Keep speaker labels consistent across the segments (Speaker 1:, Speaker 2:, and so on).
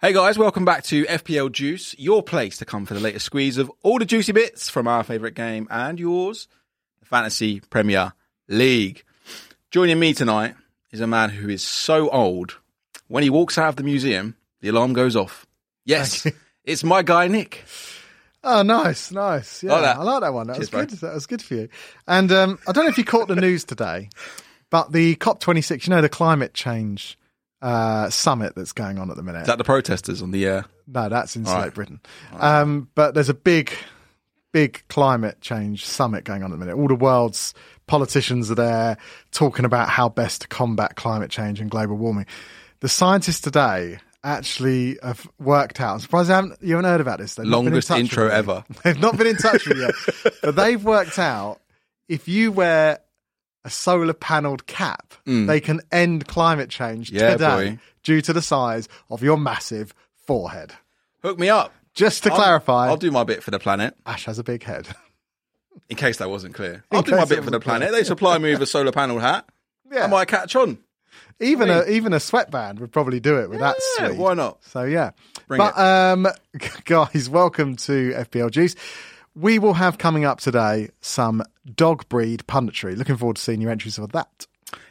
Speaker 1: Hey guys, welcome back to FPL Juice, your place to come for the latest squeeze of all the juicy bits from our favourite game and yours, the Fantasy Premier League. Joining me tonight is a man who is so old, when he walks out of the museum, the alarm goes off. Yes, it's my guy Nick.
Speaker 2: Oh, nice, nice. Yeah,
Speaker 1: Like that.
Speaker 2: I like that one. That
Speaker 1: Cheers,
Speaker 2: was good. That was good for you. And um, I don't know if you caught the news today, but the COP26, you know, the climate change uh, summit that's going on at the minute.
Speaker 1: Is that the protesters on the uh,
Speaker 2: no, that's in
Speaker 1: right.
Speaker 2: Great Britain. Um, but there's a big, big climate change summit going on at the minute. All the world's politicians are there talking about how best to combat climate change and global warming. The scientists today actually have worked out. I'm surprised I haven't, you haven't heard about this. They've not been in
Speaker 1: longest
Speaker 2: touch
Speaker 1: intro
Speaker 2: with me.
Speaker 1: ever?
Speaker 2: They've not been in touch with you yet, but they've worked out if you wear a solar panelled cap, they can end climate change
Speaker 1: Mm. Yeah,
Speaker 2: today
Speaker 1: boy.
Speaker 2: due to the size of your massive forehead.
Speaker 1: Hook me up.
Speaker 2: Just to
Speaker 1: I'll-
Speaker 2: clarify,
Speaker 1: I'll do my bit for the planet.
Speaker 2: Ash has a big head.
Speaker 1: In case that wasn't clear, I'll do
Speaker 2: case
Speaker 1: my bit
Speaker 2: it
Speaker 1: for the
Speaker 2: wasn't clear.
Speaker 1: planet. They supply me with a solar panel hat.
Speaker 2: Yeah.
Speaker 1: I might catch on.
Speaker 2: even a even a sweatband would probably do it with that
Speaker 1: Yeah,
Speaker 2: sweet.
Speaker 1: why not?
Speaker 2: So yeah.
Speaker 1: Bring
Speaker 2: but
Speaker 1: it.
Speaker 2: um guys, welcome to FPL Juice. We will have coming up today some dog breed punditry. Looking forward to seeing your entries for that.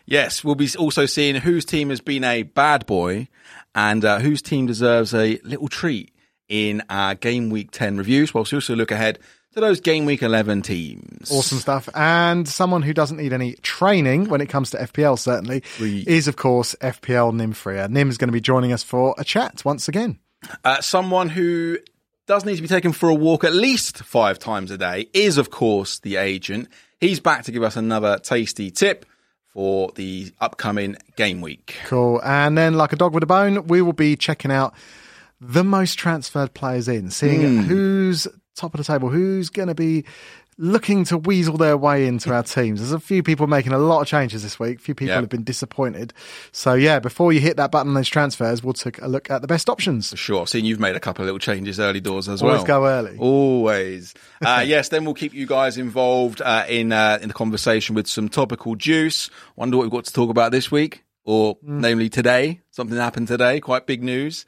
Speaker 1: Yes, we'll be also seeing whose team has been a bad boy and uh, whose team deserves a little treat in our game week 10 reviews, whilst we also look ahead to those game week 11 teams.
Speaker 2: Awesome stuff. And someone who doesn't need any training when it comes to FPL, certainly,
Speaker 1: We-
Speaker 2: is, of course, FPL Nimfria. Nim is going to be joining us for a chat once again.
Speaker 1: Uh, someone who does need to be taken for a walk at least five times a day is, of course, the agent. He's back to give us another tasty tip for the upcoming game week.
Speaker 2: Cool. And then, like a dog with a bone, we will be checking out the most transferred players in, seeing
Speaker 1: Hmm.
Speaker 2: who's top of the table, who's going to be looking to weasel their way into our teams. There's a few people making a lot of changes this week. A few people
Speaker 1: Yeah.
Speaker 2: have been disappointed. So, yeah, before you hit that button on those transfers, we'll take a look at the best options.
Speaker 1: Sure, I've seen you've made a couple of little changes early doors as
Speaker 2: Always
Speaker 1: well.
Speaker 2: go early.
Speaker 1: Always. Uh, yes, then we'll keep you guys involved uh, in uh, in the conversation with some topical juice. Wonder what we've got to talk about this week, or
Speaker 2: Hmm.
Speaker 1: namely today. Something happened today, quite big news.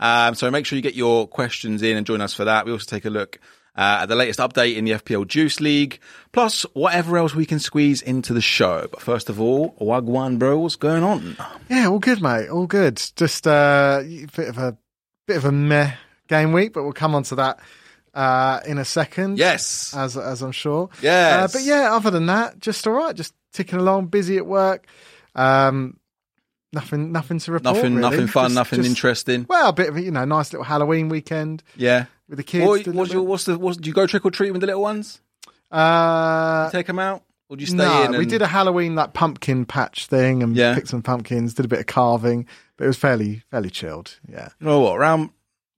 Speaker 1: Um, so make sure you get your questions in and join us for that. We also take a look. Uh, at the latest update in the FPL Juice League, plus whatever else we can squeeze into the show. But first of all, Wagwan, bro, what's going on?
Speaker 2: Yeah, all good, mate. All good. Just uh, a bit of a bit of a meh game week, but we'll come on to that uh, in a second.
Speaker 1: Yes.
Speaker 2: as as I'm sure.
Speaker 1: Yes.
Speaker 2: Uh, but yeah, other than that, just all right. Just ticking along, busy at work. Um, nothing, nothing to report.
Speaker 1: Nothing,
Speaker 2: really.
Speaker 1: nothing fun,
Speaker 2: Just-
Speaker 1: nothing
Speaker 2: just-
Speaker 1: interesting.
Speaker 2: Well, a bit of a, you know, nice little Halloween weekend
Speaker 1: Yeah.
Speaker 2: with the kids.
Speaker 1: Or
Speaker 2: did a
Speaker 1: what's, your,
Speaker 2: little
Speaker 1: what's the what's, do you go trick or treat with the little ones?
Speaker 2: bit- uh,
Speaker 1: Take them out, or do you stay
Speaker 2: no,
Speaker 1: in?
Speaker 2: we
Speaker 1: and-
Speaker 2: did a Halloween like pumpkin patch thing and
Speaker 1: Yeah.
Speaker 2: picked some pumpkins, did a bit of carving, but it was fairly fairly chilled. Yeah,
Speaker 1: you know Oh, what? Around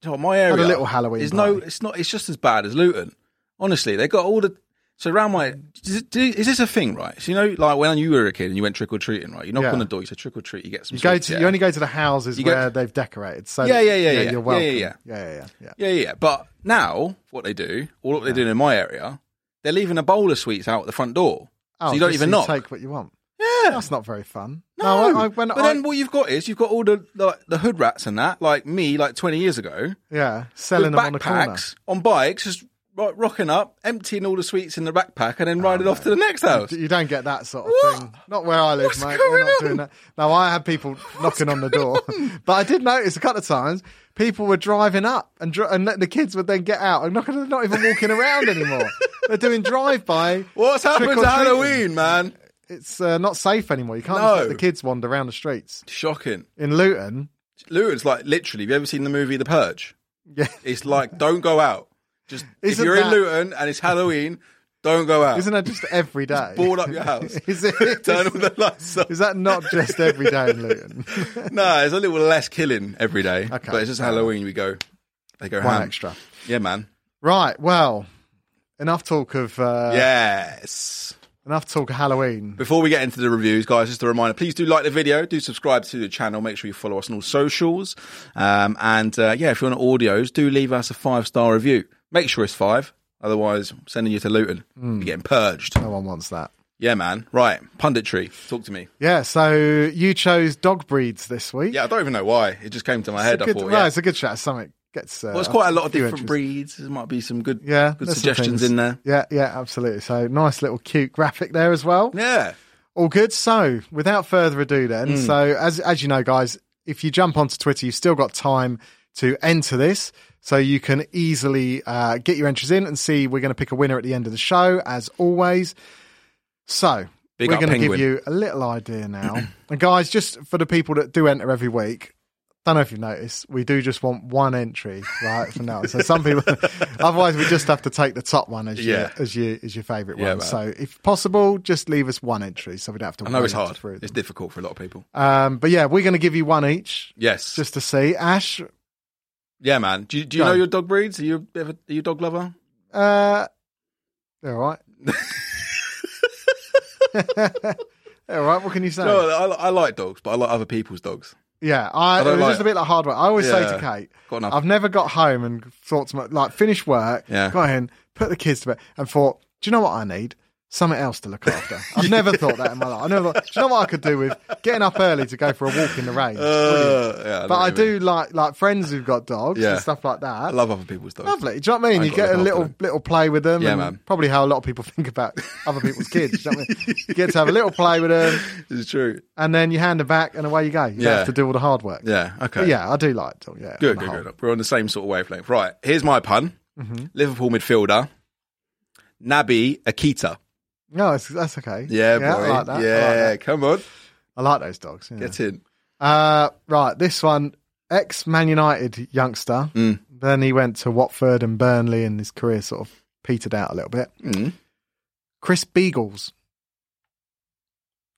Speaker 1: you know, my area,
Speaker 2: little Halloween
Speaker 1: It's no,
Speaker 2: party.
Speaker 1: it's not. It's just as bad as Luton. Honestly, they got all the. So around my, is, it- do- is this a thing, right? So you know, like when you were a kid and you went trick or treating, right? You knock
Speaker 2: Yeah.
Speaker 1: on the door, you say trick or treat, you get some.
Speaker 2: you go
Speaker 1: sweets,
Speaker 2: to
Speaker 1: yeah.
Speaker 2: you only go to the houses
Speaker 1: go-
Speaker 2: where they've decorated. So
Speaker 1: Yeah, yeah, yeah, yeah.
Speaker 2: You're
Speaker 1: Yeah,
Speaker 2: welcome.
Speaker 1: yeah,
Speaker 2: yeah, yeah, yeah.
Speaker 1: Yeah, yeah. yeah. But now, what they do, all what they do in my area, they're leaving a bowl of sweets out at the front door, so you don't
Speaker 2: Oh, just
Speaker 1: even knock.
Speaker 2: Take what you want.
Speaker 1: yeah,
Speaker 2: That's not very fun.
Speaker 1: No,
Speaker 2: I, I, when
Speaker 1: but
Speaker 2: I,
Speaker 1: then what you've got is you've got all the like the hood rats and that, like me, like twenty years ago,
Speaker 2: yeah, selling
Speaker 1: with
Speaker 2: them on the corner.
Speaker 1: backpacks on, bikes, just ro- rocking up, emptying all the sweets in the backpack, and then
Speaker 2: Oh,
Speaker 1: riding off to the next house.
Speaker 2: You don't get that sort of
Speaker 1: What?
Speaker 2: thing. Not where I live,
Speaker 1: What's
Speaker 2: mate.
Speaker 1: going
Speaker 2: We're not
Speaker 1: on?
Speaker 2: doing that. No, I had people knocking on the door, but I did notice a couple of times people were driving up and dri- and let- the kids would then get out and not gonna- not even walking around anymore. They're doing drive by.
Speaker 1: What's happened to Halloween, man?
Speaker 2: It's uh, not safe anymore. You can't
Speaker 1: No.
Speaker 2: just let the kids wander around the streets
Speaker 1: Shocking.
Speaker 2: in Luton.
Speaker 1: Luton's like literally. Have you ever seen the movie The Purge?
Speaker 2: Yeah,
Speaker 1: It's like don't go out. Just if
Speaker 2: Isn't
Speaker 1: you're in
Speaker 2: that-
Speaker 1: Luton and it's Halloween, don't go out.
Speaker 2: isn't that just every day?
Speaker 1: Board up your house.
Speaker 2: Is it?
Speaker 1: Turn all the lights off.
Speaker 2: Is that not just every day in Luton?
Speaker 1: no, it's a little less killing every day.
Speaker 2: Okay.
Speaker 1: But it's just Halloween. We go, they go
Speaker 2: One
Speaker 1: ham.
Speaker 2: extra.
Speaker 1: Yeah, man.
Speaker 2: Right. Well, enough talk of uh,
Speaker 1: Yes.
Speaker 2: enough talk of Halloween.
Speaker 1: Before we get into the reviews, guys, just a reminder: please do like the video, do subscribe to the channel, make sure you follow us on all socials, um, and uh, yeah, if you're on audios, do leave us a five star
Speaker 2: Hmm.
Speaker 1: review. Make sure it's five, otherwise, I'm sending you to Luton, you're getting purged.
Speaker 2: No one wants that.
Speaker 1: Yeah, man. Right. Punditry. Talk to me.
Speaker 2: Yeah, so you chose dog breeds this week.
Speaker 1: Yeah, I don't even know why. It just came to my head.
Speaker 2: Good-
Speaker 1: I thought,
Speaker 2: no,
Speaker 1: yeah.
Speaker 2: it's a good shout. Something gets. Uh,
Speaker 1: Well, it's quite a lot of
Speaker 2: few
Speaker 1: different
Speaker 2: entries.
Speaker 1: breeds. There might be some good,
Speaker 2: Yeah,
Speaker 1: good
Speaker 2: there's some
Speaker 1: suggestions
Speaker 2: things.
Speaker 1: in there.
Speaker 2: Yeah, yeah, absolutely. So nice little cute graphic there as well.
Speaker 1: Yeah.
Speaker 2: All good. So, without further ado, then.
Speaker 1: Hmm.
Speaker 2: So, as as you know, guys, if you jump onto Twitter, you've still got time to enter this, so you can easily uh, get your entries in and see. We're going to pick a winner at the end of the show, as always. So,
Speaker 1: Big
Speaker 2: we're
Speaker 1: up
Speaker 2: going to give
Speaker 1: Penguin.
Speaker 2: you a little idea now, and guys, just for the people that do enter every week. Don't know if you've noticed, we do just want one entry, right, from now. on. So some people, otherwise, we just have to take the top one as
Speaker 1: Yeah.
Speaker 2: your as your as your favourite
Speaker 1: Yeah,
Speaker 2: one.
Speaker 1: man.
Speaker 2: So if possible, just leave us one entry so we don't have to.
Speaker 1: I know it's hard.
Speaker 2: Through
Speaker 1: It's
Speaker 2: them.
Speaker 1: difficult for a lot of people.
Speaker 2: Um, but yeah, we're going to give you one each
Speaker 1: Yes.
Speaker 2: just to see. Ash,
Speaker 1: yeah, man. Do you, do you
Speaker 2: Go.
Speaker 1: know your dog breeds? Are you a bit of a, are you a dog lover?
Speaker 2: uh, they're all right. They're all right. What can you say?
Speaker 1: No, I, I like dogs, but I like other people's dogs.
Speaker 2: yeah, I,
Speaker 1: I
Speaker 2: it
Speaker 1: don't
Speaker 2: was
Speaker 1: like-
Speaker 2: just a bit like hard work. I always say to
Speaker 1: Yeah.
Speaker 2: Kate,
Speaker 1: Got enough.
Speaker 2: I've never got home and thought to my like finish work,
Speaker 1: Yeah.
Speaker 2: got in, put the kids to bed, and thought, do you know what I need? Something else to look after. I've never thought that in my life. I never. thought, do you know what I could do with getting up early to go for a walk in the rain?
Speaker 1: Uh, yeah, know
Speaker 2: but
Speaker 1: what
Speaker 2: I
Speaker 1: you mean.
Speaker 2: do like like friends who've got dogs
Speaker 1: Yeah.
Speaker 2: and stuff like that.
Speaker 1: I love other people's dogs.
Speaker 2: Lovely. Do you know what I mean?
Speaker 1: I've
Speaker 2: you
Speaker 1: got
Speaker 2: get
Speaker 1: to look
Speaker 2: a
Speaker 1: after
Speaker 2: little
Speaker 1: them.
Speaker 2: little play with them.
Speaker 1: Yeah,
Speaker 2: and
Speaker 1: man.
Speaker 2: Probably how a lot of people think about other people's kids. do you, know what I mean? you get to have a little play with them,
Speaker 1: It's true.
Speaker 2: and then you hand them back, and away you go. You don't
Speaker 1: Yeah.
Speaker 2: have to do all the hard work.
Speaker 1: Yeah.
Speaker 2: But
Speaker 1: Okay.
Speaker 2: yeah, I do like it. Yeah, on
Speaker 1: Good,
Speaker 2: the
Speaker 1: good,
Speaker 2: whole. Mm-hmm.
Speaker 1: good. We're on the same sort of wavelength. Right. Here's my pun. Liverpool midfielder Nabi Akita.
Speaker 2: No, it's, that's okay.
Speaker 1: Yeah, boy.
Speaker 2: I like that. I like,
Speaker 1: Yeah,
Speaker 2: that.
Speaker 1: come on.
Speaker 2: I like those dogs. yeah.
Speaker 1: Get in.
Speaker 2: Uh, right, this one, ex Man United youngster.
Speaker 1: Mm.
Speaker 2: Then he went to Watford and Burnley, and his career sort of petered out a little bit.
Speaker 1: Mm.
Speaker 2: Chris Beagles.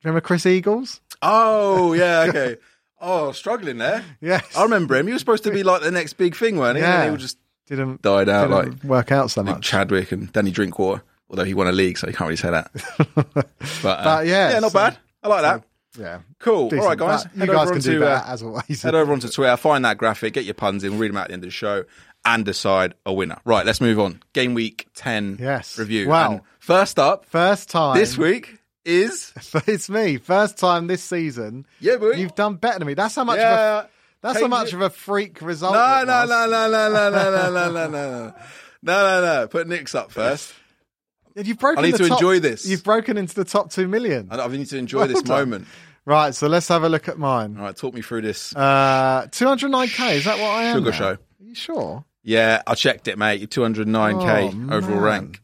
Speaker 2: Remember Chris Eagles?
Speaker 1: Oh, yeah, okay. oh, struggling there.
Speaker 2: Yes.
Speaker 1: I remember him. He was supposed to be like the next big thing, weren't he? And
Speaker 2: Yeah.
Speaker 1: then he just
Speaker 2: Didn't,
Speaker 1: died out
Speaker 2: didn't
Speaker 1: like
Speaker 2: work out so
Speaker 1: Luke
Speaker 2: much.
Speaker 1: Chadwick and Danny Drinkwater. Although he won a league, so you can't really say that. But, uh,
Speaker 2: But, yeah,
Speaker 1: yeah, not
Speaker 2: so-
Speaker 1: bad. I like that.
Speaker 2: yeah.
Speaker 1: Cool.
Speaker 2: decent.
Speaker 1: All right, guys.
Speaker 2: But
Speaker 1: Head
Speaker 2: you guys
Speaker 1: over
Speaker 2: can do
Speaker 1: onto, uh,
Speaker 2: that as always.
Speaker 1: Head over onto Twitter, find that graphic, get your puns in, read them out at the end of the show, and decide a winner. Right, let's move on. Game week 10
Speaker 2: Yes.
Speaker 1: review.
Speaker 2: Wow.
Speaker 1: And first up
Speaker 2: First time
Speaker 1: this week is.
Speaker 2: It's me. First time this season.
Speaker 1: Yeah, boy.
Speaker 2: You've done better than me. That's how much. Of a,
Speaker 1: yeah.
Speaker 2: that's how
Speaker 1: Change
Speaker 2: much
Speaker 1: it.
Speaker 2: of a freak result.
Speaker 1: No,
Speaker 2: it
Speaker 1: no,
Speaker 2: was.
Speaker 1: no, no, no, no, no, no, no, no, no, no. No, no, no. Put Nick's up first.
Speaker 2: You've broken.
Speaker 1: I need
Speaker 2: the
Speaker 1: to
Speaker 2: top-
Speaker 1: enjoy this.
Speaker 2: You've broken into the top two million.
Speaker 1: I I need to enjoy this
Speaker 2: Well done.
Speaker 1: moment.
Speaker 2: Right, so let's have a look at mine.
Speaker 1: All right, talk me through this.
Speaker 2: Uh, 209k. Is that what I am?
Speaker 1: Sugar
Speaker 2: now?
Speaker 1: show.
Speaker 2: Are you sure?
Speaker 1: Yeah, I checked it, mate. You're 209k
Speaker 2: Oh,
Speaker 1: overall
Speaker 2: man. Oh,
Speaker 1: rank.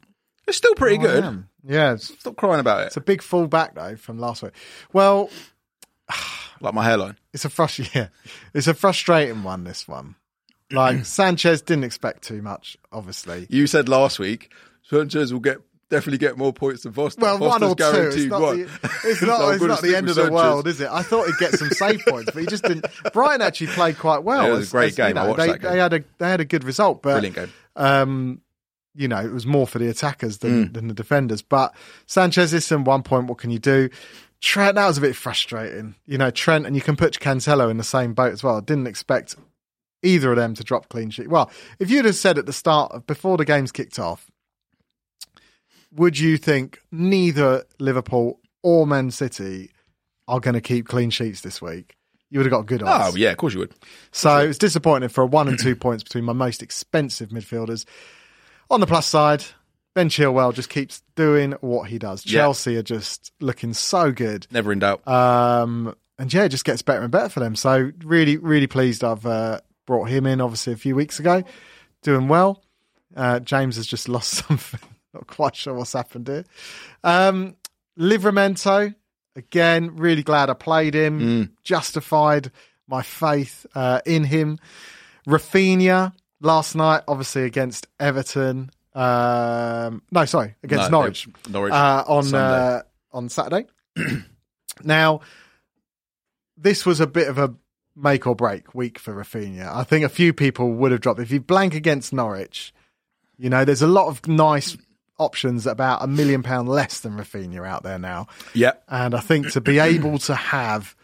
Speaker 1: It's still pretty
Speaker 2: I
Speaker 1: good.
Speaker 2: am. Yeah, it's,
Speaker 1: Stop crying about it.
Speaker 2: it's a big fall back though from last week. Well,
Speaker 1: Like my hairline.
Speaker 2: it's a frust- yeah, it's a frustrating one. This one, like Sanchez didn't expect too much, obviously.
Speaker 1: You said last week Sanchez will get definitely get more points than Foster.
Speaker 2: Well, one
Speaker 1: Foster's
Speaker 2: or two. It's
Speaker 1: guaranteed
Speaker 2: not,
Speaker 1: one.
Speaker 2: the, it's
Speaker 1: So
Speaker 2: not,
Speaker 1: I'm
Speaker 2: it's
Speaker 1: gonna
Speaker 2: not the
Speaker 1: stick
Speaker 2: end
Speaker 1: with
Speaker 2: of the
Speaker 1: Sanchez.
Speaker 2: world, is it? I thought he'd get some save points, but he just didn't. Brighton actually played quite well.
Speaker 1: Yeah, it was a great game. I watched
Speaker 2: they,
Speaker 1: that game.
Speaker 2: they had a they had a good result, but
Speaker 1: Brilliant game.
Speaker 2: um, you know, it was more for the attackers than, than the defenders. But Sanchez is in one point. What can you do? Trent, that was a bit frustrating. You know, Trent, and you can put Cancelo in the same boat as well. I didn't expect either of them to drop clean sheet. Well, if you'd have said at the start, of- before the games kicked off, would you think neither Liverpool or Man City are going to keep clean sheets this week? You would have got good odds.
Speaker 1: Oh yeah, of course you would.
Speaker 2: So it was disappointing for a one and two points between my most expensive midfielders. On the plus side, Ben Chilwell just keeps doing what he does.
Speaker 1: Yeah.
Speaker 2: Chelsea are just looking so good.
Speaker 1: Never in doubt.
Speaker 2: Um, and yeah, it just gets better and better for them. So really, really pleased I've uh, brought him in, obviously, a few weeks ago. Doing well. Uh, James has just lost something. Not quite sure what's happened here. Um, Livramento, again, really glad I played him. Justified my faith uh, in him. Rafinha, last night, obviously, against Everton. Um, no, sorry, against
Speaker 1: No,
Speaker 2: Norwich
Speaker 1: they- Norwich.
Speaker 2: uh, on
Speaker 1: Sunday.
Speaker 2: uh, on Saturday. now, this was a bit of a make or break week for Rafinha. I think a few people would have dropped if you blank against Norwich. You know, there's a lot of nice options about a million pound less than Rafinha out there now,
Speaker 1: yep.
Speaker 2: and I think to be able to have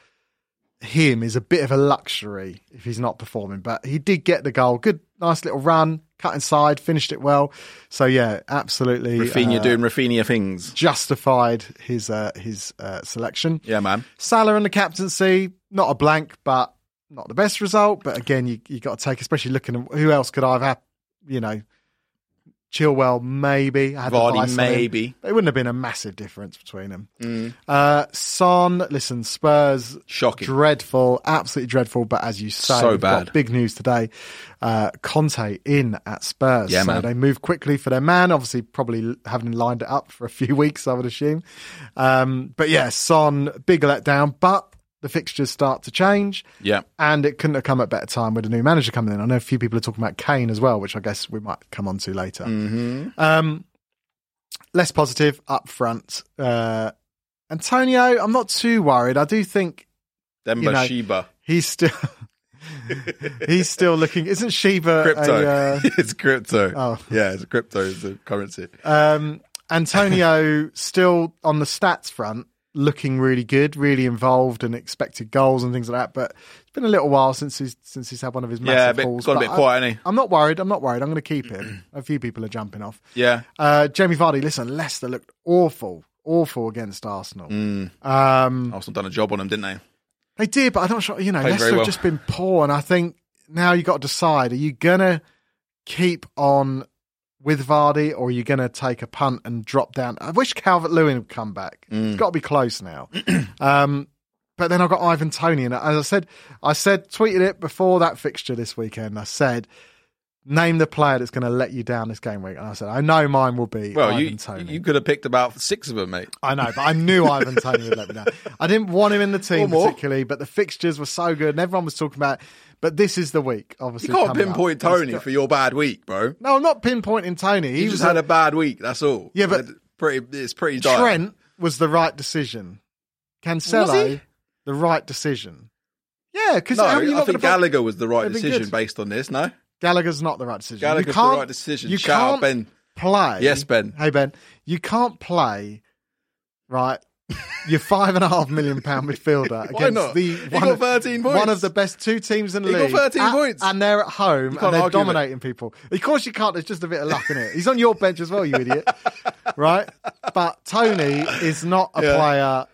Speaker 2: him is a bit of a luxury if he's not performing. But he did get the goal. Good, nice little run, cut inside, finished it well. So yeah, absolutely
Speaker 1: Rafinha
Speaker 2: uh,
Speaker 1: doing Rafinha things.
Speaker 2: justified his uh, his uh, selection.
Speaker 1: Yeah, man.
Speaker 2: Salah and the captaincy, not a blank, but not the best result. But again, you you got to take, especially looking at who else could I have had, you know, Chilwell maybe. I had advice
Speaker 1: Vardy,
Speaker 2: on him.
Speaker 1: maybe. Mm.
Speaker 2: It wouldn't have been a massive difference between them. Uh, Son, listen, Spurs
Speaker 1: Shocking.
Speaker 2: dreadful, absolutely dreadful. But as you say,
Speaker 1: So
Speaker 2: we've got
Speaker 1: bad.
Speaker 2: big news today. Uh, Conte in at Spurs.
Speaker 1: Yeah,
Speaker 2: so
Speaker 1: man.
Speaker 2: they move quickly for their man. Obviously, probably having lined it up for a few weeks, I would assume. Um, but yeah, Son, big letdown. But the fixtures start to change.
Speaker 1: yeah.
Speaker 2: And it couldn't have come at better time with a new manager coming in. I know a few people are talking about Kane as well, which I guess we might come on to later.
Speaker 1: Mm. Mm-hmm.
Speaker 2: Um, less positive up front. Uh, Antonio, I'm not too worried. I do think
Speaker 1: Demba
Speaker 2: you know,
Speaker 1: Sheba.
Speaker 2: he's still he's still looking. Isn't Sheba
Speaker 1: Crypto.
Speaker 2: A,
Speaker 1: it's crypto.
Speaker 2: uh, Oh.
Speaker 1: Yeah, it's crypto. It's a currency.
Speaker 2: uh, um, Antonio still on the stats front, looking really good, really involved, and expected goals and things like that. But it's been a little while since he's since he's had one of his
Speaker 1: yeah, a
Speaker 2: massive
Speaker 1: bit,
Speaker 2: hauls,
Speaker 1: got a
Speaker 2: but
Speaker 1: bit
Speaker 2: I-
Speaker 1: quiet, ain't he?
Speaker 2: I'm not worried. I'm not worried. I'm going to keep him. a few people are jumping off.
Speaker 1: Yeah.
Speaker 2: Uh, Jamie Vardy, listen, Leicester looked awful, awful against Arsenal.
Speaker 1: Mm.
Speaker 2: Um,
Speaker 1: Arsenal done a job on him, didn't they?
Speaker 2: They did, but I'm not sure. You know,
Speaker 1: Played
Speaker 2: Leicester
Speaker 1: very well.
Speaker 2: have just been poor, and I think now you got to decide: are you gonna keep on with Vardy, or are you gonna take a punt and drop down? I wish Calvert Lewin would come back. It's
Speaker 1: Mm.
Speaker 2: got to be close now. um, but then I've got Ivan Tony, and as I said, I said tweeted it before that fixture this weekend. I said. Name the player that's going to let you down this game week, and I said I know mine will be
Speaker 1: Well,
Speaker 2: Ivan
Speaker 1: you,
Speaker 2: Tony.
Speaker 1: you could have picked about six of them, mate.
Speaker 2: I know, but I knew Ivan Tony would let me down. I didn't want him in the
Speaker 1: Or
Speaker 2: team
Speaker 1: more.
Speaker 2: particularly, but the fixtures were so good and everyone was talking about. it. But this is the week, obviously.
Speaker 1: You can't
Speaker 2: coming
Speaker 1: pinpoint
Speaker 2: up. It's
Speaker 1: Tony
Speaker 2: got-
Speaker 1: for your bad week, bro.
Speaker 2: no, I'm not pinpointing Tony. He
Speaker 1: He
Speaker 2: was
Speaker 1: just
Speaker 2: had
Speaker 1: had a bad week. That's all.
Speaker 2: Yeah, but-
Speaker 1: pretty. It's pretty
Speaker 2: a,
Speaker 1: dire.
Speaker 2: Trent was the right decision.
Speaker 1: Was he?
Speaker 2: Cancelo, the right decision. Yeah, because
Speaker 1: No,
Speaker 2: how are you
Speaker 1: I think
Speaker 2: not gonna put-
Speaker 1: Gallagher was the right
Speaker 2: They've been
Speaker 1: decision
Speaker 2: good.
Speaker 1: based on this. No,
Speaker 2: Gallagher's not the right decision. You
Speaker 1: Gallagher's the
Speaker 2: can't-
Speaker 1: right decision.
Speaker 2: You
Speaker 1: Shout out
Speaker 2: can't
Speaker 1: Ben.
Speaker 2: play.
Speaker 1: Yes, Ben.
Speaker 2: Hey Ben, you can't play right. Your five and a half million pound midfielder against
Speaker 1: not?
Speaker 2: the
Speaker 1: He
Speaker 2: one,
Speaker 1: got
Speaker 2: of-
Speaker 1: 13 points.
Speaker 2: one of the best two teams in the
Speaker 1: He got
Speaker 2: league.
Speaker 1: 13
Speaker 2: at-
Speaker 1: points.
Speaker 2: and they're at home
Speaker 1: can't
Speaker 2: and they're
Speaker 1: argue with it.
Speaker 2: dominating people. Of course, you can't. There's just a bit of luck in it. He's on your bench as well, you idiot. right? But Tony is not a
Speaker 1: Yeah.
Speaker 2: player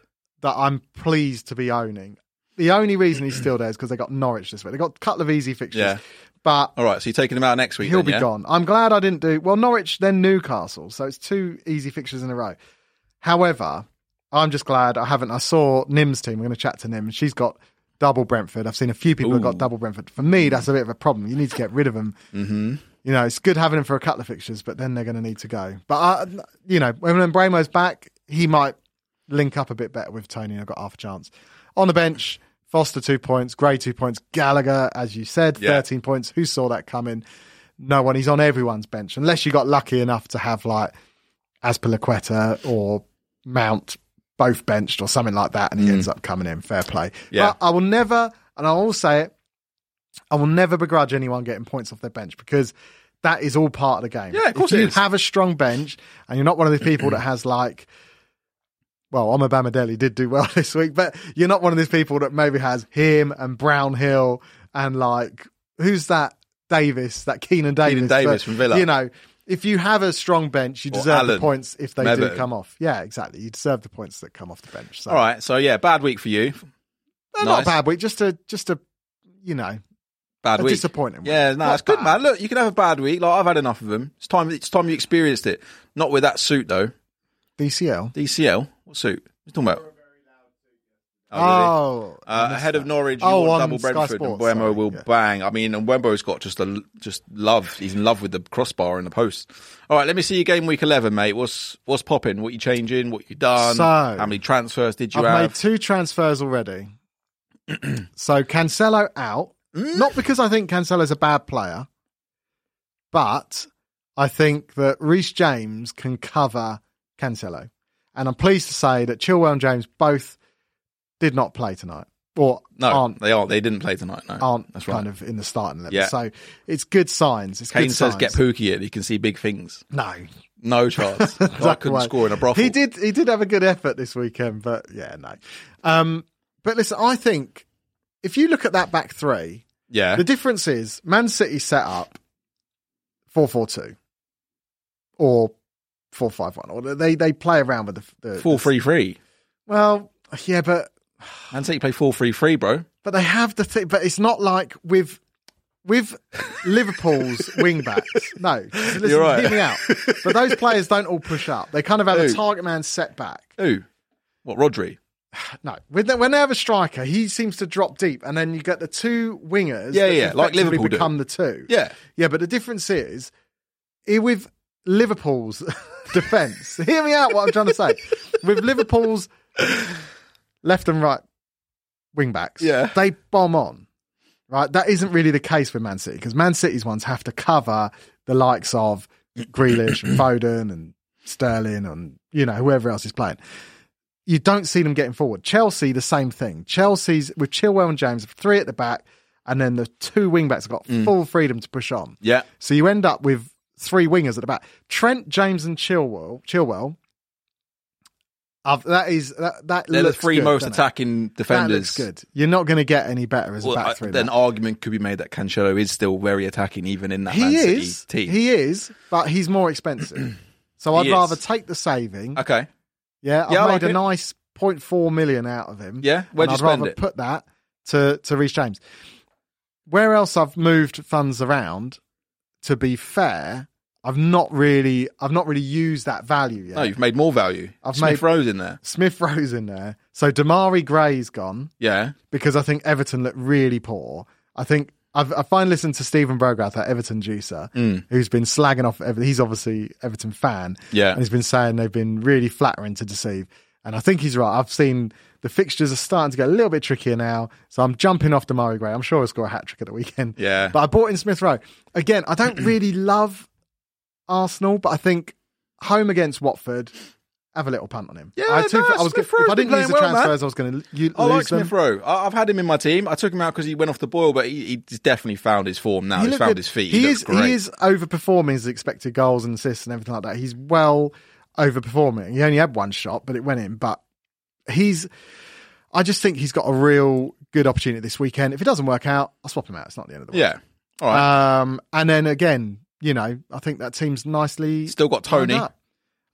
Speaker 2: that I'm pleased to be owning. The only reason he's still there is because they got Norwich this week. They got a couple of easy fixtures,
Speaker 1: Yeah.
Speaker 2: but
Speaker 1: All right, so you're taking him out next week.
Speaker 2: He'll
Speaker 1: then,
Speaker 2: be
Speaker 1: yeah?
Speaker 2: gone. I'm glad I didn't do well. Norwich, then Newcastle, so it's two easy fixtures in a row. However, I'm just glad I haven't. I saw Nim's team. I'm going to chat to Nim. and She's got double Brentford. I've seen a few people who have
Speaker 1: Ooh.
Speaker 2: got double Brentford. For me, that's a bit of a problem. You need to get rid of them.
Speaker 1: Mhm.
Speaker 2: You know, it's good having them for a couple of fixtures, but then they're going to need to go. But I, you know, when Bramo's back, he might link up a bit better with Tony. I've got half a chance on the bench. Foster two points, Gray two points, Gallagher, as you said,
Speaker 1: Yeah.
Speaker 2: 13 points. Who saw that coming? No one. He's on everyone's bench, unless you got lucky enough to have like Aspilaqueta or Mount both benched or something like that, and he ends up coming in. Fair play.
Speaker 1: Mm. Yeah.
Speaker 2: But I will never, and I'll say it, I will never begrudge anyone getting points off their bench because that is all part of the game.
Speaker 1: Yeah, of course
Speaker 2: If
Speaker 1: it
Speaker 2: you
Speaker 1: is.
Speaker 2: have a strong bench and you're not one of the people that has like well, Omar Bamadeli did do well this week, but you're not one of these people that maybe has him and Brownhill and like who's that Davis, that Keenan Davis,
Speaker 1: Keenan Davis
Speaker 2: but,
Speaker 1: from Villa.
Speaker 2: You know, if you have a strong bench, you deserve the
Speaker 1: Allen.
Speaker 2: points if they
Speaker 1: Mebbo.
Speaker 2: do come off. Yeah, exactly. You deserve the points that come off the bench. So
Speaker 1: All right, so yeah, bad week for you.
Speaker 2: No, not a
Speaker 1: nice.
Speaker 2: bad week, just a just a you know
Speaker 1: Bad
Speaker 2: a
Speaker 1: week.
Speaker 2: disappointing. Week.
Speaker 1: Yeah, no,
Speaker 2: Not
Speaker 1: that's good,
Speaker 2: bad.
Speaker 1: man. Look, you can have a bad week. Like I've had enough of them. It's time. It's time you experienced it. Not with that suit though.
Speaker 2: DCL.
Speaker 1: DCL. What suit? What are you talking about?
Speaker 2: Oh,
Speaker 1: really?
Speaker 2: I
Speaker 1: Uh,
Speaker 2: missed
Speaker 1: ahead of
Speaker 2: that.
Speaker 1: Norwich, you
Speaker 2: Oh,
Speaker 1: want
Speaker 2: on
Speaker 1: double
Speaker 2: Sky
Speaker 1: Brentford, and
Speaker 2: Sports,
Speaker 1: Wembo
Speaker 2: sorry,
Speaker 1: will
Speaker 2: yeah.
Speaker 1: bang. I mean, and Wembo's got just a just love. He's in love with the crossbar and the post. All right, let me see your game week eleven, mate. What's what's popping? What you changing? What you done?
Speaker 2: So-
Speaker 1: How many transfers did you
Speaker 2: I've
Speaker 1: have?
Speaker 2: made two transfers already. so Cancelo out. Not because I think Cancelo's a bad player, but I think that Reece James can cover Cancelo. And I'm pleased to say that Chilwell and James both did not play tonight. Or
Speaker 1: no,
Speaker 2: aren't
Speaker 1: they aren't. They didn't play tonight. No,
Speaker 2: aren't
Speaker 1: That's right.
Speaker 2: kind of in the starting level.
Speaker 1: Yeah.
Speaker 2: So it's good signs. It's
Speaker 1: Kane
Speaker 2: good
Speaker 1: says
Speaker 2: signs.
Speaker 1: get Pookie in. He can see big things.
Speaker 2: No,
Speaker 1: No chance. I couldn't
Speaker 2: way.
Speaker 1: score in a brothel.
Speaker 2: He did. He did have a good effort this weekend, but yeah, no. Um, but listen, I think if you look at that back three,
Speaker 1: Yeah.
Speaker 2: the difference is Man City set up four four two or four five one, or they they play around with the, the
Speaker 1: Four three three.
Speaker 2: Well, yeah, but
Speaker 1: Man City play four three three, bro.
Speaker 2: but they have the thing. But it's not like with with Liverpool's wing backs. No, listen,
Speaker 1: You're right.
Speaker 2: hear me out. But those players don't all push up. They kind of have a
Speaker 1: Who?
Speaker 2: target man set back.
Speaker 1: Who? What? Rodri.
Speaker 2: No, with the, when they have a striker, he seems to drop deep, and then you get the two wingers.
Speaker 1: Yeah,
Speaker 2: that
Speaker 1: yeah, like
Speaker 2: effectively
Speaker 1: Liverpool do.
Speaker 2: become the two.
Speaker 1: Yeah.
Speaker 2: yeah. But the difference is, i- with Liverpool's defense. hear me out. What I'm trying to say with Liverpool's left and right wing backs.
Speaker 1: Yeah.
Speaker 2: they bomb on. Right, that isn't really the case with Man City because Man City's ones have to cover the likes of Grealish, and Foden, and Sterling, and you know whoever else is playing you don't see them getting forward. Chelsea, the same thing. Chelsea's with Chilwell and James, three at the back, and then the two wing backs have got
Speaker 1: Mm.
Speaker 2: full freedom to push on.
Speaker 1: Yeah.
Speaker 2: So you end up with three wingers at the back. Trent, James, and Chilwell. Chilwell. I've, that is that. that
Speaker 1: They're
Speaker 2: looks
Speaker 1: the three
Speaker 2: good,
Speaker 1: most
Speaker 2: doesn't it?
Speaker 1: attacking
Speaker 2: That
Speaker 1: defenders.
Speaker 2: looks good. You're not going to get any better as
Speaker 1: Well,
Speaker 2: a
Speaker 1: I-
Speaker 2: back three.
Speaker 1: then
Speaker 2: man.
Speaker 1: argument could be made that Cancelo is still very attacking, even in that Man
Speaker 2: he
Speaker 1: City
Speaker 2: is.
Speaker 1: team.
Speaker 2: He is, but he's more expensive. so I'd
Speaker 1: He is.
Speaker 2: rather take the saving.
Speaker 1: okay.
Speaker 2: Yeah,
Speaker 1: Yeah, I
Speaker 2: I've
Speaker 1: like
Speaker 2: made
Speaker 1: it.
Speaker 2: a nice 0.4 million out of him.
Speaker 1: Yeah, where'd
Speaker 2: and
Speaker 1: you
Speaker 2: I'd
Speaker 1: spend
Speaker 2: rather
Speaker 1: it?
Speaker 2: put that to to Reece James. Where else I've moved funds around? To be fair, I've not really I've not really used that value yet.
Speaker 1: No, you've made more value.
Speaker 2: I've
Speaker 1: Smith
Speaker 2: made-
Speaker 1: Rose in there.
Speaker 2: Smith Rowe's in there, so Damari Gray's gone
Speaker 1: Yeah.
Speaker 2: because I think Everton look really poor. I think I've, I finally listened to Stephen Brogath at Everton Juicer,
Speaker 1: Mm,
Speaker 2: who's been slagging off Everton. He's obviously Everton fan,
Speaker 1: Yeah.
Speaker 2: and he's been saying they've been really flattering to deceive. And I think he's right. I've seen the fixtures are starting to get a little bit trickier now, so I'm jumping off Damari Gray. I'm sure he'll score a hat trick at the weekend.
Speaker 1: Yeah.
Speaker 2: But I bought in Smith Rowe again. I don't really love Arsenal, but I think home against Watford. Have a little punt on him.
Speaker 1: Yeah,
Speaker 2: I, had two-
Speaker 1: no,
Speaker 2: I was
Speaker 1: Smith
Speaker 2: gonna-
Speaker 1: Rowe's
Speaker 2: if I
Speaker 1: been
Speaker 2: didn't
Speaker 1: playing
Speaker 2: use the
Speaker 1: well, man.
Speaker 2: transfers, I was going to
Speaker 1: I like
Speaker 2: lose them.
Speaker 1: Smith Rowe. I- I've had him in my team. I took him out because he went off the boil, but he, he's definitely found his form now. he's
Speaker 2: looked
Speaker 1: found
Speaker 2: good.
Speaker 1: his feet.
Speaker 2: He,
Speaker 1: He, looks
Speaker 2: is
Speaker 1: great.
Speaker 2: he is overperforming his expected goals and assists and everything like that. He's well overperforming. He only had one shot, but it went in. But he's, I just think he's got a real good opportunity this weekend. If it doesn't work out, I'll swap him out. It's not the end of the world.
Speaker 1: Yeah. All right.
Speaker 2: Um, and then again, you know, I think that team's nicely
Speaker 1: Still got
Speaker 2: lined
Speaker 1: Tony.
Speaker 2: up.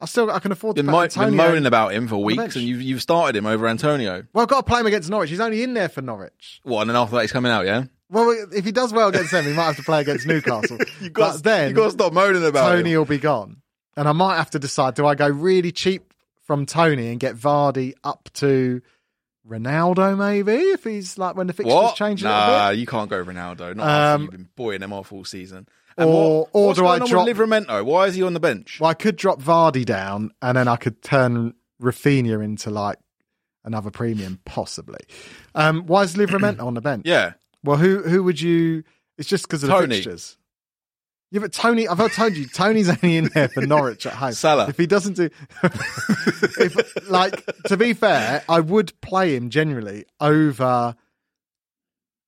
Speaker 2: I still I can afford to
Speaker 1: Been,
Speaker 2: put
Speaker 1: mo- been
Speaker 2: Antonio.
Speaker 1: moaning about him for weeks,
Speaker 2: bench.
Speaker 1: and you've, you've started him over Antonio.
Speaker 2: Well, I've got to play him against Norwich. He's only in there for Norwich.
Speaker 1: What? And then after that, he's coming out. Yeah.
Speaker 2: Well, if he does well against them, he might have to play against Newcastle. you but then
Speaker 1: you got to stop moaning about
Speaker 2: Tony
Speaker 1: him.
Speaker 2: will be gone. And I might have to decide do I go really cheap from Tony and get Vardy up to Ronaldo, maybe, if he's like when the fixtures
Speaker 1: What?
Speaker 2: change a
Speaker 1: nah,
Speaker 2: little bit?
Speaker 1: you can't go Ronaldo. Not after
Speaker 2: Um,
Speaker 1: you've been boying him off all season.
Speaker 2: or- or
Speaker 1: what's
Speaker 2: do I
Speaker 1: going on
Speaker 2: drop-
Speaker 1: with Livramento? Why is he on the bench?
Speaker 2: Well, I could drop Vardy down and then I could turn Rafinha into like another premium, possibly. Um, why is Livramento on the bench?
Speaker 1: Yeah.
Speaker 2: Well, who who would you? It's just because of
Speaker 1: Tony.
Speaker 2: the fixtures. Yeah, but Tony, I've already told you, Tony's only in there for Norwich at home.
Speaker 1: Salah.
Speaker 2: If he doesn't do, if like to be fair, I would play him generally over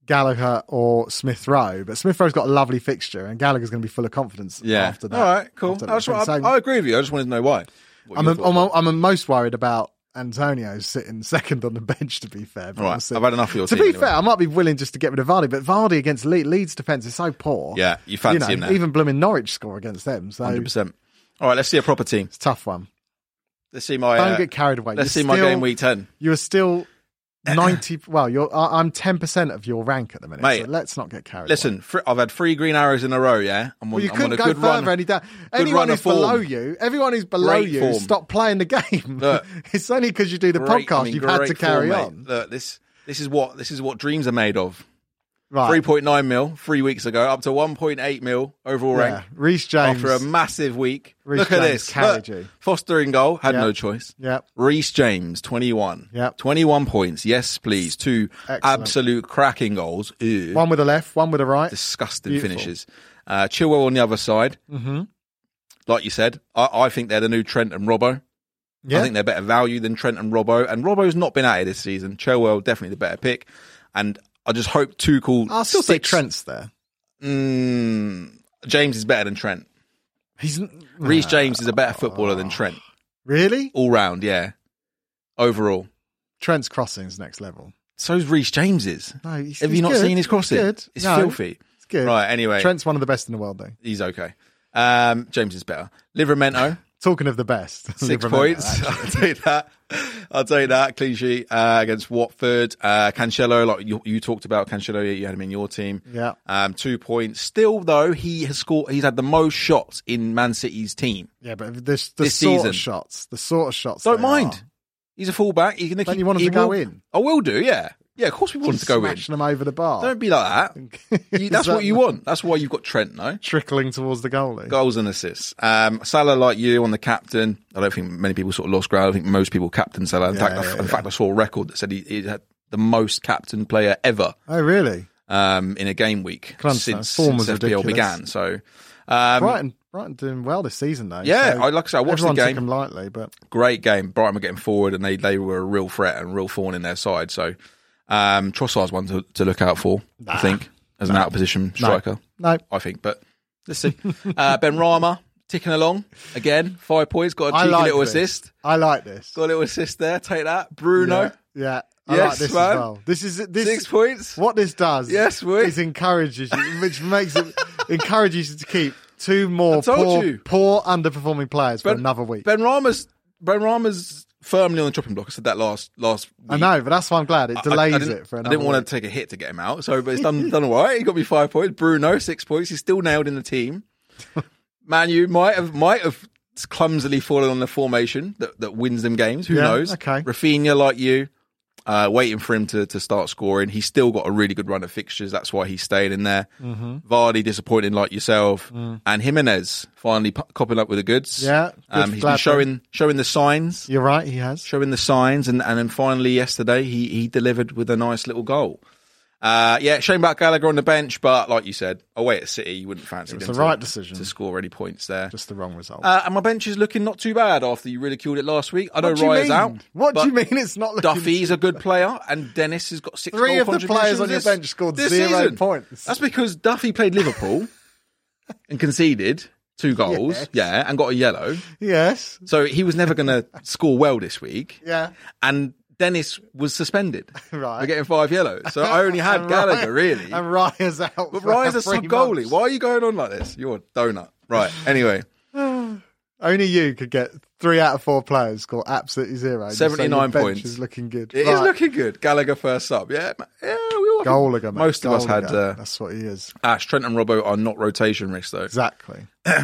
Speaker 2: Gallagher or Smith Rowe, but Smith Rowe's got a lovely fixture, and Gallagher's going to be full of confidence.
Speaker 1: Yeah.
Speaker 2: after that.
Speaker 1: All right. Cool. I,
Speaker 2: after that.
Speaker 1: just, I,
Speaker 2: So-
Speaker 1: I agree with you. I just wanted to know why. What
Speaker 2: I'm
Speaker 1: your
Speaker 2: a,
Speaker 1: thoughts
Speaker 2: I'm,
Speaker 1: were.
Speaker 2: a, I'm a most worried about Antonio sitting second on the bench. To be fair, but
Speaker 1: All
Speaker 2: we'll
Speaker 1: right.
Speaker 2: see.
Speaker 1: I've had enough of your
Speaker 2: To
Speaker 1: team
Speaker 2: be
Speaker 1: anyway.
Speaker 2: fair, I might be willing just to get rid of Vardy, but Vardy against Le- Leeds defence is so poor.
Speaker 1: Yeah, you fancy
Speaker 2: you
Speaker 1: him
Speaker 2: know,
Speaker 1: there.
Speaker 2: even blooming Norwich score against them, so
Speaker 1: Hundred
Speaker 2: it's
Speaker 1: percent. All right, let's see a proper team.
Speaker 2: a tough one.
Speaker 1: Let's see my.
Speaker 2: Don't
Speaker 1: uh,
Speaker 2: get carried away.
Speaker 1: let's see
Speaker 2: You're
Speaker 1: my
Speaker 2: still-
Speaker 1: game week Uh, ten.
Speaker 2: You are still ninety. well, you're. I- I'm ten percent of your rank at the minute.
Speaker 1: Mate,
Speaker 2: so let's not get carried. away.
Speaker 1: Listen, fr- I've had three green arrows in a row. Yeah, I'm on,
Speaker 2: Well, you
Speaker 1: I'm on
Speaker 2: couldn't
Speaker 1: a
Speaker 2: go
Speaker 1: good
Speaker 2: further
Speaker 1: run.
Speaker 2: any down. Anyone
Speaker 1: run of
Speaker 2: who's below
Speaker 1: form.
Speaker 2: you, everyone who's below
Speaker 1: Great
Speaker 2: you,
Speaker 1: form.
Speaker 2: stop playing the game.
Speaker 1: Look.
Speaker 2: it's only because you do the
Speaker 1: Great-
Speaker 2: podcast
Speaker 1: I mean,
Speaker 2: you've had
Speaker 1: great
Speaker 2: to carry
Speaker 1: form, mate.
Speaker 2: on.
Speaker 1: Look, this this is what this is what dreams are made of.
Speaker 2: Right.
Speaker 1: Three point nine mil three weeks ago, up to one point eight mil overall
Speaker 2: yeah.
Speaker 1: rank
Speaker 2: Reece James.
Speaker 1: after a massive week.
Speaker 2: Reece
Speaker 1: Look at
Speaker 2: James
Speaker 1: this.
Speaker 2: carried
Speaker 1: Look,
Speaker 2: you.
Speaker 1: Foster in goal had
Speaker 2: Yeah.
Speaker 1: no choice.
Speaker 2: yeah.
Speaker 1: Reese James, 21.
Speaker 2: Yep.
Speaker 1: 21 points. Yes, please. Two
Speaker 2: Excellent.
Speaker 1: absolute cracking goals. Ew.
Speaker 2: One with a left, one with a right.
Speaker 1: disgusting
Speaker 2: Beautiful.
Speaker 1: finishes. Uh, Chilwell on the other side,
Speaker 2: Mhm.
Speaker 1: like you said, I, I think they're the new Trent and Robbo.
Speaker 2: Yeah.
Speaker 1: I think they're better value than Trent and Robbo. And Robbo's not been at it this season. Chilwell definitely the better pick. And I just hope Tuchel.
Speaker 2: I'll still say
Speaker 1: sticks-
Speaker 2: Trent's there.
Speaker 1: Mm, James is better than Trent.
Speaker 2: He's n-
Speaker 1: Reece
Speaker 2: Nah.
Speaker 1: James is a better footballer than Trent
Speaker 2: Really?
Speaker 1: all round. Yeah, overall.
Speaker 2: Trent's crossing's next level.
Speaker 1: So's Reese James's.
Speaker 2: No, he's-
Speaker 1: Have
Speaker 2: he's
Speaker 1: you not
Speaker 2: good.
Speaker 1: seen his crossing?
Speaker 2: He's good.
Speaker 1: It's
Speaker 2: No,
Speaker 1: filthy.
Speaker 2: It's good.
Speaker 1: Right. Anyway,
Speaker 2: Trent's one of the best in the world, though.
Speaker 1: he's okay. Um, James is better. Livramento.
Speaker 2: Talking of the best,
Speaker 1: Six
Speaker 2: Livermore,
Speaker 1: points. I'll take that. I'll take that. Clean sheet uh, against Watford. Uh, Cancelo, like you, you talked about Cancelo, you had him in your team.
Speaker 2: Yeah.
Speaker 1: Um, two points. Still, though, he has scored. He's had the most shots in Man City's team.
Speaker 2: Yeah, but this the
Speaker 1: This
Speaker 2: sort
Speaker 1: season.
Speaker 2: of shots, the sort of shots.
Speaker 1: Don't
Speaker 2: they
Speaker 1: mind.
Speaker 2: are.
Speaker 1: He's a fullback. He's gonna
Speaker 2: Don't
Speaker 1: keep,
Speaker 2: you want him
Speaker 1: he
Speaker 2: to go
Speaker 1: will-
Speaker 2: in?
Speaker 1: I will do. Yeah. Yeah. Of course, we want him to go in.
Speaker 2: smashing them over the bar.
Speaker 1: Don't be like that. You- that's what
Speaker 2: that-
Speaker 1: you want. That's why you've got Trent. No.
Speaker 2: trickling towards the goalie.
Speaker 1: goals and assists. Um, Salah, like you, on the captain. I don't think many people sort of lost ground. I think most people captain Salah. In,
Speaker 2: Yeah,
Speaker 1: fact,
Speaker 2: yeah,
Speaker 1: in fact, I saw a record that said he, he had the most captain player ever
Speaker 2: Oh, really?
Speaker 1: um, in a game week
Speaker 2: Can understand.
Speaker 1: since,
Speaker 2: Form was
Speaker 1: since FPL
Speaker 2: ridiculous.
Speaker 1: began. So, um,
Speaker 2: Brighton, Brighton doing well this season, though.
Speaker 1: yeah,
Speaker 2: so
Speaker 1: I, like I said, I watched the
Speaker 2: everyone took
Speaker 1: game.
Speaker 2: them lightly, but
Speaker 1: Great game. Brighton were getting forward, and they they were a real threat and real thorn in their side. So, um, Trossard's one to, to look out for. I think as an out of position striker.
Speaker 2: no.
Speaker 1: I think, but let's see. Uh, ben Rama ticking along again, five points, got a
Speaker 2: I
Speaker 1: cheeky
Speaker 2: like
Speaker 1: little
Speaker 2: this.
Speaker 1: assist,
Speaker 2: I like this.
Speaker 1: got a little assist there. Take that, Bruno,
Speaker 2: Yeah, yeah, I
Speaker 1: Yes,
Speaker 2: like this
Speaker 1: man.
Speaker 2: as well. This is this.
Speaker 1: six points.
Speaker 2: What this does,
Speaker 1: Yes, we-
Speaker 2: is encourages you, which makes it encourages you to keep two more
Speaker 1: told
Speaker 2: poor,
Speaker 1: you.
Speaker 2: poor underperforming players for
Speaker 1: Ben-
Speaker 2: another week.
Speaker 1: Ben Rama's Ben Rama's firmly on the chopping block. I said that last last. Week.
Speaker 2: I know, but that's why I'm glad it
Speaker 1: I- I
Speaker 2: delays
Speaker 1: didn't-
Speaker 2: it for
Speaker 1: I
Speaker 2: another.
Speaker 1: didn't
Speaker 2: week.
Speaker 1: want to take a hit to get him out, so but it's done done all right. He got me five points. Bruno six points. He's still nailed in the team. Man, you might have might have clumsily fallen on the formation that, that wins them games. Who
Speaker 2: Yeah,
Speaker 1: knows?
Speaker 2: okay.
Speaker 1: Rafinha, like you, uh, waiting for him to to start scoring. He's still got a really good run of fixtures. That's why he's staying in there.
Speaker 2: Mm-hmm.
Speaker 1: Vardy disappointing like yourself, and Jimenez finally p- copping up with the goods.
Speaker 2: Mm. Yeah, good
Speaker 1: um, he's been
Speaker 2: Gladbach.
Speaker 1: showing showing the signs
Speaker 2: You're right. He has.
Speaker 1: showing the signs, and, and then finally yesterday he he delivered with a nice little goal. Uh, yeah, shame about Gallagher on the bench, but like you said, away at City, you wouldn't fancy
Speaker 2: It's
Speaker 1: them
Speaker 2: the
Speaker 1: to,
Speaker 2: right decision.
Speaker 1: to score any points there.
Speaker 2: Just the wrong result.
Speaker 1: Uh, and my bench is looking not too bad after you ridiculed it last week. I know
Speaker 2: what do you
Speaker 1: Raya's
Speaker 2: mean?
Speaker 1: out.
Speaker 2: what do
Speaker 1: but
Speaker 2: you mean? It's not looking
Speaker 1: Duffy's a good player, and Dennis has got six.
Speaker 2: Three
Speaker 1: goal
Speaker 2: of the players on your
Speaker 1: contributions
Speaker 2: bench
Speaker 1: this-
Speaker 2: scored
Speaker 1: this
Speaker 2: zero
Speaker 1: season.
Speaker 2: points.
Speaker 1: That's because Duffy played Liverpool and conceded two goals, yeah, and got a yellow.
Speaker 2: Yes.
Speaker 1: So he was never going to score well this week
Speaker 2: Yeah.
Speaker 1: and Dennis was suspended
Speaker 2: Right.
Speaker 1: for getting five yellows. So I only had
Speaker 2: And
Speaker 1: Gallagher,
Speaker 2: Ryan-
Speaker 1: really.
Speaker 2: And Raya's out.
Speaker 1: But
Speaker 2: for
Speaker 1: Ryan's a
Speaker 2: three
Speaker 1: sub goalie.
Speaker 2: months.
Speaker 1: Why are you going on like this? You're a donut. Right. Anyway,
Speaker 2: Only you could get three out of four players score absolutely zero. and you say
Speaker 1: 79
Speaker 2: your bench
Speaker 1: points.
Speaker 2: is looking good.
Speaker 1: it is
Speaker 2: Right.
Speaker 1: looking good. Gallagher first sub. Yeah. ma- Yeah. We all
Speaker 2: Goal again. mate.
Speaker 1: Most of us
Speaker 2: Goal
Speaker 1: had
Speaker 2: again.
Speaker 1: uh,
Speaker 2: That's what he is.
Speaker 1: Ash, Trent, and Robbo are not rotation risks, though.
Speaker 2: Exactly.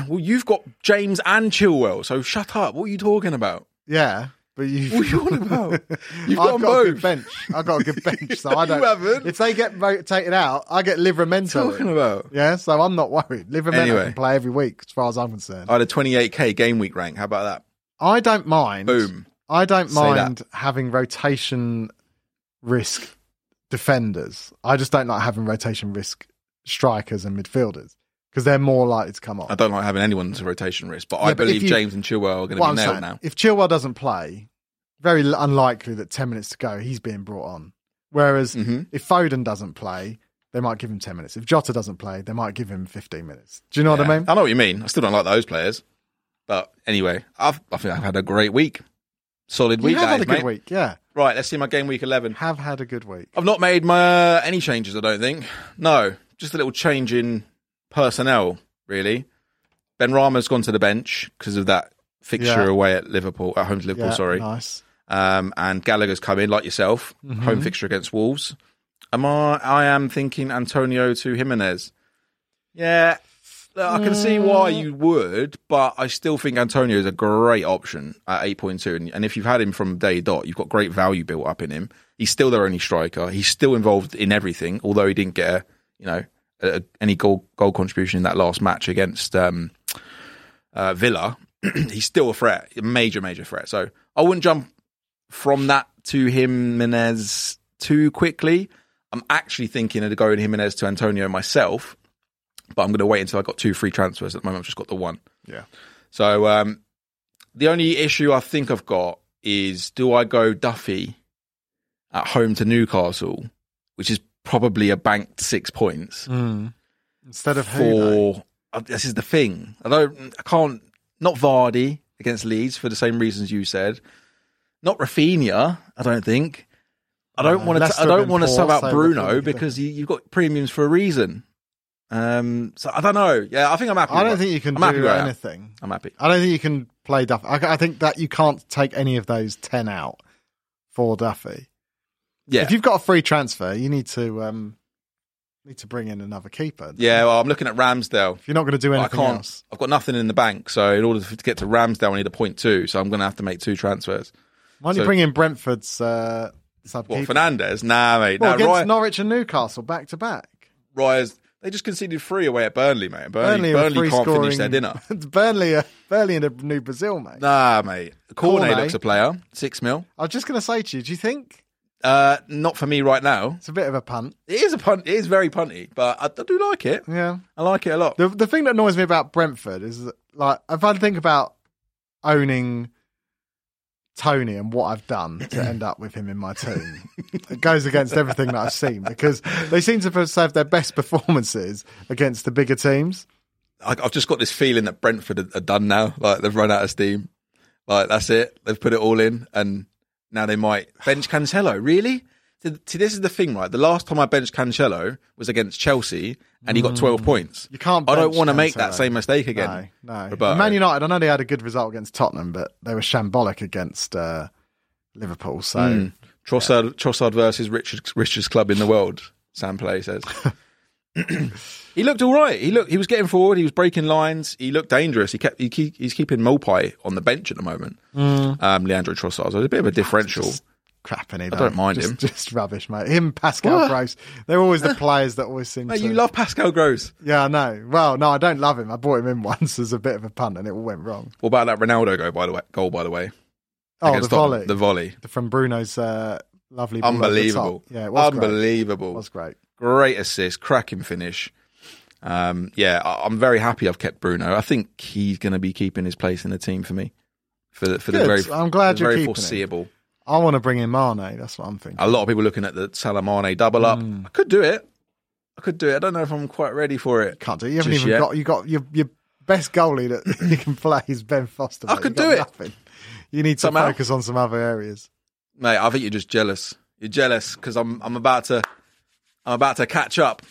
Speaker 1: Well, you've got James and Chilwell. So shut up. What are you talking about?
Speaker 2: Yeah, but you.
Speaker 1: What are you on about? You've got,
Speaker 2: I've
Speaker 1: them
Speaker 2: got a
Speaker 1: both.
Speaker 2: good bench. I've got a good bench, so I
Speaker 1: You
Speaker 2: don't.
Speaker 1: haven't.
Speaker 2: If they get rotated out, I get Livermento.
Speaker 1: talking
Speaker 2: in.
Speaker 1: about?
Speaker 2: Yeah, so I'm not worried. Livermento
Speaker 1: Anyway.
Speaker 2: can play every week, as far as I'm concerned.
Speaker 1: I had a 28k game week rank. How about that?
Speaker 2: I don't mind.
Speaker 1: Boom.
Speaker 2: I don't
Speaker 1: Say that.
Speaker 2: mind having rotation risk defenders. I just don't like having rotation risk strikers and midfielders because they're more likely to come off.
Speaker 1: I don't like having anyone to rotation risk, but I
Speaker 2: Yeah, but if
Speaker 1: believe
Speaker 2: you-
Speaker 1: James and Chilwell are going to
Speaker 2: What
Speaker 1: be
Speaker 2: I'm
Speaker 1: nailed
Speaker 2: saying,
Speaker 1: now.
Speaker 2: If Chilwell doesn't play, very l- unlikely that 10 minutes to go, he's being brought on. Whereas
Speaker 1: Mhm.
Speaker 2: if Foden doesn't play, they might give him 10 minutes. If Jota doesn't play, they might give him 15 minutes. Do you know what
Speaker 1: Yeah.
Speaker 2: I mean?
Speaker 1: know what you mean. I still don't like those players. But anyway, I've, I think I've had a great week. Solid
Speaker 2: We
Speaker 1: week,
Speaker 2: have
Speaker 1: that
Speaker 2: had
Speaker 1: is,
Speaker 2: a good
Speaker 1: mate.
Speaker 2: week. Yeah.
Speaker 1: Right, let's see my game week 11.
Speaker 2: Have had a good week.
Speaker 1: I've not made my, uh, any changes, I don't think. No, just a little change in personnel, really. Ben Rama's gone to the bench because of that fixture
Speaker 2: Yeah.
Speaker 1: away at Liverpool, at home to Liverpool,
Speaker 2: Yeah,
Speaker 1: Oh, sorry.
Speaker 2: Nice.
Speaker 1: Um, and Gallagher's come in, like yourself, home fixture against Wolves. Am I, I am thinking Antonio to Jimenez. Yeah, look, I can see why you would, but I still think Antonio is a great option at 8.2. And, and if you've had him from day dot, you've got great value built up in him. He's still their only striker. He's still involved in everything, although he didn't get a, you know a, any goal goal contribution in that last match against um, uh, Villa. he's still a threat, a major major threat. So I wouldn't jump from that to Jimenez too quickly. I'm actually thinking of going Jimenez to Antonio myself, but I'm going to wait until I have got two free transfers. At the moment, I've just got the one.
Speaker 2: Yeah.
Speaker 1: So um, the only issue I think I've got is do I go Duffy at home to Newcastle, which is probably a banked six points
Speaker 2: Mm. Instead of who? though?
Speaker 1: for uh, this is the thing. I don't, I can't not Vardy against Leeds for the same reasons you said. Not Rafinha, I don't think. I don't
Speaker 2: Uh,
Speaker 1: want to.
Speaker 2: Leicester
Speaker 1: I
Speaker 2: have
Speaker 1: don't
Speaker 2: been
Speaker 1: want to
Speaker 2: poor,
Speaker 1: sub out
Speaker 2: so I
Speaker 1: Bruno
Speaker 2: think-
Speaker 1: because you, you've got premiums for a reason. Um, so I don't know. Yeah, I think I'm happy.
Speaker 2: I
Speaker 1: with
Speaker 2: don't
Speaker 1: that.
Speaker 2: think you can
Speaker 1: I'm happy
Speaker 2: do
Speaker 1: with that.
Speaker 2: anything.
Speaker 1: I'm happy.
Speaker 2: I don't think you can play Duffy. I, I think that you can't take any of those ten out for Duffy.
Speaker 1: Yeah,
Speaker 2: If you've got a free transfer, you need to um, need to bring in another keeper.
Speaker 1: yeah. Well, I'm looking at Ramsdale.
Speaker 2: If you're not going to do
Speaker 1: I
Speaker 2: anything
Speaker 1: can't.
Speaker 2: else,
Speaker 1: I've got nothing in the bank, so in order to get to Ramsdale, I need a point two. So I'm going to have to make two transfers.
Speaker 2: why don't you
Speaker 1: So-
Speaker 2: bring in Brentford's uh, sub
Speaker 1: What
Speaker 2: keeper?
Speaker 1: Fernandez? Nah, mate.
Speaker 2: Well,
Speaker 1: Nah,
Speaker 2: against
Speaker 1: Ryan,
Speaker 2: Norwich and Newcastle back to back.
Speaker 1: Raya's- They just conceded three away at Burnley, mate. Burnley,
Speaker 2: Burnley, are
Speaker 1: Burnley
Speaker 2: free
Speaker 1: can't
Speaker 2: scoring.
Speaker 1: finish their dinner.
Speaker 2: Burnley, are, Burnley in a new Brazil, mate.
Speaker 1: Nah, mate. Cornet
Speaker 2: Cornet.
Speaker 1: looks a player. Six mil.
Speaker 2: I was just going to say to you, do you think
Speaker 1: Uh, not for me right now.
Speaker 2: it's a bit of a punt?
Speaker 1: It is a punt. It is very punty, but I, I do like it.
Speaker 2: Yeah.
Speaker 1: I like it a lot.
Speaker 2: The the thing that annoys me about Brentford is that, like if I think about owning Tony and what I've done to end up with him in my team, it goes against everything that I've seen because they seem to have saved their best performances against the bigger teams.
Speaker 1: I, I've just got this feeling that Brentford are, are done now. Like they've run out of steam. Like that's it. They've put it all in, and now they might bench Cancelo. Really? See, see, this is the thing, right? The last time I benched Cancelo was against Chelsea, and he got twelve points.
Speaker 2: Mm. You can't.
Speaker 1: I don't
Speaker 2: bench
Speaker 1: want to make that
Speaker 2: Cancelo.
Speaker 1: same mistake
Speaker 2: No,
Speaker 1: again.
Speaker 2: no.
Speaker 1: Roberto.
Speaker 2: Man United. I know they had a good result against Tottenham, but they were shambolic against uh, Liverpool. So
Speaker 1: Hmm, Trossard, Trossard versus Richard, richest club in the world. Sam Play says he looked all right. He looked. He was getting forward. He was breaking lines. He looked dangerous. He kept. He keep, he's keeping Mopai on the bench at the moment.
Speaker 2: Mm.
Speaker 1: Um, Leandro Trossard. So there's a bit of a differential.
Speaker 2: crap, and he
Speaker 1: don't mind
Speaker 2: just,
Speaker 1: him.
Speaker 2: Just rubbish, mate. Him, Pascal
Speaker 1: What?
Speaker 2: Gross. They're always the players that always seem.
Speaker 1: Mate,
Speaker 2: to...
Speaker 1: you love Pascal Gross.
Speaker 2: Yeah, I know. Well, no, I don't love him. I bought him in once as a bit of a punt, and it all went wrong.
Speaker 1: What about that Ronaldo go by the way? Goal by the way.
Speaker 2: Oh, the
Speaker 1: Against Tottenham.
Speaker 2: volley
Speaker 1: The volley.
Speaker 2: from Bruno's uh, lovely, ball over the top.
Speaker 1: Unbelievable.
Speaker 2: Yeah, it was great.
Speaker 1: Unbelievable.
Speaker 2: It was great.
Speaker 1: great assist, cracking finish. Um, yeah, I, I'm very happy I've kept Bruno. I think he's going to be keeping his place in the team for me. For the, for the
Speaker 2: Good.
Speaker 1: very,
Speaker 2: I'm glad
Speaker 1: the
Speaker 2: you're
Speaker 1: very
Speaker 2: keeping him.
Speaker 1: foreseeable. Uh,
Speaker 2: I want to bring in Mane. That's what I'm thinking.
Speaker 1: A lot of people looking at the Salamane double up.
Speaker 2: Hmm.
Speaker 1: I could do it. I could do it. I don't know if I'm quite ready for it.
Speaker 2: Can't do. it. You haven't
Speaker 1: Just
Speaker 2: even
Speaker 1: yet.
Speaker 2: got. You got your your best goalie that you can play is Ben Foster.
Speaker 1: I
Speaker 2: mate.
Speaker 1: could
Speaker 2: You've got
Speaker 1: do it.
Speaker 2: Nothing. You need to
Speaker 1: Somehow.
Speaker 2: focus on some other areas.
Speaker 1: Mate, I think you're just jealous. You're jealous because I'm I'm about to I'm about to catch up.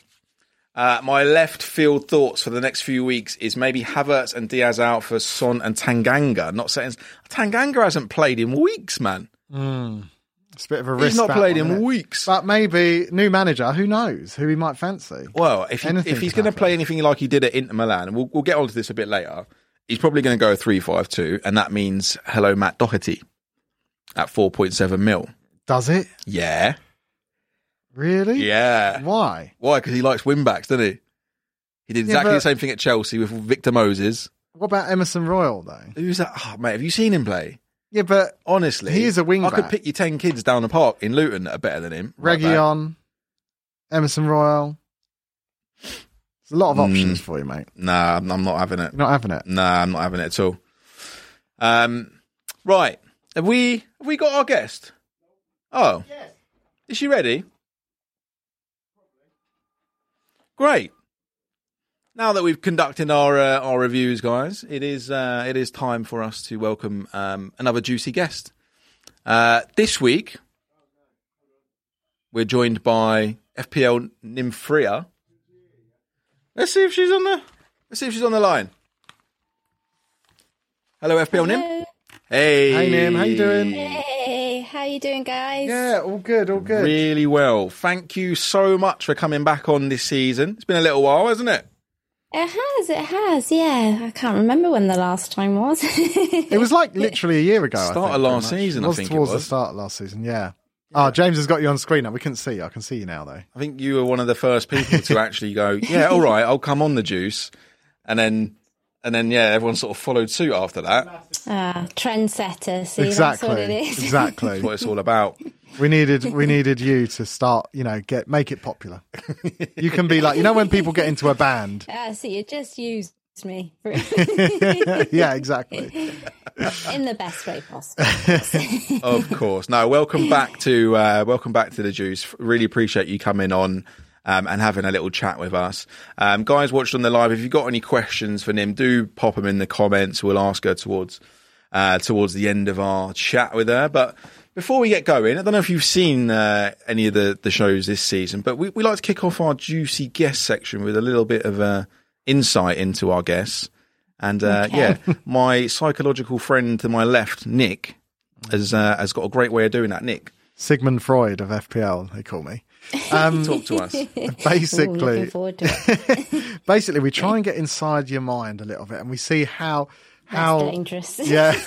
Speaker 1: Uh, my left field thoughts for the next few weeks is maybe Havertz and Diaz out for Son and Tanganga. Not saying Tanganga hasn't played in weeks, man.
Speaker 2: It's a bit of a risk.
Speaker 1: He's not
Speaker 2: that
Speaker 1: played
Speaker 2: one,
Speaker 1: in
Speaker 2: innit?
Speaker 1: weeks.
Speaker 2: But maybe new manager. Who knows who he might fancy?
Speaker 1: Well, if he,
Speaker 2: Anything
Speaker 1: if he's
Speaker 2: can
Speaker 1: going to play anything like he did at Inter Milan, and we'll, we'll get onto this a bit later. He's probably going to go three five two, and that means hello Matt Doherty at four point seven mil.
Speaker 2: Does it
Speaker 1: Yeah,
Speaker 2: really?
Speaker 1: yeah.
Speaker 2: Why?
Speaker 1: Why? Because he likes win backs, doesn't he? He did
Speaker 2: Yeah,
Speaker 1: exactly the
Speaker 2: but-
Speaker 1: same thing at Chelsea with Victor Moses.
Speaker 2: What about Emerson Royal though?
Speaker 1: Who's that? Oh, mate, have you seen him play?
Speaker 2: Yeah, but
Speaker 1: Honestly,
Speaker 2: He is a wing
Speaker 1: I could
Speaker 2: back.
Speaker 1: pick you ten kids down the park in Luton that are better than him. right back.
Speaker 2: Region, Emerson Royal. There's a lot of
Speaker 1: Mm.
Speaker 2: options for you, mate.
Speaker 1: Nah, I'm I'm not having it.
Speaker 2: You're not having it.
Speaker 1: Nah, I'm not having it at all. Um, right. Have we have we got our guest? Oh, yes. Is she ready? Great. Now that we've conducted our uh, our reviews, guys, it is uh, it is time for us to welcome um, another juicy guest. Uh, this week, we're joined by FPL Nymphria. Let's see if she's on the let's see if she's on the line. Hello, FPL Nim.
Speaker 3: Hello.
Speaker 1: Hey,
Speaker 2: Hey, Nim, how you doing?
Speaker 3: Hey, how you doing, guys?
Speaker 2: Yeah, all good, all good.
Speaker 1: Really well. Thank you so much for coming back on this season. It's been a little while, hasn't it?
Speaker 3: It has, it has. Yeah, I can't remember when the last time was.
Speaker 2: It was like literally a year ago. I
Speaker 1: Start
Speaker 2: think,
Speaker 1: of last
Speaker 2: pretty much.
Speaker 1: season, I
Speaker 2: It was
Speaker 1: think it
Speaker 2: towards
Speaker 1: was.
Speaker 2: the start of last season. Yeah. Oh, James has got you on screen now. We couldn't see you. I can see you now though.
Speaker 1: I think you were one of the first people to actually go, yeah, all right, I'll come on the juice, and then and then yeah, everyone sort of followed suit after that.
Speaker 3: ah, trendsetter. See, that's
Speaker 2: exactly.
Speaker 3: what it is.
Speaker 1: That's
Speaker 2: Exactly.
Speaker 1: what it's all about.
Speaker 2: we needed we needed you to start. You know, get make it popular. You can be like you know when people get into a band.
Speaker 3: Ah, see, you just used me for-
Speaker 2: yeah, exactly.
Speaker 3: in the best way possible.
Speaker 1: of course. No, welcome back to uh, welcome back to the juice. Really appreciate you coming on. Um, and having a little chat with us, um, guys. Watched on the live. If you've got any questions for Nim, do pop them in the comments. We'll ask her towards uh, towards the end of our chat with her. But before we get going, I don't know if you've seen uh, any of the, the shows this season, but we, we like to kick off our juicy guest section with a little bit of uh, insight into our guests. And uh, yeah, my psychological friend to my left, Nick, has uh, has got a great way of doing that. Nick,
Speaker 2: Sigmund Freud of FPL, they call me.
Speaker 3: Um,
Speaker 1: talk to us.
Speaker 3: Ooh, looking
Speaker 2: Basically,
Speaker 3: forward to it.
Speaker 2: basically, we try and get inside your mind a little bit, and we see how
Speaker 3: That's
Speaker 2: how
Speaker 3: dangerous.
Speaker 2: yeah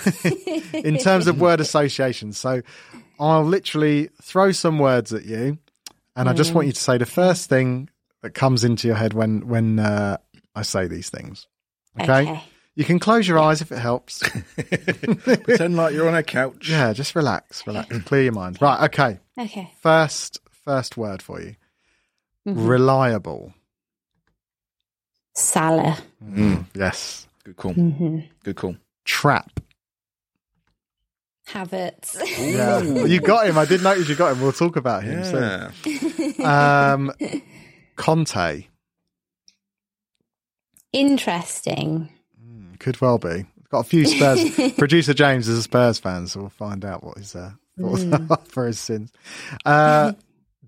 Speaker 2: in terms of word association so i'll literally throw some words at you and i
Speaker 3: Mm.
Speaker 2: just want you to say the first thing that comes into your head when when uh, i say these things okay?
Speaker 3: Okay.
Speaker 2: you can close your eyes if it helps
Speaker 1: Pretend like you're on a couch.
Speaker 2: yeah just relax relax clear your mind right okay
Speaker 3: Okay.
Speaker 2: first first word for you
Speaker 3: Mm-hmm.
Speaker 2: reliable
Speaker 3: Salah.
Speaker 1: Mm,
Speaker 2: yes
Speaker 1: good call.
Speaker 3: Mm-hmm.
Speaker 1: Good call.
Speaker 2: trap
Speaker 3: Havertz.
Speaker 2: yeah you got him i did notice you got him we'll talk about him soon.
Speaker 1: Yeah.
Speaker 2: um conte
Speaker 3: Interesting.
Speaker 2: Could well be. Got a few Spurs. Producer James is a Spurs fan, so we'll find out what his uh, thoughts are for his sins. Uh,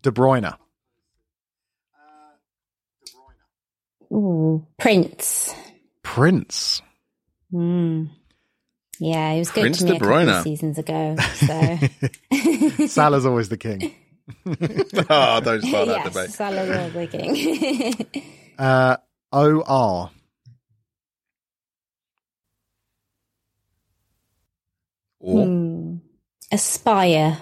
Speaker 2: De Bruyne.
Speaker 3: Ooh, Prince.
Speaker 2: Prince.
Speaker 3: Mm. Yeah, he was good
Speaker 1: Prince
Speaker 3: to me
Speaker 1: De
Speaker 3: a couple
Speaker 1: Bruyne.
Speaker 3: of seasons ago. So
Speaker 2: Salah's always the king.
Speaker 1: oh, don't start that
Speaker 3: yes,
Speaker 1: debate.
Speaker 3: Salah was the king.
Speaker 2: Uh, OR.
Speaker 1: Or
Speaker 3: Hmm. Aspire.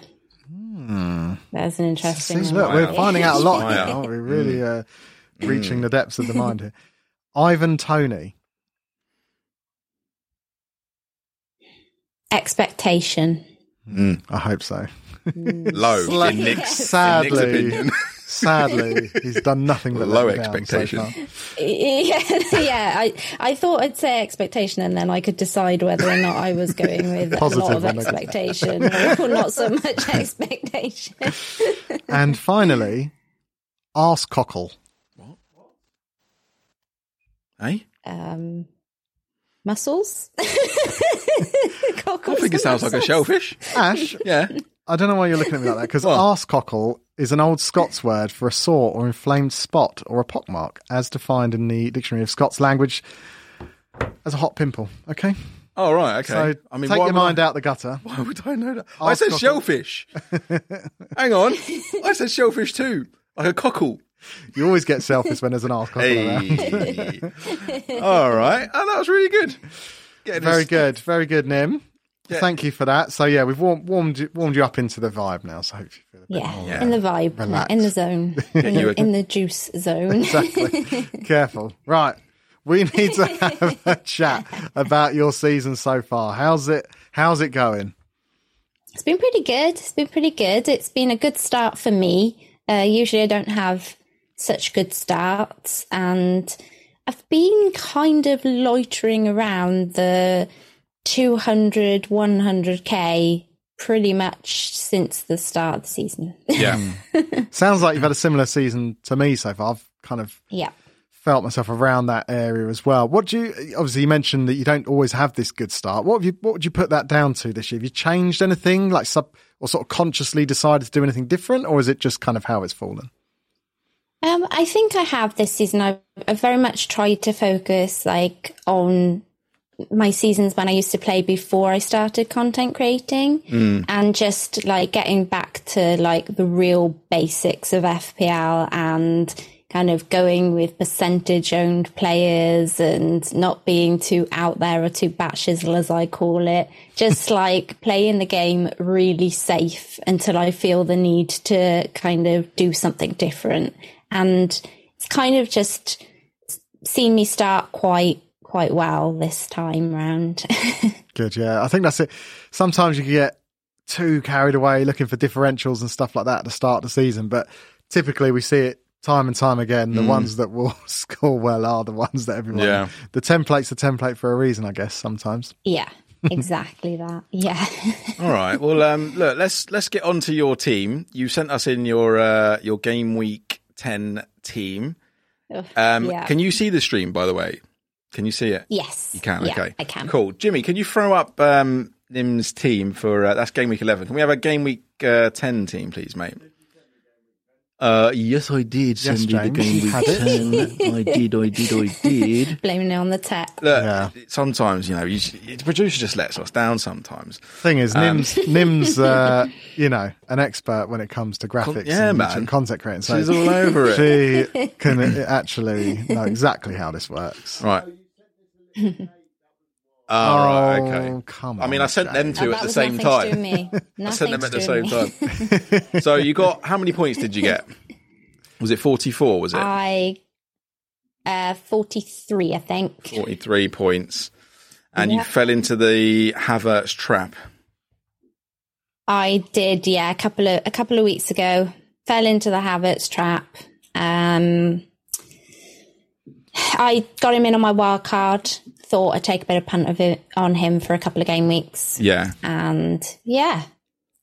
Speaker 2: Hmm.
Speaker 3: That's an interesting
Speaker 2: See,
Speaker 3: one.
Speaker 2: look, we're
Speaker 1: Inspire.
Speaker 2: finding out a lot.
Speaker 1: Inspire.
Speaker 2: Now. We're really uh, reaching the depths of the mind here. Ivan Tony.
Speaker 3: Expectation.
Speaker 2: I hope so.
Speaker 1: low in Nick's, in Nick's
Speaker 2: Sadly.
Speaker 1: opinion.
Speaker 2: Sadly, he's done nothing but let
Speaker 1: Low
Speaker 2: me down so
Speaker 1: expectation.
Speaker 2: far.
Speaker 3: Yeah, yeah. I, I thought I'd say expectation, and then I could decide whether or not I was going with a lot
Speaker 2: Positive
Speaker 3: of
Speaker 2: or negative.
Speaker 3: expectation or not so much expectation.
Speaker 2: And finally, arse cockle.
Speaker 1: Hey,
Speaker 3: Um, muscles.
Speaker 1: I think it sounds like a shellfish.
Speaker 2: Ash,
Speaker 1: Yeah.
Speaker 2: I don't know why you're looking at me like that because arse cockle is an old Scots word for a sore or inflamed spot or a pockmark, as defined in the Dictionary of Scots Language as a hot pimple. Okay,
Speaker 1: Oh right. Okay.
Speaker 2: so
Speaker 1: I mean,
Speaker 2: take
Speaker 1: why
Speaker 2: your
Speaker 1: would I-
Speaker 2: mind out the gutter.
Speaker 1: Why would I know that? I
Speaker 2: Ask
Speaker 1: said
Speaker 2: cockle.
Speaker 1: shellfish. Hang on. I said shellfish too. Like a cockle.
Speaker 2: You always get selfish when there's an arse cockle around.
Speaker 1: Hey. All right. Oh, that was really good. Getting
Speaker 2: Very
Speaker 1: us-
Speaker 2: good, very good, Nim. Thank you for that. So yeah, we've warm, warmed you, warmed you up into the vibe now. So hopefully, you feel a
Speaker 3: Yeah, in the vibe,
Speaker 2: Relax.
Speaker 3: in the zone, in
Speaker 1: Oh, you
Speaker 3: the,
Speaker 1: were-
Speaker 3: in the juice zone.
Speaker 2: bit careful. Right, we need to have a chat about your season so far. How's it? How's it going?
Speaker 3: It's been pretty good. It's been pretty good. It's been a good start for me. Uh, usually I don't have such good starts, and I've been kind of loitering around the 200, 100k pretty much since the start of the season.
Speaker 1: Yeah.
Speaker 2: Sounds like you've had a similar season to me so far. I've kind of
Speaker 3: yeah.
Speaker 2: felt myself around that area as well. What do you obviously you mentioned that you don't always have this good start. What have you what would you put that down to this year? Have you changed anything like sub or sort of consciously decided to do anything different or is it just kind of how it's fallen?
Speaker 3: Um, I think I have this season. I've, I've very much tried to focus like on my seasons when I used to play before I started content creating and just like getting back to like the real basics of FPL and kind of going with percentage owned players and not being too out there or too batchisel as I call it. Just like playing the game really safe until I feel the need to kind of do something different. And it's kind of just seen me start quite quite well this time round.
Speaker 2: Good, yeah. I think that's it. Sometimes you can get too carried away looking for differentials and stuff like that at the start of the season, but typically we see it time and time again. The ones that will score well are the ones that everyone
Speaker 1: Mm. Yeah.
Speaker 2: the template's the template for a reason, I guess, sometimes.
Speaker 3: yeah, exactly that. Yeah.
Speaker 1: All right. Well, um, look, let's let's get on to your team. You sent us in your uh, your game week ten team. Um,
Speaker 3: Yeah. Uh,
Speaker 1: Can you see the stream, by the way? Can you see it?
Speaker 3: Yes.
Speaker 1: You can.
Speaker 3: Yeah,
Speaker 1: okay.
Speaker 3: I can.
Speaker 1: Cool. Jimmy, can you throw up um, Nim's team for uh, that's game week eleven? Can we have a game week uh, ten team, please, mate? Uh, yes, I did.
Speaker 2: Yes, James, you had it.
Speaker 1: ten. I did. I did. I did.
Speaker 3: Blaming it on the tech.
Speaker 1: Look,
Speaker 2: Yeah.
Speaker 1: sometimes you know, you, the producer just lets us down. Sometimes.
Speaker 2: Thing is,
Speaker 1: Um,
Speaker 2: Nim's Nim's uh, you know an expert when it comes to graphics
Speaker 1: yeah,
Speaker 2: and
Speaker 1: man.
Speaker 2: and content creating. So
Speaker 1: She's all over it.
Speaker 2: she can actually know exactly how this works.
Speaker 1: Right. oh, right,
Speaker 2: Oh,
Speaker 1: okay.
Speaker 2: come
Speaker 1: I mean, I sent them
Speaker 3: Oh,
Speaker 1: two at
Speaker 3: that
Speaker 1: the
Speaker 3: was
Speaker 1: same
Speaker 3: nothing to do
Speaker 1: time.
Speaker 3: with me.
Speaker 1: I sent them at
Speaker 3: Nothing to
Speaker 1: the
Speaker 3: do
Speaker 1: same
Speaker 3: with me.
Speaker 1: time. so you got how many points did you get? Was it forty four? Was it
Speaker 3: I uh, forty three, I think.
Speaker 1: forty three points? And you
Speaker 3: Yeah.
Speaker 1: fell into the Havertz trap.
Speaker 3: I did, yeah, a couple of a couple of weeks ago. Fell into the Havertz trap. Um, I got him in on my wild card. Thought I'd take a bit of punt of it on him for a couple of game weeks,
Speaker 1: Yeah.
Speaker 3: and yeah,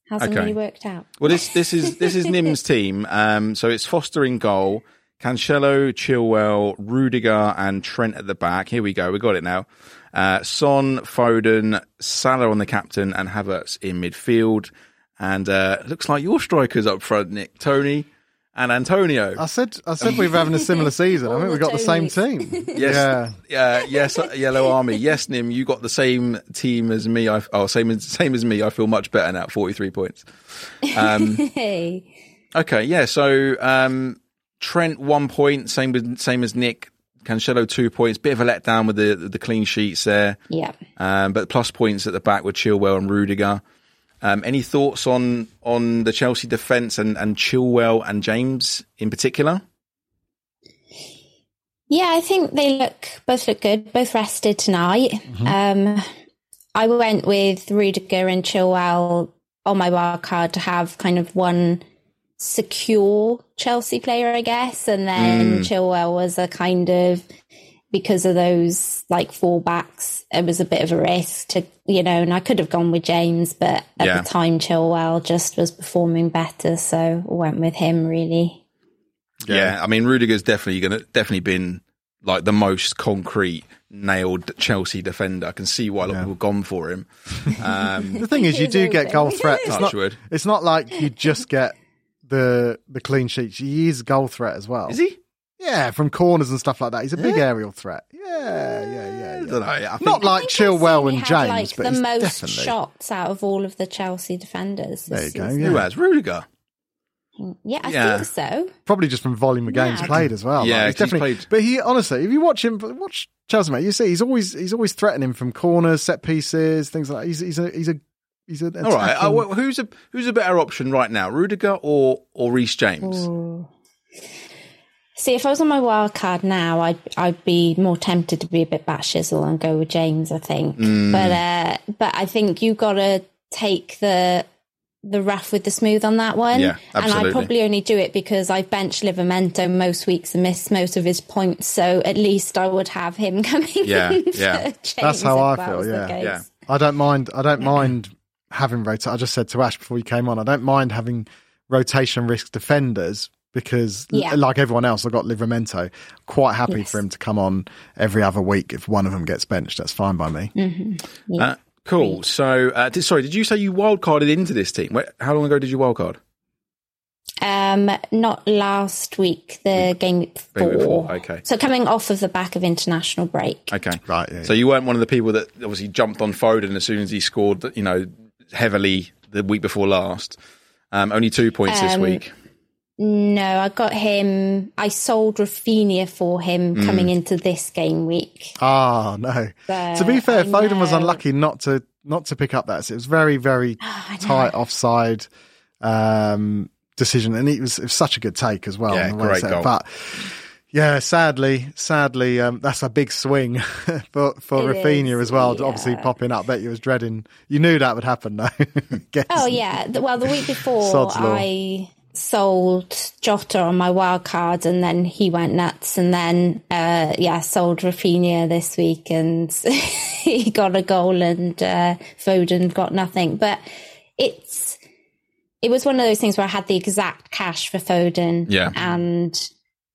Speaker 3: hasn't
Speaker 1: Okay.
Speaker 3: really worked out.
Speaker 1: Well, this this is this is Nim's team. Um, so it's Foster in goal, Cancelo, Chilwell, Rudiger, and Trent at the back. Here we go. We got it now. Uh, Son, Foden, Salah on the captain, and Havertz in midfield. And uh, looks like your strikers up front, Nick, Tony, and Antonio.
Speaker 2: I said I
Speaker 3: Um,
Speaker 2: said we were having a similar season. I think we got the same
Speaker 3: All
Speaker 2: team.
Speaker 1: Yes.
Speaker 2: Yeah.
Speaker 1: Yeah, yes, uh, Yellow Army. Yes, Nim, you got the same team as me. I oh, same as same as me. I feel much better now. Forty three points.
Speaker 3: Hey,
Speaker 1: Okay, yeah. So um, Trent one point, same with same as Nick. Cancelo two points. Bit of a letdown with the the clean sheets there,
Speaker 3: yeah.
Speaker 1: um, but plus points at the back with Chilwell and Rudiger. Um, any thoughts on on the Chelsea defence and and Chilwell and James in particular?
Speaker 3: Yeah, I think they look both look good. Both rested tonight. Um, I went with Rudiger and Chilwell on my wild card to have kind of one secure Chelsea player, I guess, and then Chilwell was a kind of because of those like fallbacks, it was a bit of a risk to you know. And I could have gone with James, but at
Speaker 1: Yeah.
Speaker 3: the time, Chilwell just was performing better, so I went with him. Really,
Speaker 1: Yeah. I mean Rudiger's definitely gonna definitely been like the most concrete nailed Chelsea defender. I can see why a lot of people have gone for him. Um,
Speaker 2: The thing is, you
Speaker 3: He's
Speaker 2: do get
Speaker 3: open.
Speaker 2: goal threat. It's not,
Speaker 1: Touchwood.
Speaker 2: it's not like you just get the the clean sheet. He is goal threat as well.
Speaker 1: is he?
Speaker 2: Yeah, from corners and stuff like that. He's a big aerial threat. Yeah, yeah, yeah.
Speaker 1: I
Speaker 2: yeah.
Speaker 1: don't know. I think
Speaker 2: Not like
Speaker 3: I think I've
Speaker 2: Chilwell
Speaker 3: seen
Speaker 2: and
Speaker 3: it
Speaker 2: James,
Speaker 3: had, like,
Speaker 2: but
Speaker 3: the
Speaker 2: he's
Speaker 3: most
Speaker 2: definitely
Speaker 3: shots out of all of the Chelsea defenders.
Speaker 2: There you
Speaker 3: this
Speaker 2: go.
Speaker 3: season.
Speaker 2: Yeah.
Speaker 1: who has Rudiger.
Speaker 3: Yeah, I
Speaker 1: Yeah.
Speaker 3: think so.
Speaker 2: probably just from volume of games
Speaker 3: Yeah.
Speaker 2: played as well.
Speaker 1: Yeah,
Speaker 2: like, he's
Speaker 1: 'cause he's
Speaker 2: definitely.
Speaker 1: played-
Speaker 2: But he honestly, if you watch him, watch Chelsea, mate, you see he's always he's always threatening from corners, set pieces, things like that. He's he's a he's a he's an
Speaker 1: All right. Uh,
Speaker 2: attacking-
Speaker 1: wh- who's a who's a better option right now, Rudiger or or Reece James?
Speaker 3: See, if I was on my wild card now, I'd I'd be more tempted to be a bit bat shizzle and go with James. I think,
Speaker 1: Mm.
Speaker 3: but uh, but I think you got to take the the rough with the smooth on that one.
Speaker 1: Yeah,
Speaker 3: And
Speaker 1: absolutely.
Speaker 3: I probably only do it because I've benched Livermento most weeks and missed most of his points. So at least I would have him coming
Speaker 1: Yeah,
Speaker 3: in. for
Speaker 1: yeah.
Speaker 3: James
Speaker 2: That's how
Speaker 3: if
Speaker 2: I
Speaker 3: that
Speaker 2: feel,
Speaker 3: was the
Speaker 2: yeah.
Speaker 3: case.
Speaker 1: Yeah.
Speaker 2: I don't mind. I don't mind having rotation. I just said to Ash before you came on, I don't mind having rotation risk defenders because, l-
Speaker 3: Yeah.
Speaker 2: like everyone else, I've got Livramento. Quite happy
Speaker 3: Yes.
Speaker 2: for him to come on every other week if one of them gets benched. That's fine by me.
Speaker 1: Uh, cool. So, uh, did, sorry, did you say you wildcarded into this team? Wait, how long ago did you wildcard?
Speaker 3: Um, not last week, the game week
Speaker 1: Game
Speaker 3: four.
Speaker 1: week four, okay.
Speaker 3: So coming off of the back of international break.
Speaker 1: Okay.
Speaker 2: Right, yeah,
Speaker 1: so you weren't one of the people that obviously jumped on Foden as soon as he scored, you know, heavily the week before last. Um, only two points this week.
Speaker 3: No, I got him. I sold Rafinha for him coming into this game week.
Speaker 2: Ah, no.
Speaker 3: But
Speaker 2: to be fair,
Speaker 3: I
Speaker 2: Foden was
Speaker 3: know-
Speaker 2: unlucky not to not to pick up that. So it was very, very tight offside um, decision, and it was, it was such a good take as well.
Speaker 1: Yeah,
Speaker 2: on the way
Speaker 1: great
Speaker 2: set.
Speaker 1: goal.
Speaker 2: But yeah, sadly, sadly, um, that's a big swing for for
Speaker 3: It
Speaker 2: Rafinha
Speaker 3: is,
Speaker 2: as well. Obviously,
Speaker 3: yeah.
Speaker 2: popping up. Bet you was dreading. You knew that would happen, though. Guess.
Speaker 3: Oh yeah. The- Well, the week before
Speaker 2: Sod's law.
Speaker 3: I sold Jota on my wild card, and then he went nuts, and then uh, yeah, sold Rafinha this week, and he got a goal, and uh, Foden got nothing. But it's it was one of those things where I had the exact cash for Foden,
Speaker 1: Yeah.
Speaker 3: and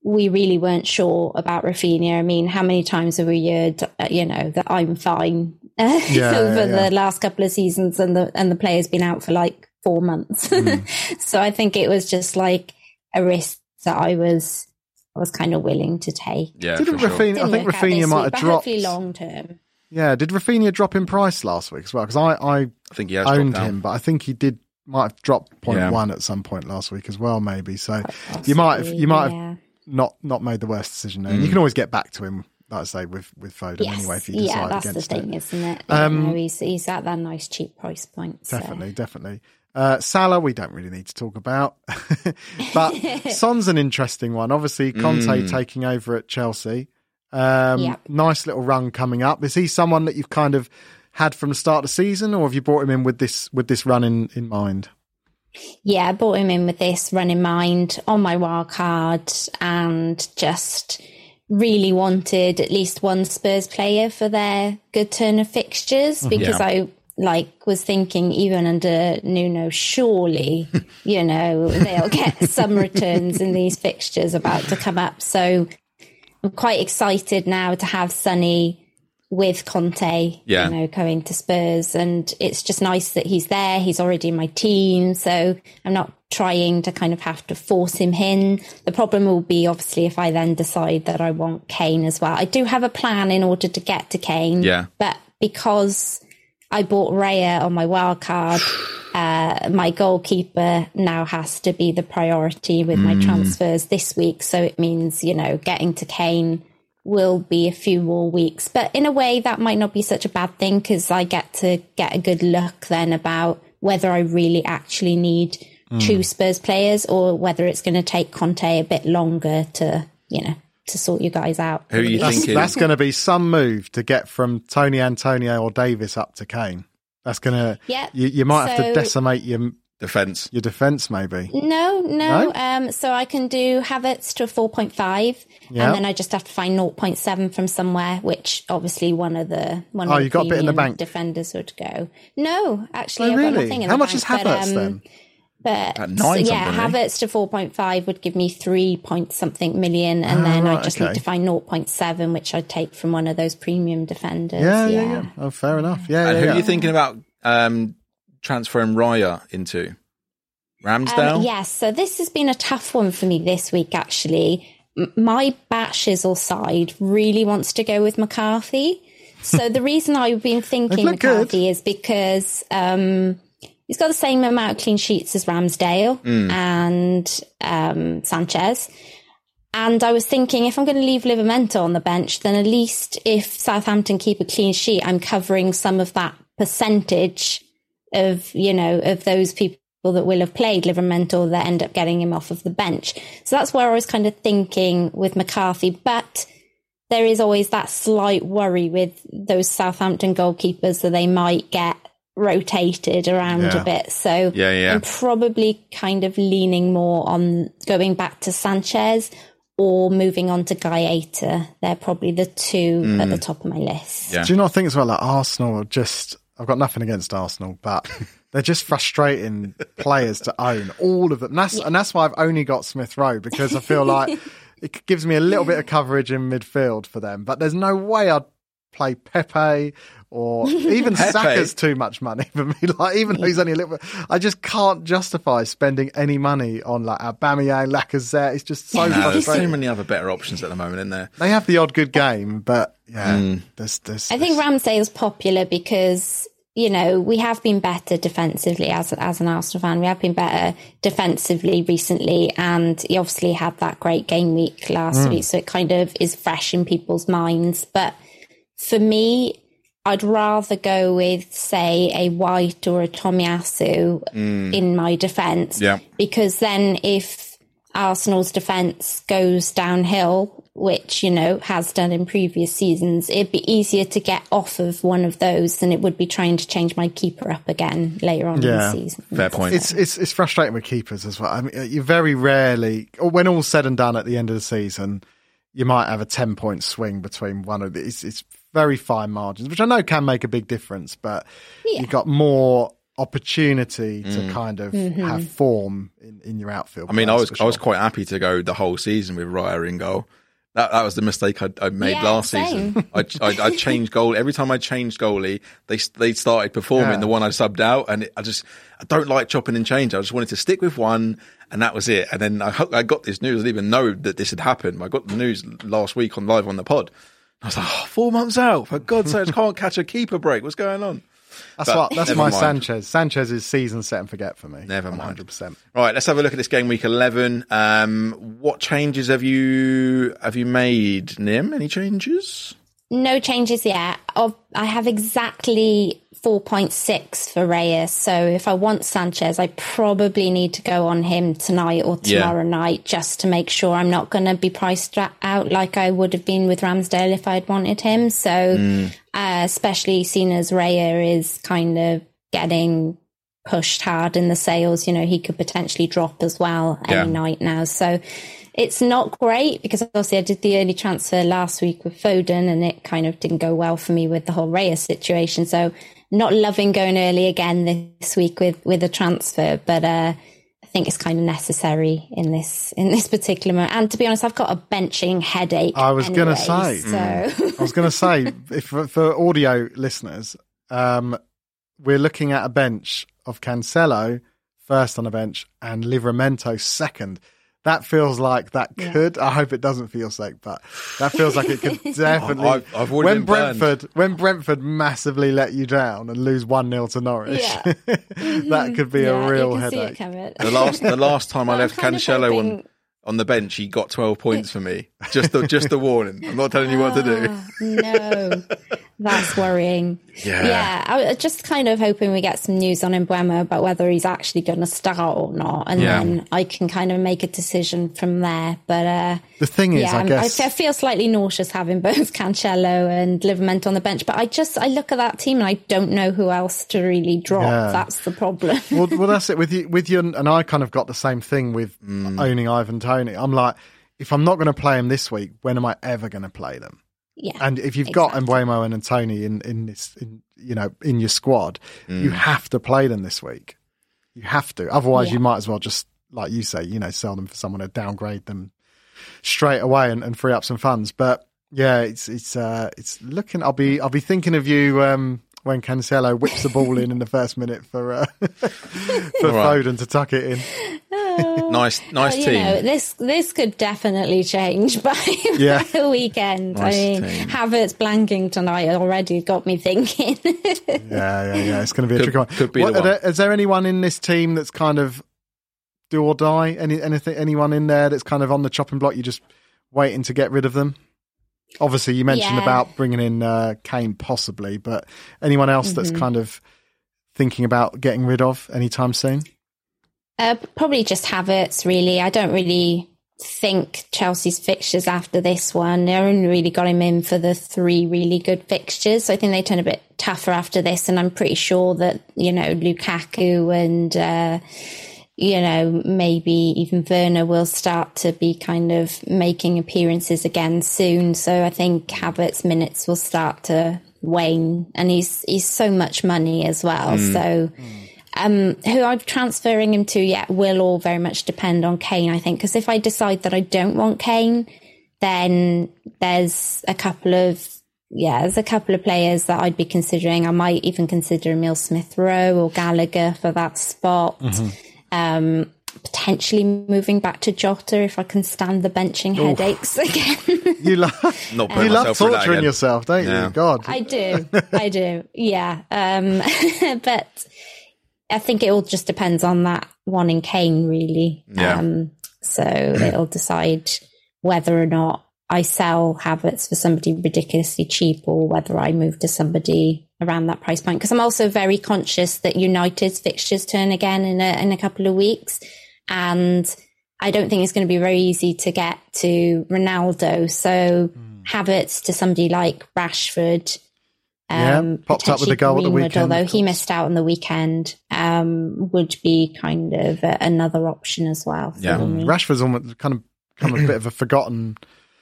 Speaker 3: we really weren't sure about Rafinha. I mean, how many times have we heard, uh, you know, that I'm fine uh,
Speaker 2: Yeah, yeah,
Speaker 3: over
Speaker 2: yeah.
Speaker 3: the last couple of seasons, and the and the player's been out for like four months.
Speaker 2: Mm.
Speaker 3: so I think it was just like a risk that I was I was kind of willing to take.
Speaker 1: Yeah,
Speaker 2: Didn't
Speaker 1: for sure.
Speaker 2: Rafinha? I
Speaker 3: Didn't
Speaker 2: think
Speaker 3: work out this
Speaker 2: Rafinha
Speaker 3: week,
Speaker 2: might
Speaker 3: but
Speaker 2: have dropped.
Speaker 3: Hopefully, long term.
Speaker 2: Yeah, did Rafinha drop in price last week as well? Because I, I
Speaker 1: I think he has
Speaker 2: owned
Speaker 1: dropped out.
Speaker 2: him, but I think he did might have dropped point
Speaker 1: Yeah.
Speaker 2: one at some point last week as well, maybe. So you might have you might have not not made the worst decision. there. And you can always get back to him, like I say, with with Foden
Speaker 3: Yes.
Speaker 2: anyway if you
Speaker 3: yeah,
Speaker 2: decide
Speaker 3: that's the
Speaker 2: against it.
Speaker 3: thing, is isn't it?
Speaker 2: Um,
Speaker 3: you know, he's, he's at that nice cheap price point. so-
Speaker 2: Definitely, definitely. Uh, Salah, we don't really need to talk about, but Son's an interesting one. Obviously, Conte taking over at Chelsea. Um,
Speaker 3: Yep.
Speaker 2: Nice little run coming up. Is he someone that you've kind of had from the start of the season, or have you brought him in with this with this run in, in mind?
Speaker 3: yeah, I bought him in with this run in mind on my wild card and just really wanted at least one Spurs player for their good turn of fixtures because
Speaker 1: Yeah.
Speaker 3: I like was thinking even under Nuno, surely, you know, they'll get some returns in these fixtures about to come up. So I'm quite excited now to have Sonny with Conte,
Speaker 1: Yeah.
Speaker 3: you know, going to Spurs. And it's just nice that he's there. He's already in my team. So I'm not trying to kind of have to force him in. The problem will be obviously if I then decide that I want Kane as well. I do have a plan in order to get to Kane.
Speaker 1: Yeah.
Speaker 3: But because I bought Raya on my wild card, uh, my goalkeeper now has to be the priority with
Speaker 1: Mm.
Speaker 3: my transfers this week. So it means, you know, getting to Kane will be a few more weeks. But in a way, that might not be such a bad thing because I get to get a good look then about whether I really actually need
Speaker 1: Mm.
Speaker 3: two Spurs players or whether it's going to take Conte a bit longer to, you know, to sort you guys out.
Speaker 1: Who are you
Speaker 2: That's,
Speaker 1: thinking?
Speaker 2: that's going to be some move to get from Tony Antonio or Davis up to Kane. That's going to
Speaker 3: Yeah,
Speaker 2: You, you might have to
Speaker 3: so-
Speaker 2: decimate your
Speaker 1: Defense.
Speaker 2: your defense, maybe.
Speaker 3: No, no.
Speaker 2: No?
Speaker 3: Um, so I can do Havertz to a 4.5
Speaker 2: Yeah.
Speaker 3: and then I just have to find 0.7 from somewhere, which obviously one of the one
Speaker 2: Oh,
Speaker 3: of the
Speaker 2: you got a bit in the
Speaker 3: premium
Speaker 2: bank.
Speaker 3: defenders would go. No, actually,
Speaker 2: Oh,
Speaker 3: I've got
Speaker 2: really?
Speaker 3: nothing in
Speaker 2: How
Speaker 3: the
Speaker 2: much
Speaker 3: bank,
Speaker 2: is Havertz
Speaker 3: but, um,
Speaker 2: then?
Speaker 3: But
Speaker 1: At nine
Speaker 3: yeah,
Speaker 1: something, eh?
Speaker 3: Havertz to 4.5 would give me 3 point something million and then
Speaker 2: right,
Speaker 3: I just
Speaker 2: Ah, okay.
Speaker 3: need to find 0.7 which I'd take from one of those premium defenders.
Speaker 2: Yeah, yeah, yeah. Oh, fair enough. Yeah,
Speaker 1: And
Speaker 2: yeah,
Speaker 1: who
Speaker 2: yeah.
Speaker 1: are you thinking about um, transferring Raya into? Ramsdale?
Speaker 3: Um, yes, so this has been a tough one for me this week, actually. M- My bat shizzle side really wants to go with McCarthy. So the reason I've been thinking
Speaker 2: looked good.
Speaker 3: McCarthy is because um, he's got the same amount of clean sheets as Ramsdale
Speaker 2: Hmm.
Speaker 3: and um, Sanchez. And I was thinking, if I'm going to leave Livamento on the bench, then at least if Southampton keep a clean sheet, I'm covering some of that percentage of, you know, of those people that will have played Livamento that end up getting him off of the bench. So that's where I was kind of thinking with McCarthy. But there is always that slight worry with those Southampton goalkeepers that they might get rotated around
Speaker 2: Yeah.
Speaker 3: a bit. So
Speaker 1: Yeah, yeah.
Speaker 3: I'm probably kind of leaning more on going back to Sanchez or moving on to Gaeta. They're probably the two at
Speaker 1: Mm.
Speaker 3: the top of my list.
Speaker 1: Yeah.
Speaker 2: Do you not think as well that Arsenal are just? I've got nothing against Arsenal, but they're just frustrating players to own. All of them. And that's and that's why I've only got Smith Rowe because I feel like it gives me a little bit of coverage in midfield for them. But there's no way I'd play Pepe or even
Speaker 1: Pepe?
Speaker 2: Saka's too much money for me. Like even though he's only a little bit, I just can't justify spending any money on like Aubameyang, Lacazette. It's just so
Speaker 1: No, there's Uh, so
Speaker 2: frustrating.
Speaker 1: many other better options at the moment, in there?
Speaker 2: They have the odd good game, but yeah,
Speaker 1: Mm.
Speaker 2: there's, there's,
Speaker 3: I think Ramsdale's popular because you know we have been better defensively as as an Arsenal fan. We have been better defensively recently, and he obviously had that great game week last week, so it kind of is fresh in people's minds. But for me, I'd rather go with say a White or a Tomiyasu in my defence,
Speaker 1: Mm. Yeah.
Speaker 3: because then if Arsenal's defence goes downhill, which, you know, has done in previous seasons, it'd be easier to get off of one of those than it would be trying to change my keeper up again later on in
Speaker 2: Yeah.
Speaker 3: the season.
Speaker 1: Fair point.
Speaker 2: it's, it's it's frustrating with keepers as well. I mean, you very rarely, or when all's said and done at the end of the season, you might have a ten point swing between one of these. It's very fine margins, which I know can make a big difference, but
Speaker 3: Yeah.
Speaker 2: you've got more opportunity to kind of have form in, in your outfield.
Speaker 1: Mm. I mean, I
Speaker 2: that's
Speaker 1: was
Speaker 2: for
Speaker 1: I was
Speaker 2: sure.
Speaker 1: quite happy to go the whole season with Raya in goal. That that was the mistake I, I made
Speaker 3: Yeah,
Speaker 1: last
Speaker 3: same.
Speaker 1: season. I, I I changed goal every time I changed goalie. They they started performing
Speaker 2: Yeah.
Speaker 1: the one I subbed out, and it, I just I don't like chopping and changing. I just wanted to stick with one, and that was it. And then I ho- I got this news. I didn't even know that this had happened. I got the news last week on live on the pod. I was like, oh, four months out for God's sake! I can't catch a keeper break. What's going on?
Speaker 2: That's
Speaker 1: but
Speaker 2: what. That's
Speaker 1: never
Speaker 2: my
Speaker 1: mind.
Speaker 2: Sanchez. Sanchez is season set and forget for me.
Speaker 1: Never mind.
Speaker 2: 100. percent
Speaker 1: Right, let's have a look at this game week eleven. Um, what changes have you have you made, Nim? Any changes?
Speaker 3: No changes yet. Of- I have exactly 4.6 for Reyes. So if I want Sanchez, I probably need to go on him tonight or
Speaker 1: Yeah.
Speaker 3: tomorrow night just to make sure I'm not going to be priced ra- out like I would have been with Ramsdale if I'd wanted him. So, uh, especially seeing as Raya is kind of getting pushed hard in the sales, you know, he could potentially drop as well
Speaker 1: Yeah.
Speaker 3: any night now. So it's not great because obviously I did the early transfer last week with Foden and it kind of didn't go well for me with the whole Reyes situation. So not loving going early again this week with with a transfer, but uh I think it's kind of necessary in this in this particular moment. And to be honest, I've got a benching headache.
Speaker 2: I was gonna
Speaker 3: anyway,
Speaker 2: say.
Speaker 3: so
Speaker 2: I was going to say, if for, for audio listeners, um, we're looking at a bench of Cancelo first on a bench and Livramento second. That feels like that could. I hope it doesn't for your sake, but that feels like it could definitely.
Speaker 1: I've- I've already been
Speaker 2: when
Speaker 1: burned.
Speaker 2: Brentford when Brentford massively let you down and lose one 0 to Norwich,
Speaker 3: Yeah.
Speaker 2: that could be
Speaker 3: yeah,
Speaker 2: a Mm. real
Speaker 3: you can see it
Speaker 2: headache.
Speaker 3: coming.
Speaker 1: The last the last time I
Speaker 3: Well, I'm
Speaker 1: left
Speaker 3: kind of
Speaker 1: Cancelo on
Speaker 3: hoping-
Speaker 1: on the bench, he got twelve points for me. Just the just the warning. I'm not telling you what to do.
Speaker 3: Ah, no, that's worrying.
Speaker 1: Yeah.
Speaker 3: yeah. I was just kind of hoping we get some news on Embuemo about whether he's actually going to start or not, and
Speaker 1: Yeah.
Speaker 3: then I can kind of make a decision from there. But uh,
Speaker 2: The thing is,
Speaker 3: yeah,
Speaker 2: I
Speaker 3: I'm-
Speaker 2: guess
Speaker 3: I, I feel slightly nauseous having both Cancelo and Livermore on the bench, but I just I look at that team and I don't know who else to really drop.
Speaker 2: Yeah.
Speaker 3: That's the problem.
Speaker 2: well, well, that's it with you. With you, and I kind of got the same thing with owning Ivan Tony. I'm like, if I'm not going to play him this week, when am I ever going to play them?
Speaker 3: yeah,
Speaker 2: And if you've got Embuemo and Tony in in this, in, you know, in your squad, you have to play them this week. You have to. Otherwise,
Speaker 3: Yeah.
Speaker 2: you might as well just, like you say, you know, sell them for someone or downgrade them straight away and, and free up some funds. But yeah, it's it's uh, it's looking. I'll be I'll be thinking of you um, when Cancelo whips the ball in in the first minute for uh, for
Speaker 1: right.
Speaker 2: Foden to tuck it in.
Speaker 1: Nice nice
Speaker 3: But, you
Speaker 1: team.
Speaker 3: know, this this could definitely change by,
Speaker 2: Yeah.
Speaker 3: by the weekend.
Speaker 1: Nice
Speaker 3: I mean,
Speaker 1: team.
Speaker 3: Havertz blanking tonight already got me thinking.
Speaker 2: Yeah, yeah, yeah. It's going to be a
Speaker 1: Could-
Speaker 2: tricky one.
Speaker 1: could be the
Speaker 2: are
Speaker 1: one.
Speaker 2: there- is there anyone in this team that's kind of do or die? Any anything? Anyone in there that's kind of on the chopping block? You're just waiting to get rid of them. Obviously, you mentioned
Speaker 3: Yeah.
Speaker 2: about bringing in uh, Kane possibly, but anyone else that's kind of thinking about getting rid of anytime soon?
Speaker 3: Uh, probably just Havertz, really. I don't really think Chelsea's fixtures after this one. They only really got him in for the three really good fixtures. So I think they turn a bit tougher after this. And I'm pretty sure that, you know, Lukaku and, uh, you know, maybe even Werner will start to be kind of making appearances again soon. So I think Havertz minutes will start to wane and he's, he's so much money as well. So, who I'm transferring him to yet will all very much depend on Kane, I think. Because if I decide that I don't want Kane, then there's a couple of yeah, there's a couple of players that I'd be considering. I might even consider Emil Smith Rowe or Gallagher for that spot. Um, potentially moving back to Jota if I can stand the benching headaches again.
Speaker 2: You love
Speaker 1: Not
Speaker 3: um,
Speaker 1: putting
Speaker 2: you love
Speaker 1: myself through that
Speaker 2: torturing
Speaker 1: again.
Speaker 2: yourself, don't
Speaker 1: Yeah.
Speaker 2: you? God,
Speaker 3: I do, I do, yeah. Um, but I think it all just depends on that one in Kane, really.
Speaker 1: Yeah.
Speaker 3: Um, so it'll decide whether or not I sell Havertz for somebody ridiculously cheap or whether I move to somebody around that price point. Because I'm also very conscious that United's fixtures turn again in a, in a couple of weeks. And I don't think it's going to be very easy to get to Ronaldo. So
Speaker 2: Hmm.
Speaker 3: Havertz to somebody like Rashford um,
Speaker 2: yeah, popped up with the
Speaker 3: potentially
Speaker 2: goal at the
Speaker 3: Greenwood,
Speaker 2: weekend.
Speaker 3: Although
Speaker 2: of
Speaker 3: he
Speaker 2: course.
Speaker 3: missed out on the weekend, um, would be kind of a, another option as well. for
Speaker 1: Yeah.
Speaker 3: me.
Speaker 2: Rashford's almost kind of become a bit of a forgotten.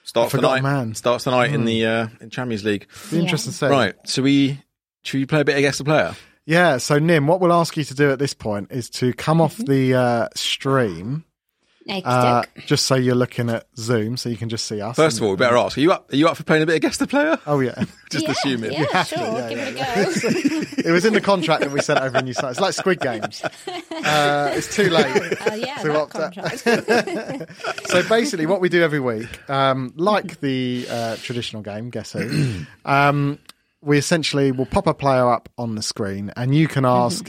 Speaker 1: Starts
Speaker 2: I forgot
Speaker 1: tonight.
Speaker 2: man.
Speaker 1: Starts
Speaker 3: Hmm.
Speaker 1: tonight in the uh, in Champions League.
Speaker 2: Be interesting to say.
Speaker 1: Right. So we should we play a bit against the player?
Speaker 2: Yeah, so Nim, what we'll ask you to do at this point is to come off the uh, stream,
Speaker 3: Okey
Speaker 2: uh,
Speaker 3: doke.
Speaker 2: just so you're looking at Zoom, so you can just see us.
Speaker 1: First of
Speaker 2: And-
Speaker 1: all, we better ask: Are you up? Are you up for playing a bit of guess the player?
Speaker 2: oh yeah,
Speaker 1: Just
Speaker 3: Uh, yeah,
Speaker 1: assume it.
Speaker 3: Yeah, sure. give it a go.
Speaker 2: it was in the contract that we sent over a new site. It's like Squid Games. Uh, it's too late.
Speaker 3: Uh, yeah,
Speaker 2: So
Speaker 3: that
Speaker 2: what's that?
Speaker 3: contract.
Speaker 2: so basically, what we do every week, um, like the uh, traditional game, guess who, um, we essentially will pop a player up on the screen, and you can ask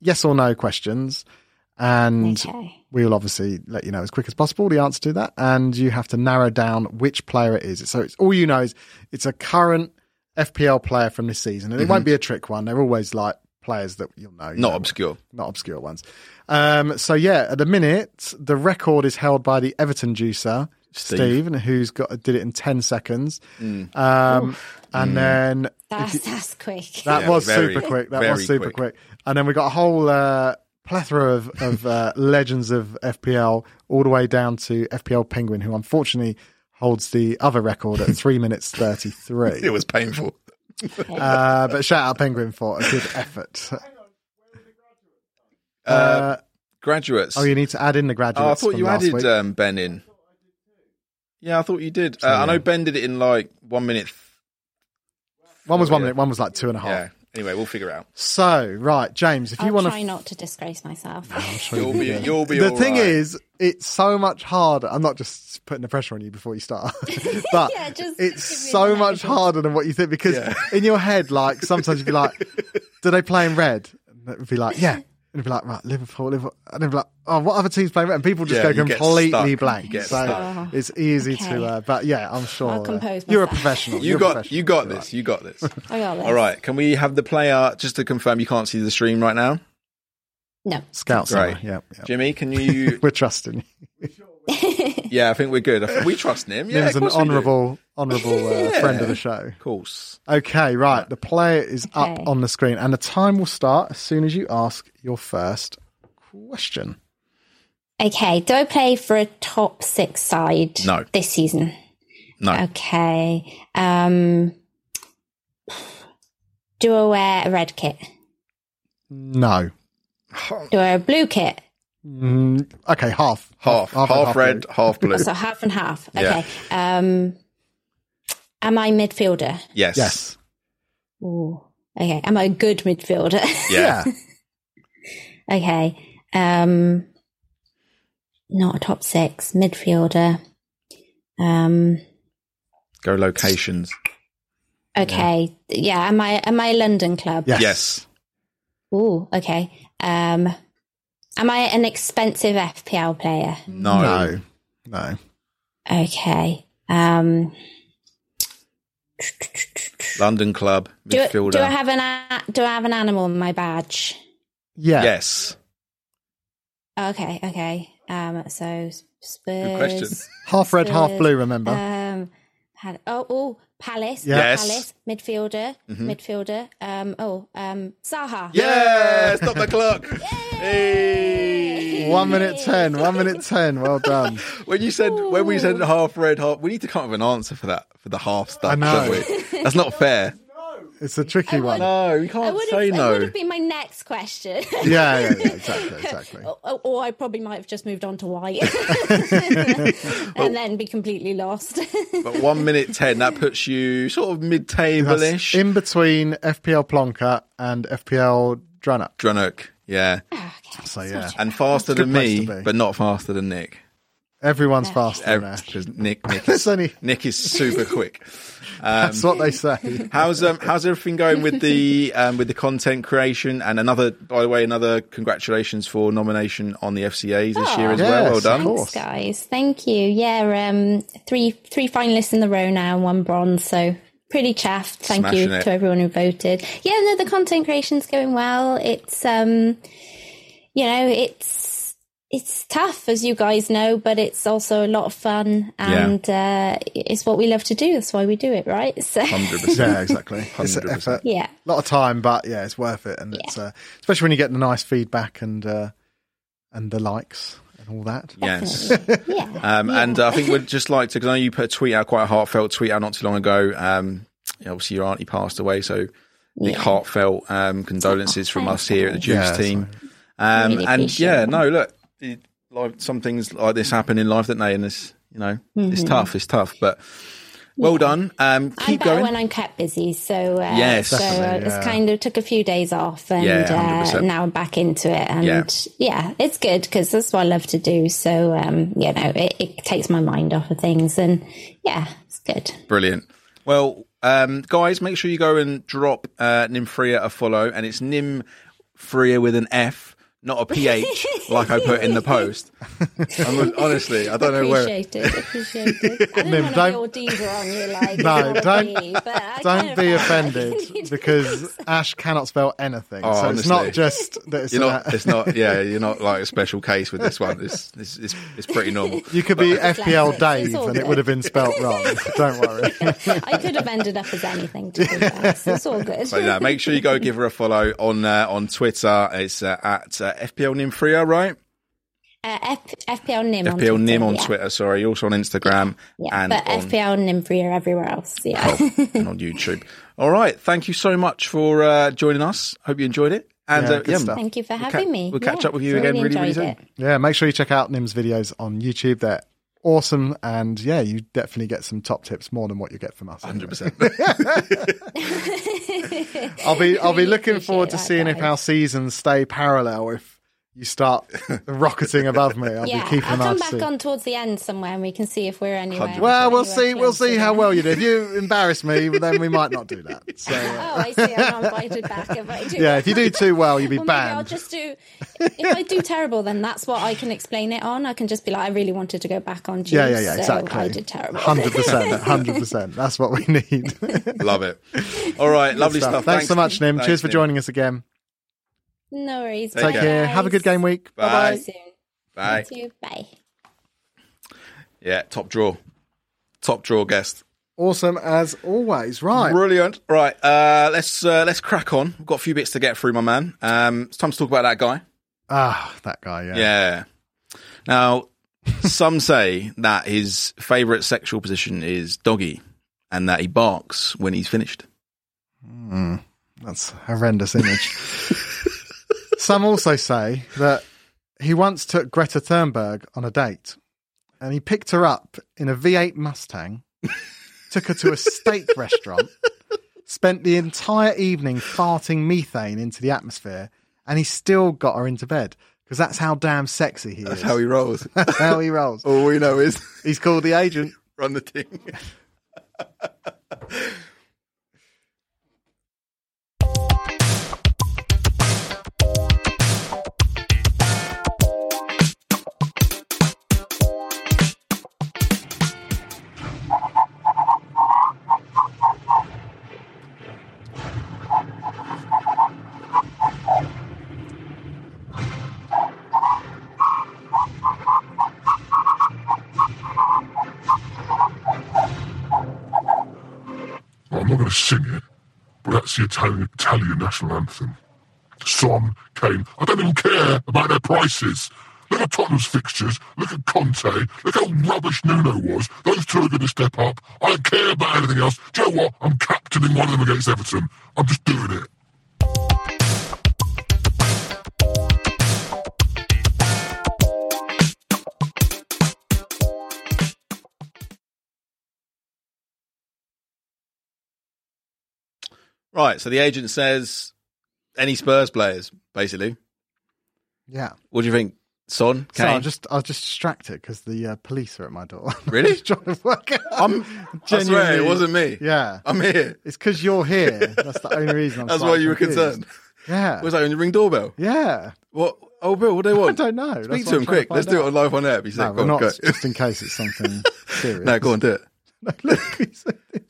Speaker 2: yes or no questions, and
Speaker 3: Okay.
Speaker 2: we will obviously let you know as quick as possible the answer to that, and you have to narrow down which player it is. So it's all you know is it's a current FPL player from this season, and it won't be a trick one. They're always like players that you'll know. you
Speaker 1: Mm-hmm. Not
Speaker 2: know
Speaker 1: obscure.
Speaker 2: not obscure ones. Um, so yeah, at the minute, the record is held by the Everton juicer
Speaker 1: Steve. Mm.
Speaker 2: Steve, and who's got did it in ten seconds. Um, and then
Speaker 3: That's, that's quick.
Speaker 2: that
Speaker 1: Yeah,
Speaker 2: was
Speaker 1: very-
Speaker 2: super quick. That
Speaker 1: very
Speaker 2: was super
Speaker 1: quick.
Speaker 2: quick. And then we got a whole uh, plethora of, of uh, legends of FPL, all the way down to FPL Penguin, who unfortunately holds the other record at three minutes thirty three.
Speaker 1: It was painful.
Speaker 2: Uh, but shout out Penguin for a good effort.
Speaker 1: Uh, Graduates.
Speaker 2: Oh, you need to add in the graduates.
Speaker 1: Oh, I thought
Speaker 2: from
Speaker 1: you
Speaker 2: last
Speaker 1: added
Speaker 2: week.
Speaker 1: um, Ben in. Yeah, I thought you did. Uh, I know Ben did it in like one minute. th-
Speaker 2: One was
Speaker 1: Oh,
Speaker 2: one
Speaker 1: yeah.
Speaker 2: minute, one was like two and a half.
Speaker 1: Yeah. Anyway, we'll figure it out.
Speaker 2: So, right, James, if you
Speaker 3: I'll
Speaker 2: want
Speaker 3: try
Speaker 2: to.
Speaker 3: not to disgrace myself. Oh,
Speaker 1: You'll be. You'll be.
Speaker 2: The
Speaker 1: all
Speaker 2: thing
Speaker 1: right.
Speaker 2: is, it's so much harder. I'm not just putting the pressure on you before you start, but
Speaker 3: Yeah,
Speaker 2: it's
Speaker 3: just give me
Speaker 2: so
Speaker 3: the
Speaker 2: much
Speaker 3: microphone.
Speaker 2: harder than what you think because
Speaker 1: Yeah.
Speaker 2: in your head, like sometimes you'd be like, "Do they play in red?" And it'd be like, "Yeah." And it'd be like, "Right, Liverpool, Liverpool," and it'd be like, "Oh, what other teams play red?" And people just
Speaker 1: Yeah,
Speaker 2: go
Speaker 1: you get
Speaker 2: completely
Speaker 1: stuck.
Speaker 2: blank.
Speaker 1: You get
Speaker 2: so
Speaker 1: stuck.
Speaker 2: it's easy
Speaker 3: Oh, Okay.
Speaker 2: to, uh, but yeah, I'm sure
Speaker 3: I'll
Speaker 2: uh,
Speaker 3: compose
Speaker 2: you're a
Speaker 3: myself.
Speaker 2: professional.
Speaker 1: You
Speaker 2: You're a
Speaker 1: got.
Speaker 2: professional.
Speaker 1: You got
Speaker 2: You're
Speaker 1: this. You got this.
Speaker 3: I got this.
Speaker 1: All right. Can we have the player just to confirm you can't see the stream right now?
Speaker 3: No.
Speaker 2: Scout summer.
Speaker 1: Great.
Speaker 2: Yeah, yeah.
Speaker 1: Jimmy, can you?
Speaker 2: We're trusting you.
Speaker 1: yeah, I think we're good. I think- We trust Nim. Yeah,
Speaker 2: Nim's
Speaker 1: of
Speaker 2: an
Speaker 1: course we do.
Speaker 2: honourable, honourable uh,
Speaker 1: Yeah.
Speaker 2: friend of the show.
Speaker 1: Of course.
Speaker 2: Okay, right. The player is
Speaker 3: Okay.
Speaker 2: up on the screen, and the time will start as soon as you ask your first question.
Speaker 3: Okay. Do I play for a top six side
Speaker 1: No.
Speaker 3: this season?
Speaker 1: No.
Speaker 3: Okay. Um, do I wear a red kit?
Speaker 2: No.
Speaker 3: Do I wear a blue kit?
Speaker 2: Mm, okay, half,
Speaker 1: Half. Half,
Speaker 2: and
Speaker 1: red. Half blue.
Speaker 3: So half and half.
Speaker 1: Yeah.
Speaker 3: Okay. Um, am I midfielder?
Speaker 1: Yes.
Speaker 2: Yes.
Speaker 3: Ooh. Okay. Am I a good midfielder?
Speaker 1: Yeah.
Speaker 3: okay. Um, not a top six midfielder. Um,
Speaker 1: Go locations.
Speaker 3: okay. Yeah. Am I am I a London club?
Speaker 2: Yes.
Speaker 1: Yes.
Speaker 3: Ooh. Okay. Um, am I an expensive FPL player?
Speaker 1: No.
Speaker 2: No. No.
Speaker 3: Okay. Um,
Speaker 1: London club
Speaker 3: do, I-
Speaker 1: midfielder.
Speaker 3: do I have an a- do I have an animal in my badge?
Speaker 2: Yeah.
Speaker 1: yes.
Speaker 3: Okay, okay. Um, so Spurs.
Speaker 1: Good question.
Speaker 2: Half red, half
Speaker 3: Spurs,
Speaker 2: blue. Remember.
Speaker 3: Um, Pal- oh, oh, Palace.
Speaker 2: Yeah.
Speaker 1: Yes.
Speaker 2: Mm-hmm.
Speaker 3: Palace midfielder, midfielder. Um, oh, um, Zaha.
Speaker 1: Yeah. Stop the clock. Hey.
Speaker 2: one minute ten. One minute ten. Well done.
Speaker 1: When you said when we said half red, half we need to come up with an answer for that for the half stuff.
Speaker 2: I know.
Speaker 1: don't we? That's not fair.
Speaker 2: It's a tricky one.
Speaker 1: No, you
Speaker 3: I
Speaker 1: can't
Speaker 3: would
Speaker 1: say
Speaker 3: have. It would
Speaker 1: no.
Speaker 3: have been my next question.
Speaker 2: Yeah, yeah, yeah. Exactly. Exactly.
Speaker 3: or, or I probably might have just moved on to white, and then be completely lost.
Speaker 1: But one minute ten that puts you sort of mid table
Speaker 2: That's
Speaker 1: ish.
Speaker 2: in between FPL Plonka and FPL Drunner.
Speaker 1: Drunnock, yeah,
Speaker 3: Ah, okay.
Speaker 2: So yeah,
Speaker 1: and faster
Speaker 2: It's a
Speaker 1: than
Speaker 2: good place
Speaker 1: me,
Speaker 2: to be.
Speaker 1: but not faster than Nick.
Speaker 2: everyone's faster than Ash.
Speaker 1: Because Nick, Nick
Speaker 2: There's
Speaker 1: is,
Speaker 2: only
Speaker 1: Nick is super quick.
Speaker 2: that's what they say.
Speaker 1: How's um how's everything going with the um with the content creation and another by the way another congratulations for nomination on the FCAs this year as well.
Speaker 2: Yes,
Speaker 1: Well
Speaker 2: of
Speaker 1: done.
Speaker 2: course.
Speaker 3: Thanks, guys. Thank you. Yeah, um, three three finalists in the row now, and one bronze. So pretty chuffed. Thank
Speaker 1: Smashing
Speaker 3: you
Speaker 1: it.
Speaker 3: to everyone who voted. Yeah, no, the content creation's going well. It's um, you know, it's it's tough as you guys know, but it's also a lot of fun, and uh, it's what we love to do. That's why we do it, right? So
Speaker 1: Hundred percent.
Speaker 2: Yeah, exactly. It's an
Speaker 1: 100%.
Speaker 2: effort.
Speaker 3: yeah.
Speaker 2: A lot of time, but yeah, it's worth it, and it's uh, especially when you get the nice feedback and uh, and the likes and all that.
Speaker 1: Yes.
Speaker 3: Yeah.
Speaker 1: Um, And uh, I think we'd just like to, because I know you put a tweet out, quite a heartfelt tweet out not too long ago. Um, you know, obviously, your auntie passed away, so big
Speaker 3: Yeah. Oh,
Speaker 1: heartfelt um, condolences from us here at the Juice
Speaker 2: Yeah,
Speaker 1: team. Um,
Speaker 3: Really
Speaker 1: and
Speaker 3: appreciate
Speaker 1: yeah,
Speaker 3: it.
Speaker 1: no, look, it, like some things like this happen in life, don't they? And it's you know, it's tough, it's tough, but well done. Um,
Speaker 3: Mm-hmm. I'm
Speaker 1: keep
Speaker 3: better
Speaker 1: going.
Speaker 3: when I'm kept busy, so uh,
Speaker 1: Yes.
Speaker 3: so I
Speaker 2: Definitely,
Speaker 3: just
Speaker 2: yeah.
Speaker 3: kind of took a few days off, and
Speaker 1: Yeah,
Speaker 3: uh,
Speaker 1: 100%.
Speaker 3: now I'm back into it, and
Speaker 1: Yeah.
Speaker 3: yeah, it's good because that's what I love to do. So um, you know, it, it takes my mind off of things, and yeah, it's good.
Speaker 1: Brilliant. Well, um, guys, make sure you go and drop uh, Nimfria a follow, and it's Nimfria with an F, not a PH, like I put in the post. I'm, honestly, I don't know where.
Speaker 3: Appreciate it, appreciate it. I
Speaker 2: Nim,
Speaker 3: didn't want to
Speaker 2: don't-
Speaker 3: be all diva on you, like
Speaker 2: No,
Speaker 3: you
Speaker 2: don't-
Speaker 3: wanna be, but I kind
Speaker 2: Don't
Speaker 3: of
Speaker 2: be
Speaker 3: felt like
Speaker 2: offended
Speaker 3: I needed
Speaker 2: because Ash cannot spell anything. so it's
Speaker 1: honestly.
Speaker 2: not just that it's uh,
Speaker 1: You're
Speaker 2: an
Speaker 1: not. It's not. Yeah, you're not like a special case with this one. It's it's it's, it's pretty normal.
Speaker 2: You could be FPL
Speaker 3: classics, it's
Speaker 2: Dave
Speaker 3: all
Speaker 2: and it
Speaker 3: good.
Speaker 2: would have been spelt wrong. Don't worry.
Speaker 3: I could have ended up as anything. To be honest. It's all good.
Speaker 1: But yeah, make sure you go give her a follow on uh, on Twitter. It's uh, at uh, FPL Nimfria, right?
Speaker 3: Uh, F- FPL Nim. on
Speaker 1: FPL Nim on
Speaker 3: yeah.
Speaker 1: Twitter. Sorry, also on Instagram
Speaker 3: Yeah,
Speaker 1: and
Speaker 3: but
Speaker 1: on
Speaker 3: FPL Nim for you everywhere else. Yeah.
Speaker 1: and on YouTube. All right. Thank you so much for uh, joining us. Hope you enjoyed it. And
Speaker 2: Yeah,
Speaker 1: uh,
Speaker 2: good
Speaker 1: yeah,
Speaker 2: stuff.
Speaker 3: Thank you for
Speaker 1: we'll
Speaker 3: having
Speaker 1: ca-
Speaker 3: me.
Speaker 1: we'll catch
Speaker 3: Yeah,
Speaker 1: up with you
Speaker 3: really
Speaker 1: again really, really
Speaker 3: enjoyed
Speaker 1: soon.
Speaker 3: it.
Speaker 2: Yeah, make sure you check out Nim's videos on YouTube. They're awesome. And yeah, you definitely get some top tips more than what you get from us.
Speaker 1: 100%.
Speaker 2: I'll be I'll be
Speaker 3: Really
Speaker 2: looking forward to
Speaker 3: appreciate
Speaker 2: seeing
Speaker 3: that,
Speaker 2: if
Speaker 3: guys.
Speaker 2: our seasons stay parallel. If you start rocketing above me, I'll be
Speaker 3: Yeah,
Speaker 2: keeping an
Speaker 3: I'll
Speaker 2: eye
Speaker 3: come
Speaker 2: to
Speaker 3: back
Speaker 2: see.
Speaker 3: on towards the end somewhere and we can see if we're anywhere.
Speaker 2: Well, we'll
Speaker 3: anywhere
Speaker 2: see. We'll
Speaker 3: close to
Speaker 2: see how
Speaker 3: there.
Speaker 2: well you do. If you embarrass me, then we might not do that. So uh,
Speaker 3: Oh, I see. I'm not invited back. If I do
Speaker 2: yeah, if you do too well, you'll be
Speaker 3: well, maybe I'll
Speaker 2: banned.
Speaker 3: just do. If I do terrible, then that's what I can explain it on. I can just be like, I really wanted to go back on. Juice,
Speaker 2: Yeah, yeah, yeah,
Speaker 3: so
Speaker 2: exactly.
Speaker 3: I did terrible.
Speaker 2: Hundred percent, hundred percent. That's what we need.
Speaker 1: Love it. All right. Lovely
Speaker 2: Stuff.
Speaker 1: stuff.
Speaker 2: Thanks, so much, Nim.
Speaker 1: Thanks,
Speaker 2: Cheers for
Speaker 1: Nim.
Speaker 2: joining us again.
Speaker 3: No worries.
Speaker 1: Take
Speaker 2: Take
Speaker 1: Okay.
Speaker 2: care. Have a good game week.
Speaker 1: Bye.
Speaker 2: Bye
Speaker 3: Bye.
Speaker 2: bye.
Speaker 3: Soon.
Speaker 1: Bye.
Speaker 3: You too. Bye.
Speaker 1: Yeah. Top draw. Top draw guest.
Speaker 2: Awesome as always. Right.
Speaker 1: Brilliant. Right. Uh, let's uh, let's crack on. We've got a few bits to get through, my man. Um, it's time to talk about that guy.
Speaker 2: Ah, that guy. Yeah.
Speaker 1: Yeah. Now, some say that his favourite sexual position is doggy, and that he barks when he's finished.
Speaker 2: That's a horrendous image. Some also say that he once took Greta Thunberg on a date and he picked her up in a V8 Mustang, took her to a steak restaurant, spent the entire evening farting methane into the atmosphere, and he still got her into bed because that's how damn sexy he is.
Speaker 1: he rolls.
Speaker 2: how he rolls.
Speaker 1: All we know is
Speaker 2: He's called the agent.
Speaker 1: run the team.
Speaker 4: Well, I'm not going to sing it, but that's the Italian, Italian national anthem. Son, Kane, I don't even care about their prices. Look at Tottenham's fixtures. Look at Conte. Look how rubbish Nuno was. Those two are going to step up. I don't care about anything else. Do you know what? I'm captaining one of them against Everton. I'm just doing it.
Speaker 1: Right. So the agent says any Spurs players, basically.
Speaker 2: Yeah.
Speaker 1: What do you think? Son?
Speaker 2: So I
Speaker 1: Kane?
Speaker 2: just I was just distracted because the uh, police are at my door.
Speaker 1: Really?
Speaker 2: I was trying to work out.
Speaker 1: I'm- I swear it wasn't me.
Speaker 2: Yeah.
Speaker 1: I'm here.
Speaker 2: It's because you're here. That's the only reason. I'm
Speaker 1: That's why
Speaker 2: slightly
Speaker 1: you were
Speaker 2: confused.
Speaker 1: concerned.
Speaker 2: Yeah.
Speaker 1: Was that on the ring doorbell?
Speaker 2: yeah.
Speaker 1: What? Oh, Bill, what do they
Speaker 2: I
Speaker 1: want?
Speaker 2: don't know. That's
Speaker 1: Speak to
Speaker 2: what I'm
Speaker 1: him
Speaker 2: trying
Speaker 1: quick. Let's
Speaker 2: find
Speaker 1: do it on live on air. Be
Speaker 2: out.
Speaker 1: sick.
Speaker 2: No,
Speaker 1: go
Speaker 2: we're
Speaker 1: on,
Speaker 2: not.
Speaker 1: go.
Speaker 2: Just in case it's something serious.
Speaker 1: No, go on, do it.
Speaker 2: No, look, he said this.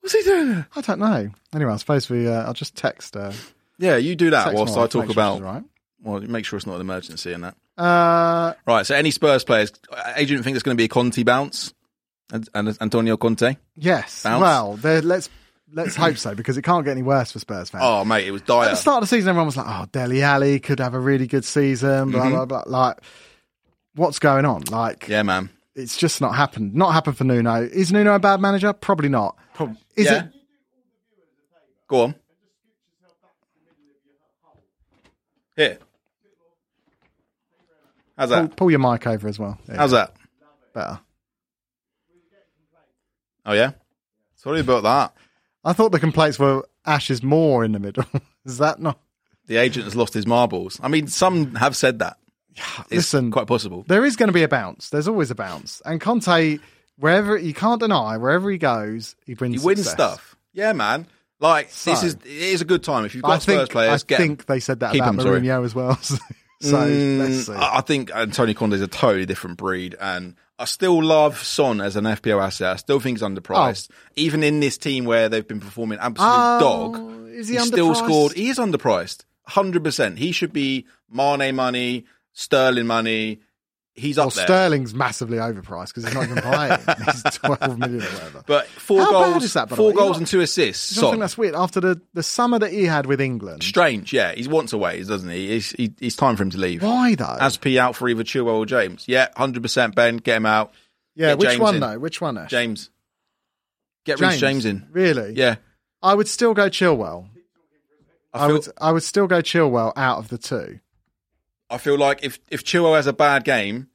Speaker 1: What's he doing there?
Speaker 2: I don't know. Anyway, I suppose we. Uh, I'll just text. Uh,
Speaker 1: Yeah, you do that
Speaker 2: text
Speaker 1: whilst
Speaker 2: Mark
Speaker 1: I
Speaker 2: to
Speaker 1: talk
Speaker 2: make sure
Speaker 1: about.
Speaker 2: she's all
Speaker 1: Well, make sure it's not an emergency and that.
Speaker 2: Right. Uh,
Speaker 1: Right. So any Spurs players, agent think it's going to be a Conte bounce, and, and Antonio Conte.
Speaker 2: yes.
Speaker 1: Bounce?
Speaker 2: Well, there- let's let's hope so because it can't get any worse for Spurs fans.
Speaker 1: Oh, mate, it was dire.
Speaker 2: At the start of the season, everyone was like, "Oh, Deli Alley could have a really good season."
Speaker 1: Mm-hmm.
Speaker 2: Blah blah blah. Like, what's going on? Like,
Speaker 1: Yeah, man.
Speaker 2: it's just not happened. Not happened for Nuno. Is Nuno a bad manager? Probably not. Is
Speaker 1: yeah.
Speaker 2: it?
Speaker 1: Go on. Here. How's
Speaker 2: Pull,
Speaker 1: that?
Speaker 2: pull your mic over as well. Yeah,
Speaker 1: How's that?
Speaker 2: better?
Speaker 1: Oh yeah. Sorry about that.
Speaker 2: I thought the complaints were Ash is more in the middle. is that not?
Speaker 1: The agent has lost his marbles. I mean, some have said that. It's
Speaker 2: Listen,
Speaker 1: quite possible.
Speaker 2: there is going to be a bounce. There's always a bounce. And Conte, wherever you can't deny, wherever he goes, he wins.
Speaker 1: You win
Speaker 2: success.
Speaker 1: stuff. Yeah, man. Like
Speaker 2: So-
Speaker 1: this is it is a good time if you've got
Speaker 2: I
Speaker 1: Spurs
Speaker 2: think,
Speaker 1: players.
Speaker 2: I
Speaker 1: get 'em.
Speaker 2: think they said that
Speaker 1: Keep
Speaker 2: about
Speaker 1: him, sorry. Mm,
Speaker 2: Mourinho as well. So, so let's see.
Speaker 1: I I think Antonio Conte is a totally different breed, and I still love Son as an FPO asset. I still think he's underpriced, even in this team where they've been performing absolute
Speaker 2: Oh,
Speaker 1: ah, dog.
Speaker 2: is he
Speaker 1: still
Speaker 2: underpriced?
Speaker 1: scored. He is underpriced, hundred percent. He should be Mane money, Sterling money. He's up
Speaker 2: Well,
Speaker 1: there.
Speaker 2: Sterling's massively overpriced because he's not even playing. he's 12 million or whatever.
Speaker 1: But four
Speaker 2: How bad
Speaker 1: goals,
Speaker 2: is that, by the
Speaker 1: four
Speaker 2: way? You're
Speaker 1: goals
Speaker 2: not-
Speaker 1: and two assists.
Speaker 2: I
Speaker 1: Son.
Speaker 2: think that's weird. After the, the summer that he had with England,
Speaker 1: strange. Yeah, he's once away, doesn't he? It's, he, it's time for him to leave.
Speaker 2: why though?
Speaker 1: As P out for either Chilwell or James. Yeah, hundred percent. Ben, get him out.
Speaker 2: yeah,
Speaker 1: get
Speaker 2: which
Speaker 1: James
Speaker 2: one
Speaker 1: in.
Speaker 2: though? Which one? Ash?
Speaker 1: James, get Reece James in.
Speaker 2: Really?
Speaker 1: Yeah,
Speaker 2: I would still go Chilwell.
Speaker 1: I
Speaker 2: I,
Speaker 1: feel,
Speaker 2: would. I would still go Chilwell out of the two.
Speaker 1: I feel like if if Chilwell has a bad game,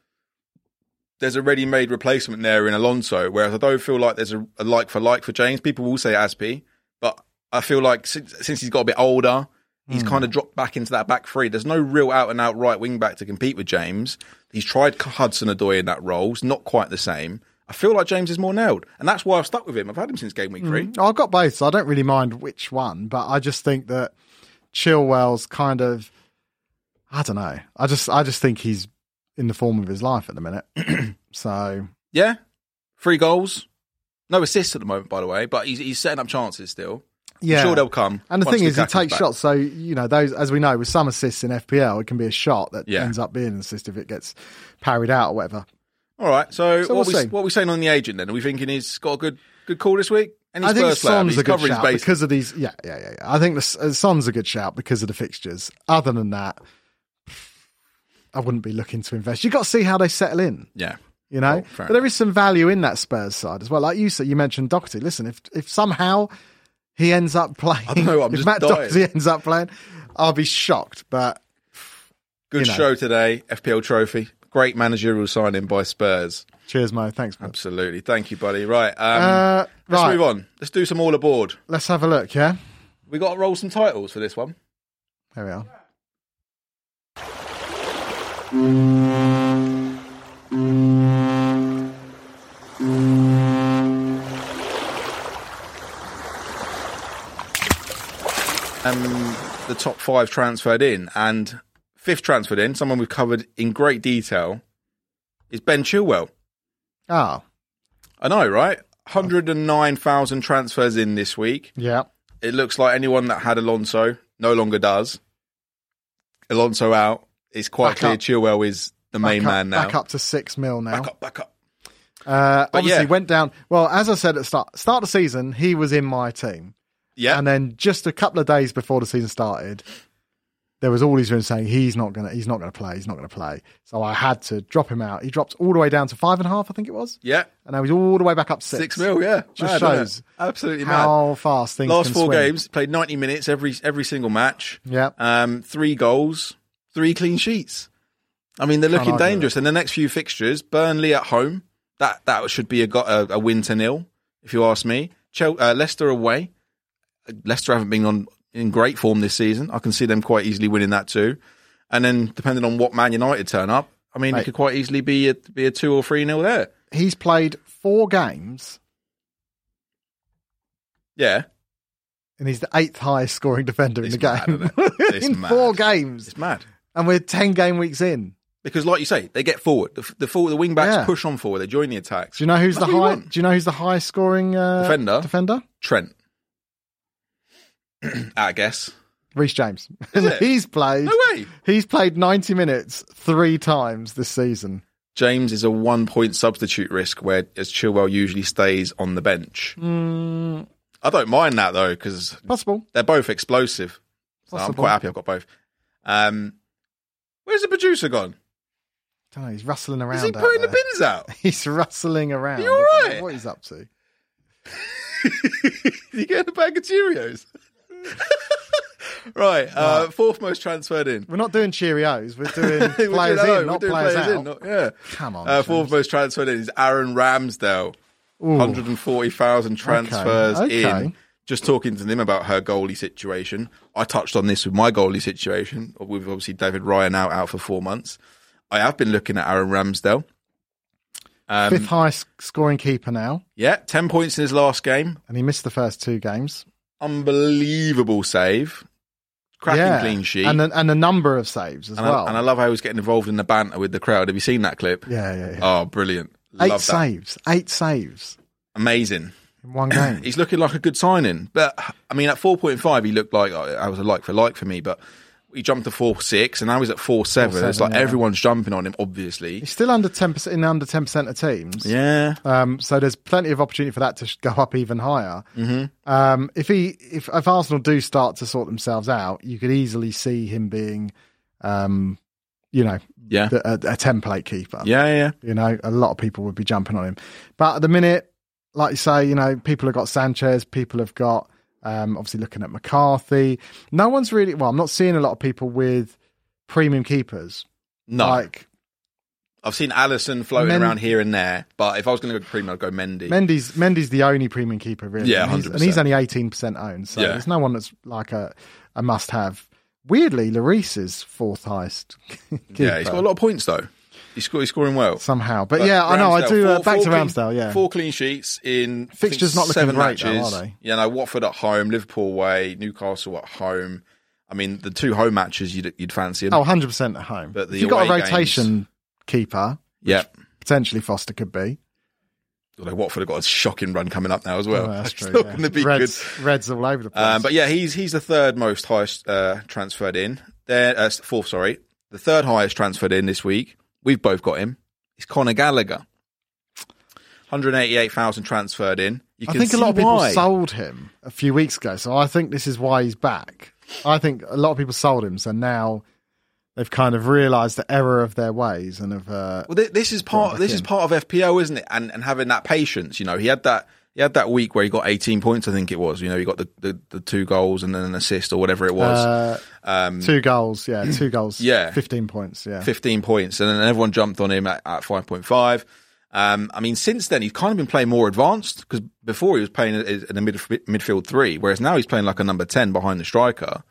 Speaker 1: there's a ready-made replacement there in Alonso. Whereas I don't feel like there's a, a like for like for James. People will say Aspie, but I feel like since, since he's got a bit older,
Speaker 2: Hmm.
Speaker 1: he's kind of dropped back into that back three. There's no real out and out right wing back to compete with James. He's tried Hudson Odoi in that role. It's not quite the same. I feel like James is more nailed, and that's why I've stuck with him. I've had him since game week three.
Speaker 2: Oh, I've got both, so I don't really mind which one. But I just think that Chilwell's kind of. I don't know. I just. I just think he's in the form of his life at the minute. so
Speaker 1: Yeah, three goals, no assists at the moment, by the way, but he's he's setting up chances still.
Speaker 2: yeah,
Speaker 1: I'm sure they'll come.
Speaker 2: And the
Speaker 1: once
Speaker 2: thing is, he
Speaker 1: Lukaku's
Speaker 2: takes
Speaker 1: back.
Speaker 2: shots. So you know, those as we know, with some assists in FPL, it can be a shot that
Speaker 1: Yeah.
Speaker 2: ends up being an assist if it gets parried out or whatever.
Speaker 1: All right. So,
Speaker 2: So
Speaker 1: what,
Speaker 2: we'll
Speaker 1: we,
Speaker 2: see.
Speaker 1: what we saying on the agent then? Are we thinking he's got a good good call this week? And he's
Speaker 2: I think
Speaker 1: first player, but
Speaker 2: Son's
Speaker 1: he's
Speaker 2: a good
Speaker 1: covering his
Speaker 2: shout
Speaker 1: base.
Speaker 2: because of these. Yeah, yeah, yeah. yeah. I think the, uh, Son's a good shout because of the fixtures. Other than that, I wouldn't be looking to invest. You got to see how they settle in.
Speaker 1: yeah.
Speaker 2: You know,
Speaker 1: fair
Speaker 2: but
Speaker 1: enough.
Speaker 2: there is some value in that Spurs side as well. Like you said, you mentioned Doherty. Listen, if if somehow he ends up playing,
Speaker 1: don't know, I'm
Speaker 2: if
Speaker 1: just
Speaker 2: Matt
Speaker 1: dying.
Speaker 2: Doherty ends up playing, I'll be shocked. But
Speaker 1: Good
Speaker 2: know.
Speaker 1: show today. FPL trophy. Great managerial signing by Spurs.
Speaker 2: cheers, Mo. Thanks, Mo.
Speaker 1: Absolutely. Thank you, buddy. Right. Um,
Speaker 2: Uh,
Speaker 1: let's
Speaker 2: right.
Speaker 1: move on. Let's do some all aboard.
Speaker 2: Let's have a look, yeah?
Speaker 1: We got to roll some titles for this one.
Speaker 2: There we are.
Speaker 1: um, the top five transferred in, and fifth transferred in, someone we've covered in great detail, is Ben Chilwell.
Speaker 2: Oh,
Speaker 1: I know, right? 109,000 transfers in this week.
Speaker 2: yeah.
Speaker 1: It looks like anyone that had Alonso no longer does. Alonso out. It's quite
Speaker 2: Back
Speaker 1: clear
Speaker 2: up.
Speaker 1: Chilwell is the main
Speaker 2: Back up-
Speaker 1: man now.
Speaker 2: Back up to six mil now.
Speaker 1: back up, back up.
Speaker 2: Uh,
Speaker 1: But
Speaker 2: obviously
Speaker 1: yeah.
Speaker 2: went down. Well, as I said at the start, start of the season, he was in my team.
Speaker 1: Yeah.
Speaker 2: And then just a couple of days before the season started, there was all these rumors saying he's not gonna he's not gonna play, he's not gonna play. So I had to drop him out. He dropped all the way down to five and a half, I think it was.
Speaker 1: yeah.
Speaker 2: And now he's all the way back up to six.
Speaker 1: Six mil, yeah.
Speaker 2: Just
Speaker 1: Mad,
Speaker 2: shows
Speaker 1: isn't it? Absolutely mad.
Speaker 2: How fast things
Speaker 1: Last
Speaker 2: can
Speaker 1: four
Speaker 2: swing.
Speaker 1: games, played 90 minutes every every single match.
Speaker 2: Yeah.
Speaker 1: Um, three goals, three clean sheets. I mean, they're looking
Speaker 2: argue with
Speaker 1: dangerous. And the next few fixtures, Burnley at home, that that should be a got a, a win to nil, if you ask me. Chel- uh, Leicester away. Leicester haven't been on in great form this season. I can see them quite easily winning that too. And then depending on what Man United turn up, I mean, it
Speaker 2: Mate.
Speaker 1: could quite easily be a, be a two or three nil there.
Speaker 2: He's played four games
Speaker 1: Yeah,
Speaker 2: and he's the eighth highest scoring defender
Speaker 1: It's
Speaker 2: in the
Speaker 1: mad,
Speaker 2: game
Speaker 1: isn't it? It's
Speaker 2: in
Speaker 1: mad.
Speaker 2: four games,
Speaker 1: it's mad.
Speaker 2: and we're ten game weeks in.
Speaker 1: Because, like you say, they get forward. The, f- the, forward, the wing backs
Speaker 2: Yeah.
Speaker 1: push on forward. They join the attacks.
Speaker 2: Do you know who's
Speaker 1: That's
Speaker 2: the
Speaker 1: what you
Speaker 2: high?
Speaker 1: want.
Speaker 2: Do you know who's the highest scoring uh,
Speaker 1: Defender?
Speaker 2: Defender,
Speaker 1: Trent. I guess.
Speaker 2: Reece James.
Speaker 1: Is it?
Speaker 2: he's played.
Speaker 1: No way.
Speaker 2: He's played ninety minutes three times this season.
Speaker 1: James is a one point substitute risk, where as Chilwell usually stays on the bench. Hmm. I don't mind that though, because
Speaker 2: Possible.
Speaker 1: they're both explosive. So I'm
Speaker 2: Possible.
Speaker 1: quite happy I've got both. Um, where's the producer gone?
Speaker 2: Don't know. He's rustling around.
Speaker 1: Is he
Speaker 2: out
Speaker 1: putting the
Speaker 2: there.
Speaker 1: bins out?
Speaker 2: He's rustling around.
Speaker 1: you all
Speaker 2: I don't know
Speaker 1: right?
Speaker 2: What he's up to?
Speaker 1: you getting a bag of Cheerios? Right, uh, fourth most transferred in.
Speaker 2: We're not doing Cheerios. We're doing
Speaker 1: We're doing-
Speaker 2: players
Speaker 1: no,
Speaker 2: in,
Speaker 1: we're
Speaker 2: not
Speaker 1: doing
Speaker 2: players, out.
Speaker 1: in, not- yeah.
Speaker 2: Come on,
Speaker 1: Uh,
Speaker 2: James.
Speaker 1: fourth most transferred in is Aaron Ramsdale. 140,000 transfers
Speaker 2: okay.
Speaker 1: in. Just talking to them about her goalie situation. I touched on this with my goalie situation. With obviously David Ryan out, out for four months. I have been looking at Aaron Ramsdale. Um,
Speaker 2: Fifth highest scoring keeper now,
Speaker 1: Yeah, 10 points in his last game.
Speaker 2: and he missed the first two games.
Speaker 1: Unbelievable save. Cracking
Speaker 2: yeah,
Speaker 1: clean sheet.
Speaker 2: and the, and a number of saves as
Speaker 1: And
Speaker 2: well.
Speaker 1: I, and I love how he was getting involved in the banter with the crowd. Have you seen that clip?
Speaker 2: yeah, yeah, yeah.
Speaker 1: Oh, brilliant.
Speaker 2: Eight
Speaker 1: Love that.
Speaker 2: saves, eight saves
Speaker 1: Amazing.
Speaker 2: in one game.
Speaker 1: He's looking like a good signing. But I mean, at four point five, he looked like uh, I I was a like for like for me. But he jumped to four six, and now he's at four seven. it's
Speaker 2: 4.7,
Speaker 1: like
Speaker 2: yeah.
Speaker 1: everyone's jumping on him, obviously.
Speaker 2: He's still under ten percent in under ten percent of teams.
Speaker 1: Yeah,
Speaker 2: Um, so there's plenty of opportunity for that to sh- go up even higher.
Speaker 1: Mm-hmm.
Speaker 2: Um, if he, if, if Arsenal do start to sort themselves out, you could easily see him being, um, you know,
Speaker 1: yeah,
Speaker 2: the, a, a template keeper.
Speaker 1: yeah, yeah.
Speaker 2: You know, a lot of people would be jumping on him. But at the minute, like you say, you know, people have got Sanchez, people have got um, obviously looking at McCarthy. No one's really. Well, I'm not seeing a lot of people with premium keepers.
Speaker 1: No,
Speaker 2: Like
Speaker 1: I've seen Allison floating
Speaker 2: Men-
Speaker 1: around here and there, but if I was going to go Primo, I'd go Mendy.
Speaker 2: Mendy's Mendy's the only premium keeper really.
Speaker 1: Yeah,
Speaker 2: and he's,
Speaker 1: 100%.
Speaker 2: and he's only eighteen percent owned, so
Speaker 1: Yeah.
Speaker 2: there's no one that's like a, a must have. Weirdly, Lloris is fourth highest.
Speaker 1: yeah, he's got a lot of points though. He's, sco- he's scoring well.
Speaker 2: somehow, but, yeah, I know. I
Speaker 1: Ramsdale,
Speaker 2: do. uh,
Speaker 1: four-
Speaker 2: back
Speaker 1: four
Speaker 2: to
Speaker 1: clean-
Speaker 2: Ramsdale, yeah.
Speaker 1: Four clean sheets in I think,
Speaker 2: Fixtures not looking
Speaker 1: seven
Speaker 2: great though,
Speaker 1: matches.
Speaker 2: are they?
Speaker 1: Yeah, no, Watford at home, Liverpool away, Newcastle at home. I mean, the two home matches you'd, you'd fancy him.
Speaker 2: Oh, 100 percent at home.
Speaker 1: But the
Speaker 2: if you've got a
Speaker 1: away
Speaker 2: rotation keeper,
Speaker 1: yeah.
Speaker 2: potentially Foster could be.
Speaker 1: Although Watford have got a shocking run coming up now as well.
Speaker 2: Oh, that's
Speaker 1: It's
Speaker 2: true.
Speaker 1: not
Speaker 2: yeah.
Speaker 1: going to be good.
Speaker 2: Reds, Reds all over the place.
Speaker 1: Um, but yeah, he's he's the third most highest uh, transferred in. There, uh, fourth, sorry, the third highest transferred in this week. We've both got him. It's Conor Gallagher. 188,000 transferred in. You
Speaker 2: I
Speaker 1: can
Speaker 2: think a
Speaker 1: see
Speaker 2: lot of people
Speaker 1: why.
Speaker 2: sold him a few weeks ago, so I think this is why he's back. I think a lot of people sold him, so now they've kind of realised the error of their ways and have. Uh,
Speaker 1: Well, thi- this is part.
Speaker 2: back
Speaker 1: This
Speaker 2: in.
Speaker 1: is part of FPO, isn't it? And and having that patience, you know, he had that. He had that week where he got 18 points. I think it was. You know, he got the, the, the two goals and then an assist or whatever it was.
Speaker 2: uh,
Speaker 1: um,
Speaker 2: two goals, yeah, two goals,
Speaker 1: Yeah.
Speaker 2: fifteen points, yeah.
Speaker 1: 15 points, and then everyone jumped on him at, at 5.5. Um, I mean, since then he's kind of been playing more advanced because before he was playing in the mid, midfield three, whereas now he's playing like a number 10 behind the striker.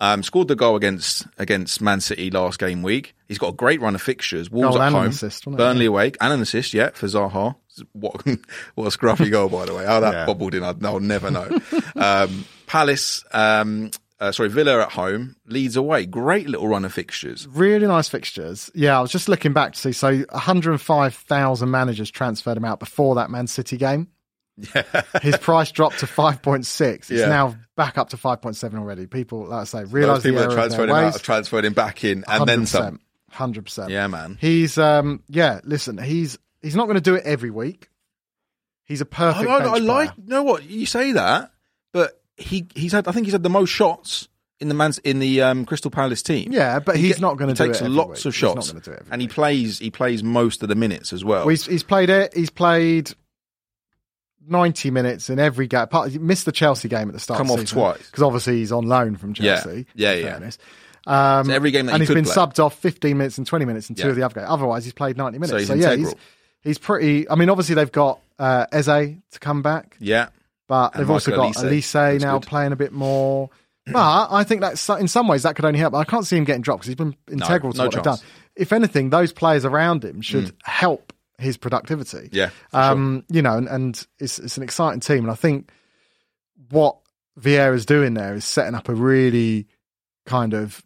Speaker 1: Um, scored the goal against against Man City last game week. He's got a great run of fixtures. Wolves
Speaker 2: Goal
Speaker 1: at
Speaker 2: and an
Speaker 1: home,
Speaker 2: assist, wasn't it?
Speaker 1: Burnley awake, and an assist. Yeah, for Zaha. What what a scruffy goal by the way. How that
Speaker 2: Yeah.
Speaker 1: bobbled in, I'd- I'll never know. um, Palace, um, uh, sorry, Villa at home, Leeds away. Great little run of fixtures.
Speaker 2: Really nice fixtures. Yeah, I was just looking back to see. So, 105,000 managers transferred him out before that Man City game. His price dropped to 5.6. It's
Speaker 1: Yeah.
Speaker 2: now back up to 5.7 already. People, like I say,
Speaker 1: Those
Speaker 2: realize
Speaker 1: people
Speaker 2: the
Speaker 1: that
Speaker 2: error of
Speaker 1: transferred
Speaker 2: their
Speaker 1: him out
Speaker 2: ways.
Speaker 1: have transferred him back in and then some.
Speaker 2: Hundred percent.
Speaker 1: Yeah, man.
Speaker 2: He's um. Yeah. Listen, he's he's not going to do it every week. He's a
Speaker 1: I,
Speaker 2: perfect.
Speaker 1: I, I
Speaker 2: bench
Speaker 1: like.
Speaker 2: player.
Speaker 1: You know what? You say that, but he he's had. I think he's had the most shots in the man's in the um, Crystal Palace team.
Speaker 2: Yeah, but
Speaker 1: He
Speaker 2: he's
Speaker 1: get-
Speaker 2: not going to
Speaker 1: he
Speaker 2: do it.
Speaker 1: takes
Speaker 2: every
Speaker 1: lots
Speaker 2: week.
Speaker 1: of
Speaker 2: He's not
Speaker 1: shots,
Speaker 2: gonna do it every
Speaker 1: and he
Speaker 2: week.
Speaker 1: plays. He plays most of the minutes as well.
Speaker 2: Well, he's, he's played it. He's played ninety minutes in every game. Apart, he missed the Chelsea game at the start.
Speaker 1: Come off twice.
Speaker 2: because obviously he's on loan from
Speaker 1: Yeah.
Speaker 2: Chelsea.
Speaker 1: Yeah,
Speaker 2: in
Speaker 1: yeah.
Speaker 2: fairness. Um,
Speaker 1: So every game that
Speaker 2: and
Speaker 1: he
Speaker 2: has
Speaker 1: could
Speaker 2: been
Speaker 1: play.
Speaker 2: subbed off fifteen minutes and twenty minutes in two
Speaker 1: Yeah.
Speaker 2: of the other games. Otherwise, he's played ninety minutes.
Speaker 1: he's
Speaker 2: So, yeah, he's
Speaker 1: integral.
Speaker 2: he's pretty. I mean, obviously they've got uh, Eze to come back.
Speaker 1: yeah,
Speaker 2: but
Speaker 1: And
Speaker 2: they've also
Speaker 1: Michael
Speaker 2: got
Speaker 1: Olise.
Speaker 2: Elise
Speaker 1: That's
Speaker 2: now
Speaker 1: good.
Speaker 2: playing a bit more. But I think that's in some ways that could only help. I can't see him getting dropped because he's been integral to
Speaker 1: no
Speaker 2: what
Speaker 1: chance. Mm.
Speaker 2: they've done. If anything, those players around him should help his productivity.
Speaker 1: yeah. for sure.
Speaker 2: um, you know, and, and it's it's an exciting team, and I think what Vieira's doing there is setting up a really kind of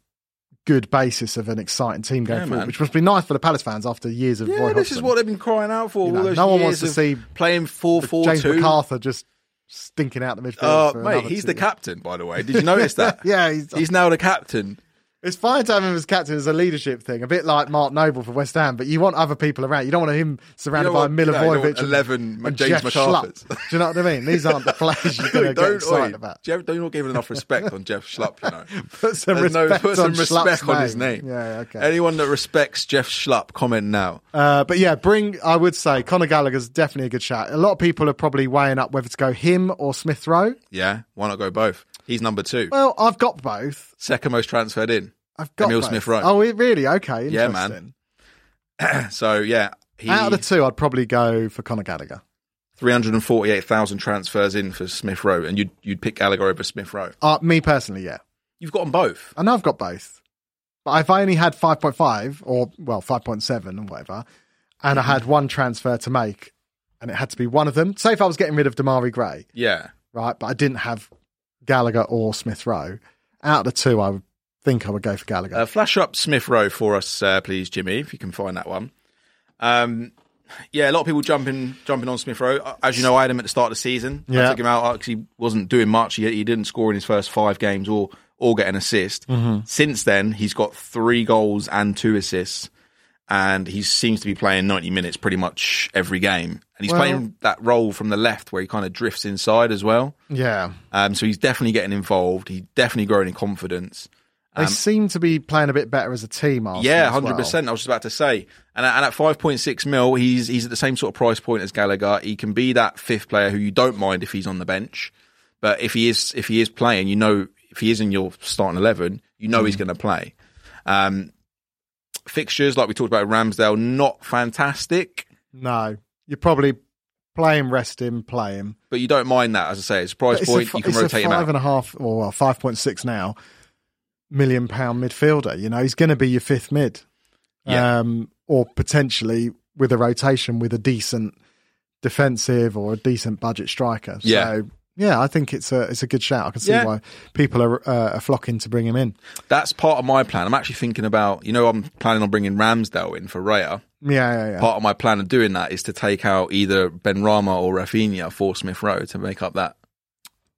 Speaker 2: good basis of an exciting team going
Speaker 1: Yeah,
Speaker 2: forward,
Speaker 1: man.
Speaker 2: which must be nice for the Palace fans after years of
Speaker 1: Yeah,
Speaker 2: Roy
Speaker 1: this is
Speaker 2: Hodgson.
Speaker 1: what they've been crying out for.
Speaker 2: You
Speaker 1: all
Speaker 2: know,
Speaker 1: those
Speaker 2: no one
Speaker 1: years
Speaker 2: wants to
Speaker 1: of
Speaker 2: see
Speaker 1: playing four four two.
Speaker 2: James MacArthur just stinking out the midfield.
Speaker 1: Uh,
Speaker 2: for
Speaker 1: mate,
Speaker 2: another
Speaker 1: he's
Speaker 2: two
Speaker 1: the
Speaker 2: years.
Speaker 1: captain. By the way, did you notice that?
Speaker 2: Yeah, he's,
Speaker 1: he's now the captain.
Speaker 2: it's fine to have him as captain as a leadership thing, a bit like Mark Noble for West Ham, but you want other people around. You don't want him surrounded
Speaker 1: You don't
Speaker 2: by
Speaker 1: want- no, you don't want
Speaker 2: Milivojevic.
Speaker 1: 11
Speaker 2: and
Speaker 1: James
Speaker 2: Jeff Schlupp.
Speaker 1: McArthurs.
Speaker 2: Do you know what I mean? These aren't the players you're going to get
Speaker 1: don't
Speaker 2: excited
Speaker 1: oi,
Speaker 2: about.
Speaker 1: Jeff, don't not give him enough respect on Jeff Schlupp. You know,
Speaker 2: Put some
Speaker 1: There's no-
Speaker 2: respect,
Speaker 1: put some
Speaker 2: on, Schlupp's
Speaker 1: respect on his name.
Speaker 2: Yeah, yeah, okay.
Speaker 1: Anyone that respects Jeff Schlupp, comment now.
Speaker 2: Uh, but yeah, bring, I would say, Conor Gallagher's definitely a good shout. A lot of people are probably weighing up whether to go him or Smith Rowe.
Speaker 1: Yeah, why not go both? He's number two,
Speaker 2: Well, I've got both.
Speaker 1: second most transferred in.
Speaker 2: I've got
Speaker 1: Emile
Speaker 2: both.
Speaker 1: Smith-Rowe.
Speaker 2: Oh, it- really? Okay.
Speaker 1: Yeah,
Speaker 2: Interesting.
Speaker 1: man. So yeah, he
Speaker 2: Out of the two, I'd probably go for Conor Gallagher.
Speaker 1: 348,000 transfers in for Smith Rowe, and you'd you'd pick Gallagher over Smith Rowe.
Speaker 2: Uh, me personally, yeah.
Speaker 1: You've got them both.
Speaker 2: I know I've got both, but if I only had 5.5 or, well, 5.7 or whatever, and I
Speaker 1: Mm-hmm.
Speaker 2: had one transfer to make and it had to be one of them, say if I was getting rid of Damari Gray,
Speaker 1: Yeah,
Speaker 2: right, but I didn't have Gallagher or Smith Rowe, out of the two, I would think I would go for Gallagher.
Speaker 1: uh, flash up Smith Rowe for us, uh, please, Jimmy, if you can find that one. Um, yeah, a lot of people jumping jumping on Smith Rowe. Uh, As you know, I had him at the start of the season. I
Speaker 2: Yeah.
Speaker 1: took him out because he wasn't doing much. He, he didn't score in his first five games or or get an assist.
Speaker 2: Mm-hmm.
Speaker 1: Since then, he's got three goals and two assists, and he seems to be playing ninety minutes pretty much every game. And he's
Speaker 2: Well-
Speaker 1: playing that role from the left where he kind of drifts inside as well.
Speaker 2: yeah.
Speaker 1: Um, so he's definitely getting involved. He's definitely growing in confidence.
Speaker 2: They seem to be playing a bit better as a team, Arsenal.
Speaker 1: um, Yeah,
Speaker 2: as well.
Speaker 1: hundred percent. I was just about to say, and, at- and at five point six mil, he's he's at the same sort of price point as Gallagher. He can be that fifth player who you don't mind if he's on the bench, but if he is if he is playing, you know if he is in your starting eleven, you know
Speaker 2: Hmm.
Speaker 1: he's going to play. Um, fixtures like we talked about, Ramsdale not fantastic,
Speaker 2: No, you're probably play him, rest him, play him.
Speaker 1: but you don't mind that. As I say, it's a price
Speaker 2: But
Speaker 1: point.
Speaker 2: fi-
Speaker 1: you can
Speaker 2: it's
Speaker 1: rotate him
Speaker 2: a
Speaker 1: out.
Speaker 2: five and a half, or well, five point six now, million pound midfielder. You know, he's going to be your fifth mid,
Speaker 1: Yeah.
Speaker 2: um, or potentially with a rotation with a decent defensive or a decent budget striker.
Speaker 1: Yeah.
Speaker 2: So, yeah, I think it's a it's a good shout. I can see
Speaker 1: Yeah.
Speaker 2: why people are, uh, are flocking to bring him in.
Speaker 1: That's part of my plan. I'm actually thinking about you know I'm planning on bringing Ramsdale in for Raya.
Speaker 2: Yeah, yeah, yeah.
Speaker 1: part of my plan of doing that is to take out either Ben Rama or Rafinha for Smith Rowe to make up that.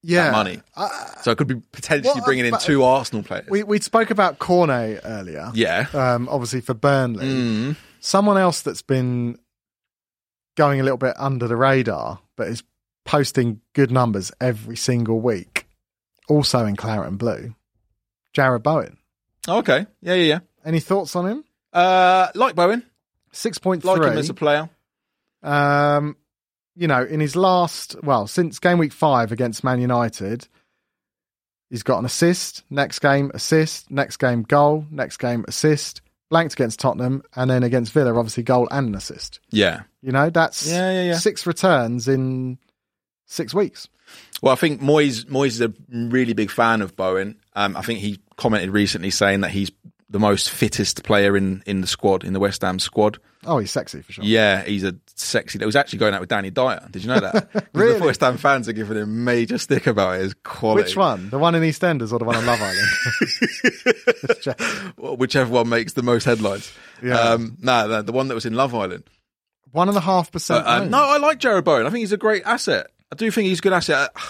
Speaker 2: yeah.
Speaker 1: money.
Speaker 2: I-
Speaker 1: So I could be potentially
Speaker 2: Well,
Speaker 1: bringing in
Speaker 2: but-
Speaker 1: two Arsenal players.
Speaker 2: we we spoke about Cornet earlier.
Speaker 1: yeah.
Speaker 2: Um, obviously for Burnley.
Speaker 1: Mm.
Speaker 2: someone else that's been going a little bit under the radar, but is posting good numbers every single week, also in claret and blue, Jared Bowen.
Speaker 1: Okay. Yeah, yeah,
Speaker 2: Any thoughts on him?
Speaker 1: yeah. Uh, like Bowen,
Speaker 2: Six
Speaker 1: like him as a player.
Speaker 2: Um, you know, in his last, well, since game week five against Man United, he's got an assist, next game, assist, next game, goal, next game, assist, blanked against Tottenham, and then against Villa, obviously, goal and an assist.
Speaker 1: Yeah.
Speaker 2: You know, that's
Speaker 1: Yeah, yeah, yeah.
Speaker 2: six returns in six weeks.
Speaker 1: Well, I think Moyes Moyes is a really big fan of Bowen. Um, I think he commented recently saying that he's the most fittest player in, in the squad in the West Ham squad.
Speaker 2: Oh, he's sexy for sure.
Speaker 1: Yeah, he's a sexy. It was actually going out with Danny Dyer. Did you know that?
Speaker 2: Really?
Speaker 1: The West Ham fans are giving him major stick about his quality.
Speaker 2: Which one? The one in EastEnders or the one on Love Island?
Speaker 1: Well, whichever one makes the most headlines.
Speaker 2: Yeah.
Speaker 1: Um, no, no, the one that was in Love Island.
Speaker 2: One and a half
Speaker 1: But,
Speaker 2: percent.
Speaker 1: uh,
Speaker 2: owned.
Speaker 1: no, I like Jared Bowen. I think he's a great asset. I do think he's a good asset. Uh,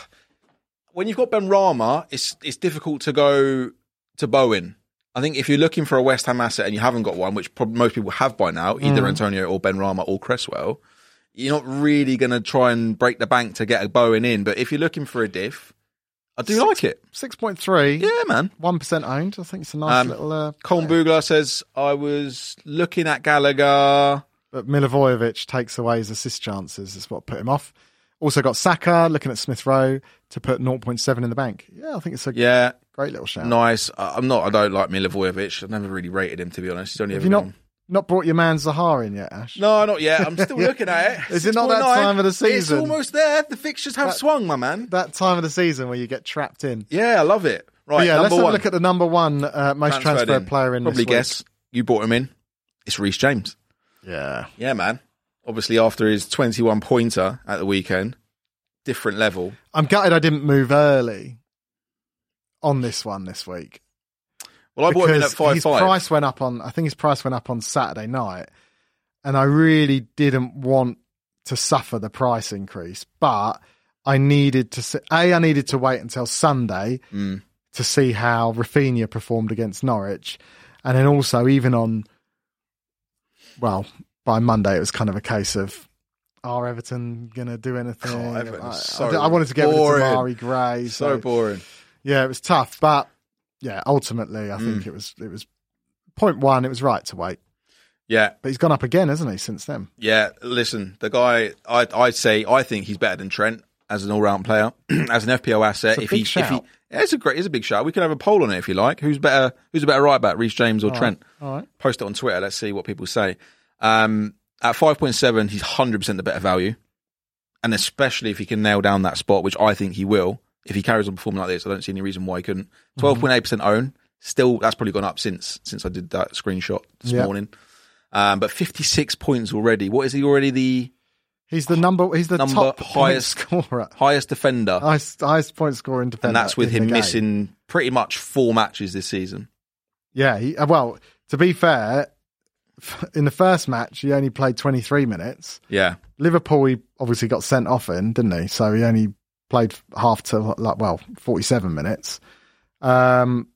Speaker 1: When you've got Ben Rama, it's it's difficult to go to Bowen. I think if you're looking for a West Ham asset and you haven't got one, which prob- most people have by now, either Antonio or Ben Rama or Cresswell, you're not really going to try and break the bank to get a Bowen in. But if you're looking for a diff, I do like it.
Speaker 2: 6.3,
Speaker 1: Yeah, man.
Speaker 2: 1% owned. I think it's a nice
Speaker 1: Um,
Speaker 2: little. Uh,
Speaker 1: Colin Bugler says, I was looking at Gallagher.
Speaker 2: but Milivojevic takes away his assist chances, is what put him off. Also got Saka looking at Smith Rowe to put 0.7 in the bank. Yeah, I think it's a
Speaker 1: Yeah,
Speaker 2: great little shout.
Speaker 1: nice. I- I'm not. I don't like Milivojevic. I've never really rated him to be honest. He's only
Speaker 2: Have
Speaker 1: ever
Speaker 2: you not,
Speaker 1: been-
Speaker 2: not brought your man Zahar in yet, Ash?
Speaker 1: No, not yet. I'm still looking at it.
Speaker 2: Is it not that
Speaker 1: 6.9?
Speaker 2: time of the
Speaker 1: It's
Speaker 2: season?
Speaker 1: almost there. The fixtures have swung, my man.
Speaker 2: That time of the season where you get trapped in.
Speaker 1: Yeah, I love it. Right,
Speaker 2: yeah,
Speaker 1: number
Speaker 2: let's have
Speaker 1: one.
Speaker 2: a look at the number one uh, most transferred, player in
Speaker 1: Probably
Speaker 2: this week.
Speaker 1: guess you brought him in. It's Reece James.
Speaker 2: Yeah.
Speaker 1: Yeah, man. Obviously, after his 21 pointer at the weekend, different level.
Speaker 2: I'm gutted I didn't move early on this one this week.
Speaker 1: Well, I brought him in at
Speaker 2: because
Speaker 1: five
Speaker 2: his
Speaker 1: five.
Speaker 2: price went up on I think his price went up on Saturday night and I really didn't want to suffer the price increase, but I needed to see, A I needed to wait until Sunday
Speaker 1: Mm.
Speaker 2: to see how Rafinha performed against Norwich and then also even on well, by Monday it was kind of a case of are Everton gonna do anything?
Speaker 1: Oh, Everton
Speaker 2: I,
Speaker 1: are so
Speaker 2: I wanted to get
Speaker 1: boring.
Speaker 2: rid of Damari Gray.
Speaker 1: So boring.
Speaker 2: Yeah, it was tough, but yeah, ultimately, I think
Speaker 1: Mm.
Speaker 2: it was it was point one. It was right to wait,
Speaker 1: Yeah,
Speaker 2: but he's gone up again, hasn't he? Since then,
Speaker 1: Yeah, listen, the guy, I, I'd say, I think he's better than Trent. as an all-round player, as an FPL asset.
Speaker 2: It's a
Speaker 1: if,
Speaker 2: big
Speaker 1: he, if he,
Speaker 2: shout.
Speaker 1: yeah, it's a great, it's a big shout. We can have a poll on it if you like. Who's better? Who's a better right back, Reece James or Trent?
Speaker 2: all right.
Speaker 1: Post it on Twitter. Let's see what people say. Um, at five point seven, he's hundred percent the better value, and especially if he can nail down that spot, which I think he will. If he carries on performing like this, I don't see any reason why he couldn't.
Speaker 2: Mm-hmm.
Speaker 1: Twelve point eight percent own. Still, that's probably gone up since since I did that screenshot this
Speaker 2: Yeah.
Speaker 1: morning. Um, but fifty six points already. What is he already the
Speaker 2: He's the number. He's the
Speaker 1: Number
Speaker 2: top
Speaker 1: highest-
Speaker 2: point scorer.
Speaker 1: highest defender?
Speaker 2: Highest, highest point scorer in defender.
Speaker 1: and that's with
Speaker 2: in the
Speaker 1: him
Speaker 2: game.
Speaker 1: missing pretty much four matches this season.
Speaker 2: Yeah. He, uh, well, to be fair, f- in the first match he only played 23 minutes.
Speaker 1: Yeah,
Speaker 2: Liverpool, he obviously got sent off in, didn't he? So he only played half to like well 47 minutes. Um,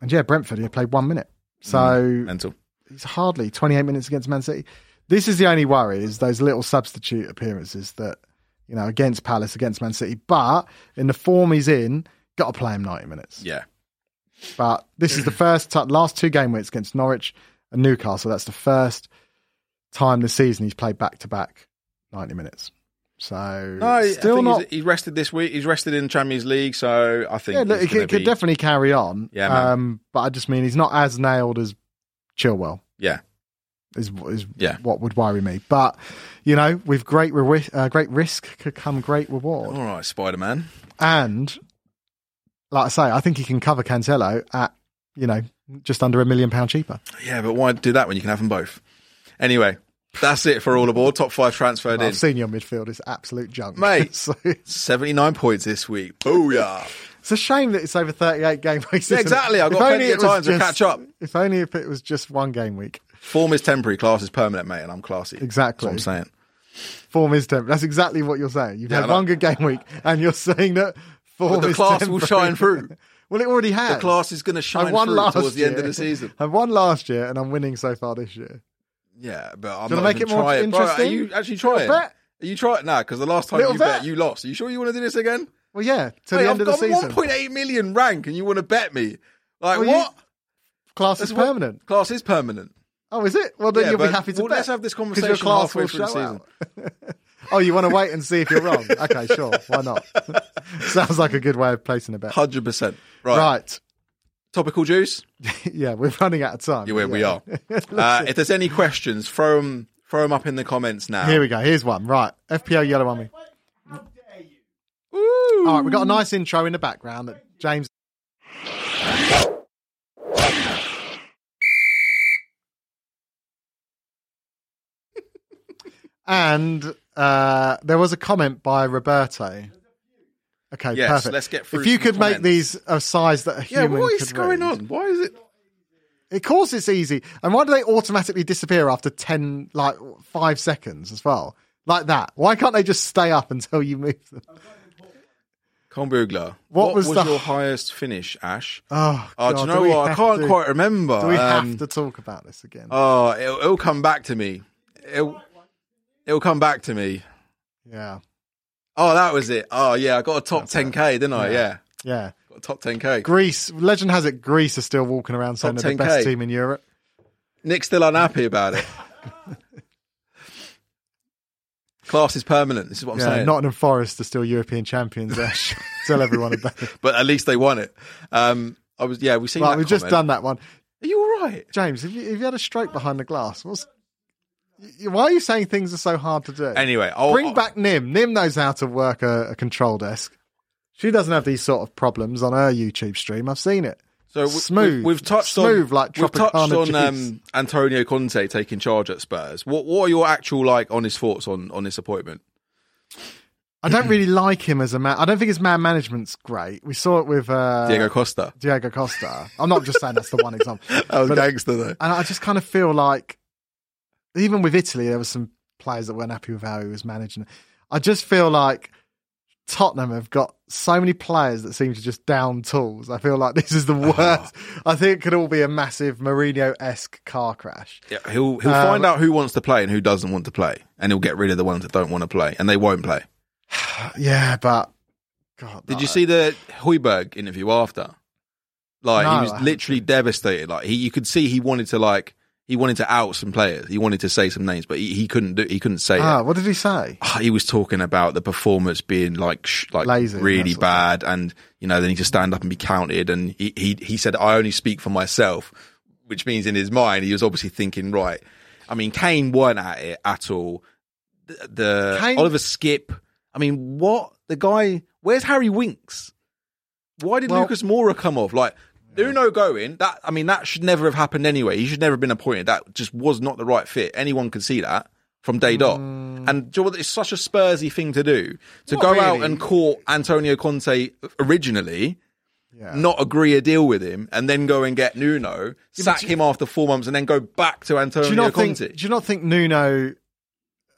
Speaker 2: and yeah, Brentford he played one minute. So
Speaker 1: mental.
Speaker 2: he's hardly 28 minutes against Man City. This is the only worry is those little substitute appearances that you know against Palace, against Man City. But in the form he's in, got to play him 90 minutes.
Speaker 1: Yeah,
Speaker 2: But this is the first ti- last two game weeks against Norwich and Newcastle. That's the first time this season he's played back to back 90 minutes. So
Speaker 1: no, I- I
Speaker 2: still
Speaker 1: think
Speaker 2: not.
Speaker 1: He's, he's rested this week. He's rested in Champions League, so I think
Speaker 2: Yeah, look,
Speaker 1: he's
Speaker 2: it could,
Speaker 1: gonna
Speaker 2: could
Speaker 1: be-
Speaker 2: definitely carry on.
Speaker 1: Yeah, man.
Speaker 2: um, but I just mean he's not as nailed as Chilwell.
Speaker 1: Yeah,
Speaker 2: is is
Speaker 1: Yeah.
Speaker 2: what would worry me. But you know, with great rewi- uh, great risk could come great reward.
Speaker 1: all right, Spider Man.
Speaker 2: And like I say, I think he can cover Cancelo at you know just under a million pound cheaper.
Speaker 1: Yeah, but why do that when you can have them both? Anyway, that's it for all aboard. Top five transferred in.
Speaker 2: I've seen your midfield; it's absolute junk,
Speaker 1: Mate.
Speaker 2: so,
Speaker 1: 79 points this week. Booyah.
Speaker 2: it's a shame that it's over thirty-eight game weeks.
Speaker 1: Yeah,
Speaker 2: isn't it?
Speaker 1: exactly. I've
Speaker 2: If
Speaker 1: got
Speaker 2: only
Speaker 1: plenty
Speaker 2: it
Speaker 1: of
Speaker 2: was
Speaker 1: time to
Speaker 2: just-
Speaker 1: catch up.
Speaker 2: If only if it was just one game week.
Speaker 1: Form is temporary, class is permanent, mate, and I'm classy. That's
Speaker 2: Exactly.
Speaker 1: what I'm saying.
Speaker 2: Form is temp. That's exactly what you're saying. You've
Speaker 1: Yeah, I
Speaker 2: had
Speaker 1: know.
Speaker 2: one good game week, and you're saying that form
Speaker 1: But the
Speaker 2: is
Speaker 1: class will
Speaker 2: temporary.
Speaker 1: shine through.
Speaker 2: Well, it already has.
Speaker 1: The class is going to
Speaker 2: I
Speaker 1: shine
Speaker 2: won
Speaker 1: through
Speaker 2: last
Speaker 1: towards the
Speaker 2: year.
Speaker 1: end of the season.
Speaker 2: I won last year, and I'm winning so far this year.
Speaker 1: Yeah, but I'm
Speaker 2: Do you
Speaker 1: not
Speaker 2: wanna make
Speaker 1: even
Speaker 2: it more
Speaker 1: trying. Bro, are
Speaker 2: interesting?
Speaker 1: you actually trying?
Speaker 2: bet.
Speaker 1: Are you trying? Nah, because the last time
Speaker 2: Little
Speaker 1: you bet.
Speaker 2: bet.
Speaker 1: you lost. Are you sure you want to do this again?
Speaker 2: Well, yeah, to
Speaker 1: Mate,
Speaker 2: the
Speaker 1: I've
Speaker 2: end of the
Speaker 1: got
Speaker 2: season.
Speaker 1: 1.8 million rank, and you want to bet me? Like
Speaker 2: Well, you-
Speaker 1: what?
Speaker 2: Class
Speaker 1: That's
Speaker 2: is
Speaker 1: what-
Speaker 2: permanent.
Speaker 1: Class is permanent.
Speaker 2: Oh, is it? Well, then
Speaker 1: Yeah,
Speaker 2: you'll be
Speaker 1: but-
Speaker 2: happy to
Speaker 1: well,
Speaker 2: bet.
Speaker 1: let's have this
Speaker 2: 'cause
Speaker 1: conversation halfway through the season.
Speaker 2: out. oh, you want to wait and see if you're wrong? Okay, sure. Why not? Sounds like a good way of placing a bet.
Speaker 1: Hundred percent. Right.
Speaker 2: Right.
Speaker 1: Topical juice.
Speaker 2: yeah, we're running out of time.
Speaker 1: Yeah, we- we are. Uh, if there's any questions, throw them up in the comments now.
Speaker 2: Here we go. Here's one. Right. FPL Yellow Army. All right, we've got a nice intro in the background that James. and uh, there was a comment by Roberto. Okay,
Speaker 1: Yes,
Speaker 2: perfect.
Speaker 1: let's get through
Speaker 2: If you
Speaker 1: some
Speaker 2: could make
Speaker 1: comments.
Speaker 2: these a size that a
Speaker 1: yeah,
Speaker 2: human
Speaker 1: what is
Speaker 2: could
Speaker 1: going
Speaker 2: read.
Speaker 1: on? Why is it?
Speaker 2: Of course, it's easy. And why do they automatically disappear after ten, like five seconds as well, like that? Why can't they just stay up until you move them?
Speaker 1: Con Bugler.
Speaker 2: What was the-
Speaker 1: your highest finish, Ash?
Speaker 2: Oh,
Speaker 1: Oh,
Speaker 2: God,
Speaker 1: do you know
Speaker 2: we
Speaker 1: what? I
Speaker 2: have
Speaker 1: can't
Speaker 2: to-
Speaker 1: quite remember.
Speaker 2: Do we
Speaker 1: Um,
Speaker 2: have to talk about this again?
Speaker 1: Oh, it'll, it'll come back to me. It'll, it'll come back to me.
Speaker 2: yeah,
Speaker 1: Oh, that was it. Oh, yeah, I got a top 10k, didn't I? Yeah,
Speaker 2: yeah.
Speaker 1: got a top 10k.
Speaker 2: Greece. Legend has it. Greece are still walking around saying
Speaker 1: Top
Speaker 2: they're the best
Speaker 1: 10K.
Speaker 2: team in Europe.
Speaker 1: Nick's still unhappy about it. Class is permanent. This is what I'm
Speaker 2: Yeah,
Speaker 1: saying.
Speaker 2: Nottingham Forest are still European champions. Ash. Tell everyone about it.
Speaker 1: but at least they won it. Um, I was, yeah, we've seen
Speaker 2: Right,
Speaker 1: that.
Speaker 2: we've just
Speaker 1: comment.
Speaker 2: done that one.
Speaker 1: Are you all right?
Speaker 2: James, have you, have you had a stroke behind the glass? What's, y- why are you saying things are so hard to do?
Speaker 1: Anyway, I'll,
Speaker 2: Bring
Speaker 1: I'll-
Speaker 2: back Nim. Nim knows how to work a, a control desk. She doesn't have these sort of problems on her YouTube stream. I've seen it.
Speaker 1: So we-
Speaker 2: smooth,
Speaker 1: We, have touched
Speaker 2: smooth
Speaker 1: on,
Speaker 2: like
Speaker 1: we've touched
Speaker 2: Tropicana
Speaker 1: on um, Antonio Conte taking charge at Spurs. What What are your actual like honest thoughts on on this appointment?
Speaker 2: I don't really like him as a man. I don't think his man management's great. We saw it with uh,
Speaker 1: Diego Costa.
Speaker 2: Diego Costa. I'm not just saying that's the one example.
Speaker 1: That was
Speaker 2: But- Uh,
Speaker 1: gangster though.
Speaker 2: And I just kind of feel like, even with Italy, there were some players that weren't happy with how he was managing. I just feel like Tottenham have got so many players that seem to just down tools. I feel like this is the
Speaker 1: Uh-huh.
Speaker 2: worst. I think it could all be a massive Mourinho esque car crash.
Speaker 1: Yeah, he'll he'll
Speaker 2: uh,
Speaker 1: find out who wants to play and who doesn't want to play, and he'll get rid of the ones that don't want to play and they won't play.
Speaker 2: Yeah, but God,
Speaker 1: Did
Speaker 2: no.
Speaker 1: you see the Hoiberg interview after? Like
Speaker 2: No,
Speaker 1: he
Speaker 2: I
Speaker 1: was
Speaker 2: haven't
Speaker 1: literally devastated. Like he, you could see he wanted to like He wanted to out some players. He wanted to say some names, but he, he couldn't do. He couldn't say
Speaker 2: Ah,
Speaker 1: it.
Speaker 2: what did he say?
Speaker 1: He was talking about the performance being like sh- like
Speaker 2: Lazy and that
Speaker 1: really
Speaker 2: sort of
Speaker 1: bad, and you know they need to stand up and be counted. And he, he he said, "I only speak for myself," which means in his mind he was obviously thinking, right. I mean, Kane weren't at it at all. The, the
Speaker 2: Kane-
Speaker 1: Oliver Skip. I mean, what the guy? Where's Harry Winks? Why did
Speaker 2: Well-
Speaker 1: Lucas Mora come off? Like Uno going, that I mean, that should never have happened anyway. He should never have been appointed. That just was not the right fit. Anyone could see that from day dot. And do you know what? It's such a Spursy thing to do to
Speaker 2: Mm. Not
Speaker 1: go
Speaker 2: really.
Speaker 1: out and court Antonio Conte originally,
Speaker 2: Yeah.
Speaker 1: not agree a deal with him, and then go and get Nuno, sack him after four months, and then go back to Antonio
Speaker 2: do you not
Speaker 1: Conte.
Speaker 2: think? Do you not think Nuno?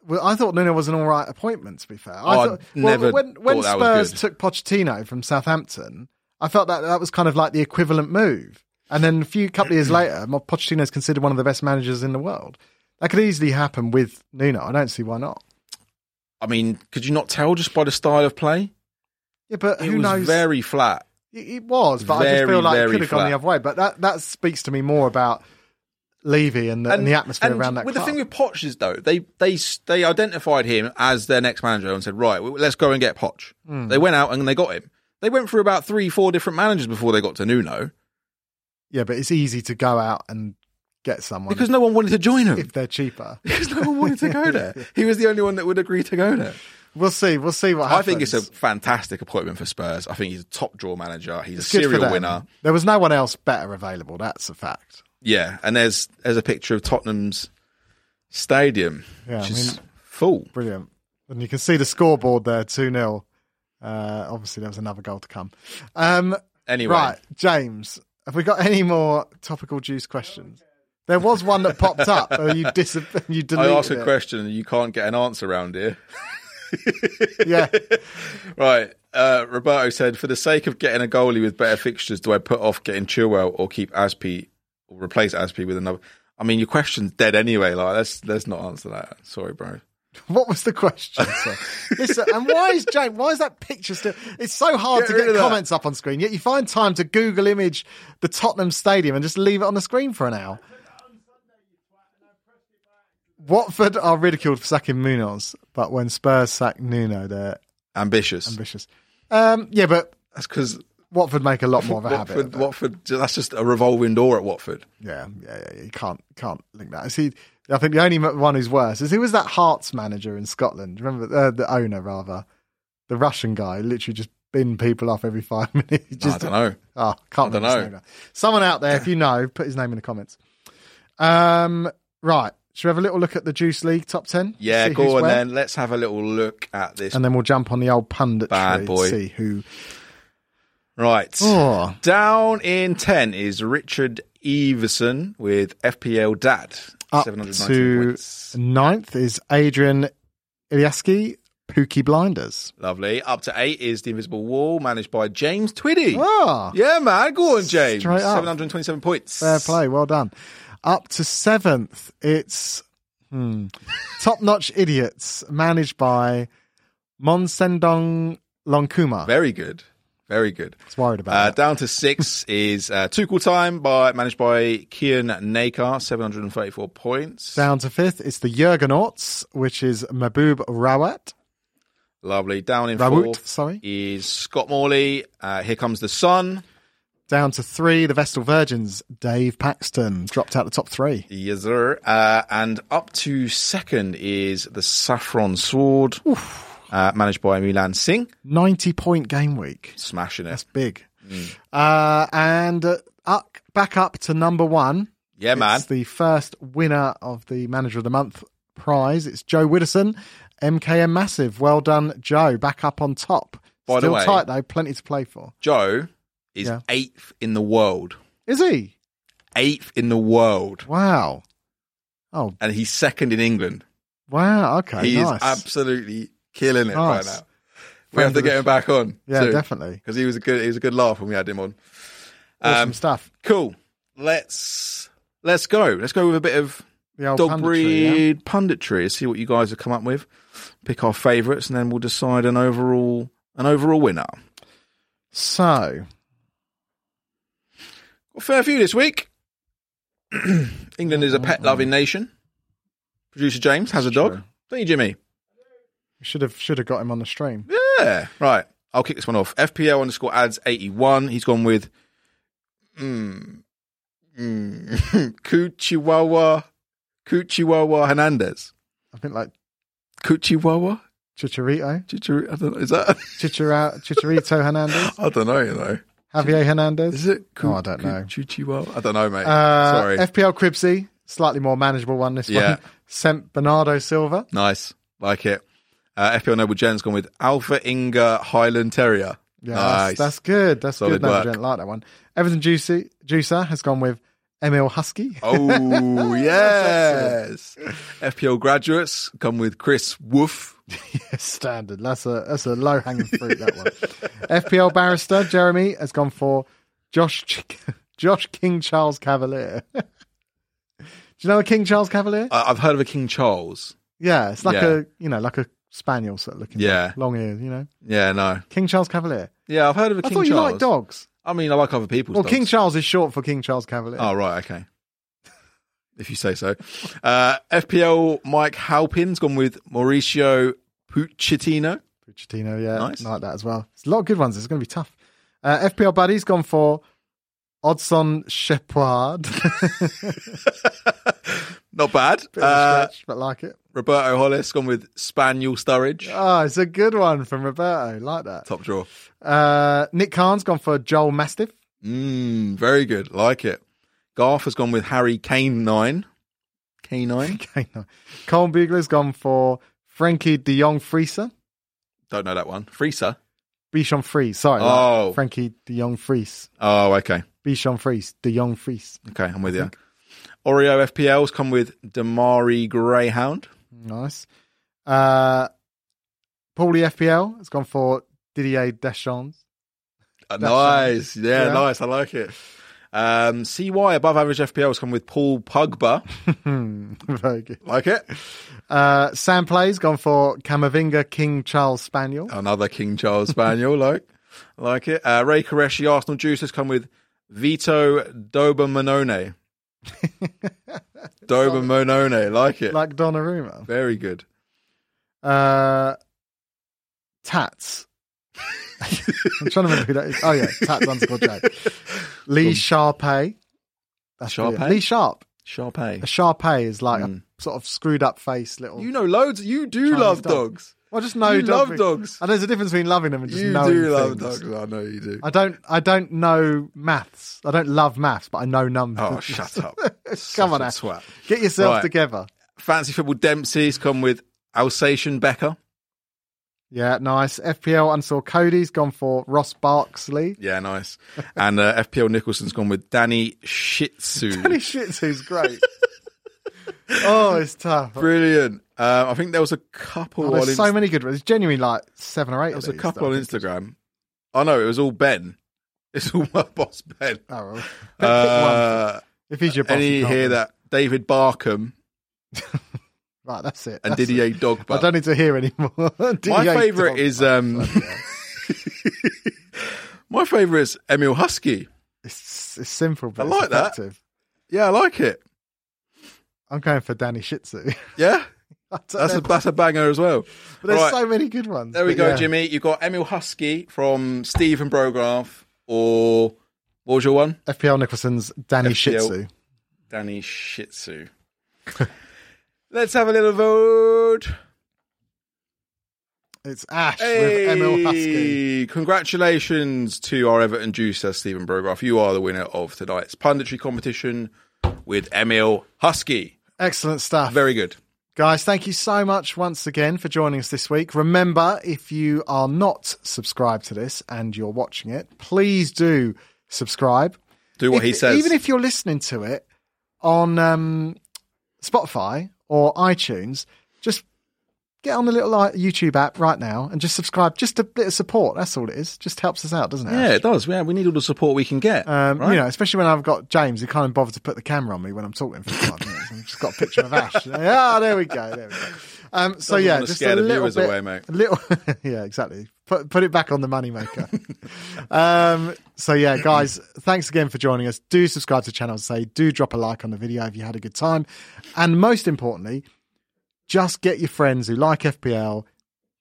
Speaker 2: Well, I thought Nuno was an all right appointment. To be fair, I
Speaker 1: Oh, I
Speaker 2: thought,
Speaker 1: never
Speaker 2: when, when
Speaker 1: thought that was
Speaker 2: Spurs
Speaker 1: good.
Speaker 2: took Pochettino from Southampton, I felt that that was kind of like the equivalent move. And then a few couple of years later, Mo- Pochettino is considered one of the best managers in the world. That could easily happen with Nuno. I don't see why not.
Speaker 1: I mean, could you not tell just by the style of play?
Speaker 2: Yeah, but
Speaker 1: It
Speaker 2: who
Speaker 1: was
Speaker 2: knows?
Speaker 1: very flat.
Speaker 2: It it was, but I just
Speaker 1: Very,
Speaker 2: feel like it
Speaker 1: very
Speaker 2: could have gone
Speaker 1: flat.
Speaker 2: the other way. But that that speaks to me more about Levy and the, and, the atmosphere
Speaker 1: and
Speaker 2: around that.
Speaker 1: With
Speaker 2: club.
Speaker 1: the thing with Poch is though, they they they identified him as their next manager and said, right, well, let's go and get Poch.
Speaker 2: Hmm.
Speaker 1: They went out and they got him. They went through about three, four different managers before they got to Nuno
Speaker 2: yeah, but it's easy to go out and get someone
Speaker 1: because no one wanted to join him.
Speaker 2: if they're cheaper.
Speaker 1: Because no one wanted to go there. He was the only one that would agree to go there.
Speaker 2: We'll see. We'll see what happens.
Speaker 1: I think it's a fantastic appointment for Spurs. I think he's a top draw manager. He's
Speaker 2: It's
Speaker 1: a
Speaker 2: good for
Speaker 1: serial
Speaker 2: them.
Speaker 1: winner.
Speaker 2: There was no one else better available. That's a fact.
Speaker 1: Yeah, and there's there's a picture of Tottenham's stadium,
Speaker 2: Yeah,
Speaker 1: which
Speaker 2: I
Speaker 1: is
Speaker 2: mean-
Speaker 1: full.
Speaker 2: Brilliant. And you can see the scoreboard there, 2 0. Uh, obviously, there was another goal to come. Um,
Speaker 1: Anyway,
Speaker 2: Right, James, have we got any more topical juice questions? There was one that popped up. and you, dis- you
Speaker 1: I
Speaker 2: deleted
Speaker 1: asked a
Speaker 2: it.
Speaker 1: question and you can't get an answer around here.
Speaker 2: Yeah.
Speaker 1: Right. Uh, Roberto said, for the sake of getting a goalie with better fixtures, do I put off getting Chilwell or keep Aspi or replace Aspi with another? I mean, your question's dead anyway. Like, let's let's not answer that. Sorry, bro.
Speaker 2: What was the question? sir? Listen, and why is James? Why is that picture still? It's so hard
Speaker 1: Get
Speaker 2: to
Speaker 1: rid of
Speaker 2: get
Speaker 1: that.
Speaker 2: comments up on screen. Yet you find time to Google image the Tottenham Stadium and just leave it on the screen for an hour. Watford are ridiculed for sacking Munoz, but when Spurs sack Nuno, they're
Speaker 1: Ambitious.
Speaker 2: ambitious. Um, yeah, but
Speaker 1: that's because
Speaker 2: Watford make a lot more of a habit.
Speaker 1: Watford,
Speaker 2: of it.
Speaker 1: Watford, that's just a revolving door at Watford.
Speaker 2: Yeah, yeah, yeah, yeah. You can't can't link that. See, I think the only m- one who's worse is who was that Hearts manager in Scotland? Remember uh, the owner rather, the Russian guy, literally just bin people off every five minutes. Just,
Speaker 1: I don't know.
Speaker 2: Oh, can't
Speaker 1: I don't
Speaker 2: remember his
Speaker 1: know.
Speaker 2: name now. Someone out there, if you know, put his name in the comments. Um, right. Should we have a little look at the Juice League top ten?
Speaker 1: Yeah,
Speaker 2: See who's
Speaker 1: go on
Speaker 2: where?
Speaker 1: then. Let's have a little look at this.
Speaker 2: And then we'll jump on the old punditry
Speaker 1: Bad boy.
Speaker 2: and see who.
Speaker 1: right.
Speaker 2: Oh,
Speaker 1: Down in 10 is Richard Everson with FPL Dad.
Speaker 2: up
Speaker 1: 719
Speaker 2: to
Speaker 1: points.
Speaker 2: ninth is Adrian Ilyaski, Pookie Blinders.
Speaker 1: Lovely. Up to eight is The Invisible Wall, managed by James Twiddy.
Speaker 2: Ah,
Speaker 1: Yeah, man. Go on, James.
Speaker 2: Straight up. Uh,
Speaker 1: 727 points.
Speaker 2: fair play. Well done. Up to seventh, it's hmm, Top Notch Idiots, managed by Monsendong Lonkuma. I
Speaker 1: Very good. Very good.
Speaker 2: was worried about
Speaker 1: Uh,
Speaker 2: that.
Speaker 1: down to six is uh, Tuchel Time, by managed by Kian Nakar, 734 points.
Speaker 2: Down to fifth, it's the Jurgenauts, which is Mabub Rawat.
Speaker 1: Lovely. Down in
Speaker 2: Rawut,
Speaker 1: fourth
Speaker 2: sorry.
Speaker 1: is Scott Morley. Uh, Here Comes the Sun.
Speaker 2: Down to three, the Vestal Virgins, Dave Paxton, dropped out the top three.
Speaker 1: Yes, sir. Uh, and up to second is The Saffron Sword, uh, managed by Milan Singh.
Speaker 2: 90 point game week.
Speaker 1: Smashing it.
Speaker 2: That's big.
Speaker 1: Mm.
Speaker 2: Uh, and uh, up, back up to number one.
Speaker 1: yeah, man.
Speaker 2: It's the first winner of the Manager of the Month prize. It's Joe Widdowson, MKM Massive. Well done, Joe. Back up on top.
Speaker 1: By the
Speaker 2: Still
Speaker 1: way-
Speaker 2: tight, though. Plenty to play for.
Speaker 1: Joe is
Speaker 2: Yeah.
Speaker 1: eighth in the world.
Speaker 2: Is he?
Speaker 1: Eighth in the world.
Speaker 2: Wow. Oh,
Speaker 1: And he's second in England.
Speaker 2: wow. Okay.
Speaker 1: he
Speaker 2: nice.
Speaker 1: is absolutely killing it
Speaker 2: Nice.
Speaker 1: right now. We have
Speaker 2: Friend
Speaker 1: to
Speaker 2: of the
Speaker 1: get him back on.
Speaker 2: yeah, definitely.
Speaker 1: Because he was a good he was a good laugh when we had him on.
Speaker 2: Awesome
Speaker 1: Um,
Speaker 2: stuff.
Speaker 1: Cool. Let's let's go. Let's go with a bit of
Speaker 2: The old
Speaker 1: dog
Speaker 2: Oh, punditry, yeah.
Speaker 1: breed punditry. See what you guys have come up with. Pick our favourites and then we'll decide an overall an overall winner.
Speaker 2: So,
Speaker 1: Well, fair few this week. England
Speaker 2: Oh,
Speaker 1: is a pet loving nation. Producer James has a dog. Don't you, Jimmy?
Speaker 2: Should have should have got him on the stream.
Speaker 1: Yeah. Right. I'll kick this one off. FPL underscore ads 81. He's gone with mm, mm, Kuchiwawa, Kuchiwawa Hernandez.
Speaker 2: I think like
Speaker 1: Kuchiwawa?
Speaker 2: Chicharito,
Speaker 1: Chichir- I don't know. Is that?
Speaker 2: Chichara, Chicharito Hernandez,
Speaker 1: I don't know, you know.
Speaker 2: Javier
Speaker 1: Is
Speaker 2: Hernandez.
Speaker 1: it?
Speaker 2: Oh, I don't know.
Speaker 1: Kuchiwawa? I don't know, mate.
Speaker 2: Uh,
Speaker 1: Sorry.
Speaker 2: FPL Cribsy, slightly more manageable one. This
Speaker 1: Yeah.
Speaker 2: one sent Bernardo Silva.
Speaker 1: nice. Like it. Uh, FPL Noble Jen's gone with Alpha Inga Highland Terrier.
Speaker 2: Yeah,
Speaker 1: nice.
Speaker 2: that's, that's good. That's
Speaker 1: Solid
Speaker 2: good. No, I
Speaker 1: work.
Speaker 2: don't like that one. Everton Juicy Juicer has gone with Emil Husky.
Speaker 1: Oh yes, FPL graduates come with Chris Woof.
Speaker 2: Standard. That's a that's a low hanging fruit. That one. FPL barrister Jeremy has gone for Josh Ch- Josh King Charles Cavalier. Do you know a King Charles Cavalier?
Speaker 1: I I've heard of a King Charles.
Speaker 2: yeah, it's like
Speaker 1: Uh, yeah.
Speaker 2: a you know like a spaniel sort of looking.
Speaker 1: Yeah.
Speaker 2: dog. long ears. You know,
Speaker 1: Yeah, no,
Speaker 2: King Charles Cavalier.
Speaker 1: yeah, I've heard of a
Speaker 2: I
Speaker 1: King
Speaker 2: thought you
Speaker 1: Charles.
Speaker 2: liked dogs.
Speaker 1: I mean, I like other people's.
Speaker 2: Well,
Speaker 1: dogs.
Speaker 2: King Charles is short for King Charles Cavalier.
Speaker 1: Oh right, okay. if you say so. Uh, FPL Mike Halpin's gone with Mauricio Puchettino.
Speaker 2: Pochettino, yeah,
Speaker 1: Nice.
Speaker 2: I like that as well. There's a lot of good ones. It's going to be tough. Uh, FPL buddy's gone for Odson Shepard.
Speaker 1: Not bad.
Speaker 2: uh,
Speaker 1: Uh,
Speaker 2: stretch, but like it.
Speaker 1: Roberto Hollis gone with Spaniel Sturridge.
Speaker 2: Oh, it's a good one from Roberto. Like that.
Speaker 1: Top draw.
Speaker 2: Uh, Nick Khan's gone for Joel Mastiff.
Speaker 1: Mm, very good. Like it. Garth has gone with Harry Kane nine. K nine.
Speaker 2: Okay, no. Colin Bugler's gone for Frankie de Jong Friesa.
Speaker 1: Don't know that one. Freezer.
Speaker 2: Bichon Fries, sorry. like
Speaker 1: Oh.
Speaker 2: Frankie de Jong Fries.
Speaker 1: Oh, okay.
Speaker 2: Bichon Fries. De Jong Fries.
Speaker 1: Okay, I'm with you. Oreo FPLs come with Damari Greyhound.
Speaker 2: Nice. Uh, Paulie FPL has gone for Didier Deschamps.
Speaker 1: Uh,
Speaker 2: That's
Speaker 1: nice. Yeah,
Speaker 2: Yeah.
Speaker 1: nice. I like it. Um, CY above average FPLs come with Paul Pugba.
Speaker 2: Hmm, very good.
Speaker 1: Like it.
Speaker 2: Uh, Sam Play's gone for Camavinga King Charles Spaniel.
Speaker 1: Another King Charles Spaniel. like like it. Uh, Ray Koreshi Arsenal Juice has come with Vito Dobermanone. Dobermanone. Like it.
Speaker 2: Like Donnarumma.
Speaker 1: Very good.
Speaker 2: Uh, Tats. I'm trying to remember who that is. Oh, yeah. Tats underscore J. Lee Sharpay. That's brilliant.
Speaker 1: Sharpay?
Speaker 2: Lee Sharp.
Speaker 1: Sharpay.
Speaker 2: A Sharpay is like a sort of screwed up face little.
Speaker 1: You know loads. You do
Speaker 2: Chinese
Speaker 1: love
Speaker 2: dog.
Speaker 1: dogs.
Speaker 2: well, I just know
Speaker 1: you love
Speaker 2: things.
Speaker 1: dogs.
Speaker 2: And there's a difference between loving them and just
Speaker 1: You
Speaker 2: knowing
Speaker 1: do love
Speaker 2: things.
Speaker 1: dogs. I know you do.
Speaker 2: I don't. I don't know maths. I don't love maths, but I know numbers.
Speaker 1: Oh, shut up.
Speaker 2: Come on,
Speaker 1: Such a
Speaker 2: Ash.
Speaker 1: swat.
Speaker 2: Get yourself
Speaker 1: Right.
Speaker 2: together.
Speaker 1: Fancy football Dempsey's come with Alsatian Becker.
Speaker 2: Yeah, nice. FPL unsaw Cody's gone for Ross Barksley.
Speaker 1: Yeah, nice. And uh, FPL Nicholson's gone with Danny Shitsu.
Speaker 2: Holy shit, who's great. oh, it's tough.
Speaker 1: Brilliant. Um, I think there was a couple
Speaker 2: Oh,
Speaker 1: on
Speaker 2: there's
Speaker 1: Inst-
Speaker 2: so many good ones. There's genuinely like seven or eight.
Speaker 1: there was
Speaker 2: of
Speaker 1: a
Speaker 2: these
Speaker 1: couple
Speaker 2: that
Speaker 1: on
Speaker 2: I think-
Speaker 1: Instagram. Oh no, it was all Ben. It's all my boss Ben.
Speaker 2: Oh, well. Pick- pick one.
Speaker 1: Uh,
Speaker 2: if he's your boss, you
Speaker 1: any
Speaker 2: can't
Speaker 1: hear
Speaker 2: lose.
Speaker 1: that? David Barkham
Speaker 2: Right, that's it.
Speaker 1: and
Speaker 2: that's it.
Speaker 1: Didier Dogba.
Speaker 2: I don't need to hear anymore.
Speaker 1: My favourite is
Speaker 2: Oh,
Speaker 1: um, my favourite is Emil Husky.
Speaker 2: It's, it's simple, but
Speaker 1: uh, I
Speaker 2: it's
Speaker 1: like that.
Speaker 2: effective.
Speaker 1: Yeah, I like it.
Speaker 2: I'm going for Danny Shitsu.
Speaker 1: Yeah,
Speaker 2: I don't
Speaker 1: that's
Speaker 2: know,
Speaker 1: a that's a banger as well.
Speaker 2: but there's
Speaker 1: right.
Speaker 2: so many good ones.
Speaker 1: There we
Speaker 2: But
Speaker 1: go,
Speaker 2: yeah.
Speaker 1: Jimmy. You've got Emil Husky from Stephen Brograff, or what was your one?
Speaker 2: FPL Nicholson's Danny
Speaker 1: FPL.
Speaker 2: Shitsu.
Speaker 1: Danny Shitsu. Let's have a little vote.
Speaker 2: It's Ash with Emil Husky.
Speaker 1: Hey, congratulations to our Everton juicer, Stephen Brograff. You are the winner of tonight's punditry competition with Emil Husky.
Speaker 2: Excellent stuff.
Speaker 1: Very good.
Speaker 2: Guys, thank you so much once again for joining us this week. Remember, if you are not subscribed to this and you're watching it, please do subscribe.
Speaker 1: Do what
Speaker 2: If-
Speaker 1: he says.
Speaker 2: Even if you're listening to it on um, Spotify or iTunes, just get on the little like, YouTube app right now and just subscribe. Just a bit of support. That's all it is. Just helps us out, doesn't it?
Speaker 1: yeah, it does. Yeah, we need all the support we can get.
Speaker 2: Um,
Speaker 1: right?
Speaker 2: You know, especially when I've got James, who can't even bother to put the camera on me when I'm talking for five minutes. I've just got a picture of Ash. Ah, there we go. There we go. Um, so
Speaker 1: Doesn't
Speaker 2: yeah,
Speaker 1: wanna
Speaker 2: just
Speaker 1: scare
Speaker 2: a
Speaker 1: the
Speaker 2: little
Speaker 1: viewers
Speaker 2: bit-
Speaker 1: away, mate.
Speaker 2: a little, yeah, exactly. put, put it back on the moneymaker. um, so yeah, guys, thanks again for joining us. Do subscribe to the channel. Say, do drop a like on the video if you had a good time, and most importantly, just get your friends who like FPL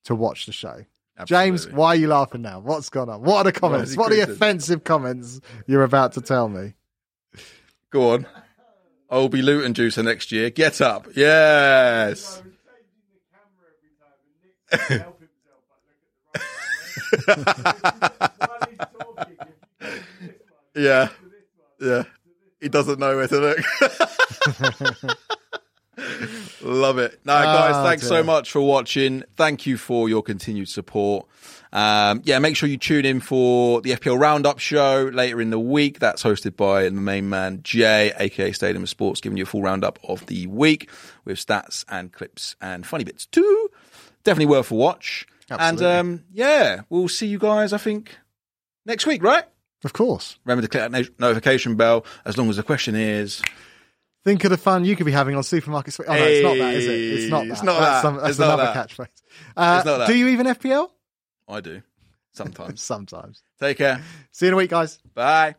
Speaker 2: to watch the show. James,
Speaker 1: Absolutely.
Speaker 2: why are you laughing now? What's gone on? What are the comments?
Speaker 1: he
Speaker 2: What are the
Speaker 1: created?
Speaker 2: offensive comments you're about to tell me?
Speaker 1: Go on. I'll be Luton Juicer next year. Get up. Yes. yeah. Yeah. He doesn't know where to look. Love it. No, guys,
Speaker 2: Ah,
Speaker 1: thanks
Speaker 2: dear.
Speaker 1: so much for watching. Thank you for your continued support. Um, yeah, make sure you tune in for the FPL Roundup show later in the week. That's hosted by the main man, Jay, aka Stadium Sports, giving you a full roundup of the week with stats and clips and funny bits too. Definitely worth a watch.
Speaker 2: Absolutely.
Speaker 1: And um, yeah, we'll see you guys, I think, next week, right?
Speaker 2: Of course.
Speaker 1: Remember to click that no- notification bell as long as the question is.
Speaker 2: Think of the fun you could be having on supermarket. Sweep. Oh no, it's not that, is it? It's not
Speaker 1: Hey,
Speaker 2: that.
Speaker 1: it's not
Speaker 2: that's
Speaker 1: that.
Speaker 2: some- that's
Speaker 1: It's not
Speaker 2: another
Speaker 1: that.
Speaker 2: catchphrase. Uh,
Speaker 1: It's not that.
Speaker 2: Do you even FPL?
Speaker 1: I do. Sometimes.
Speaker 2: Sometimes.
Speaker 1: Take care.
Speaker 2: See you in a week, guys.
Speaker 1: Bye.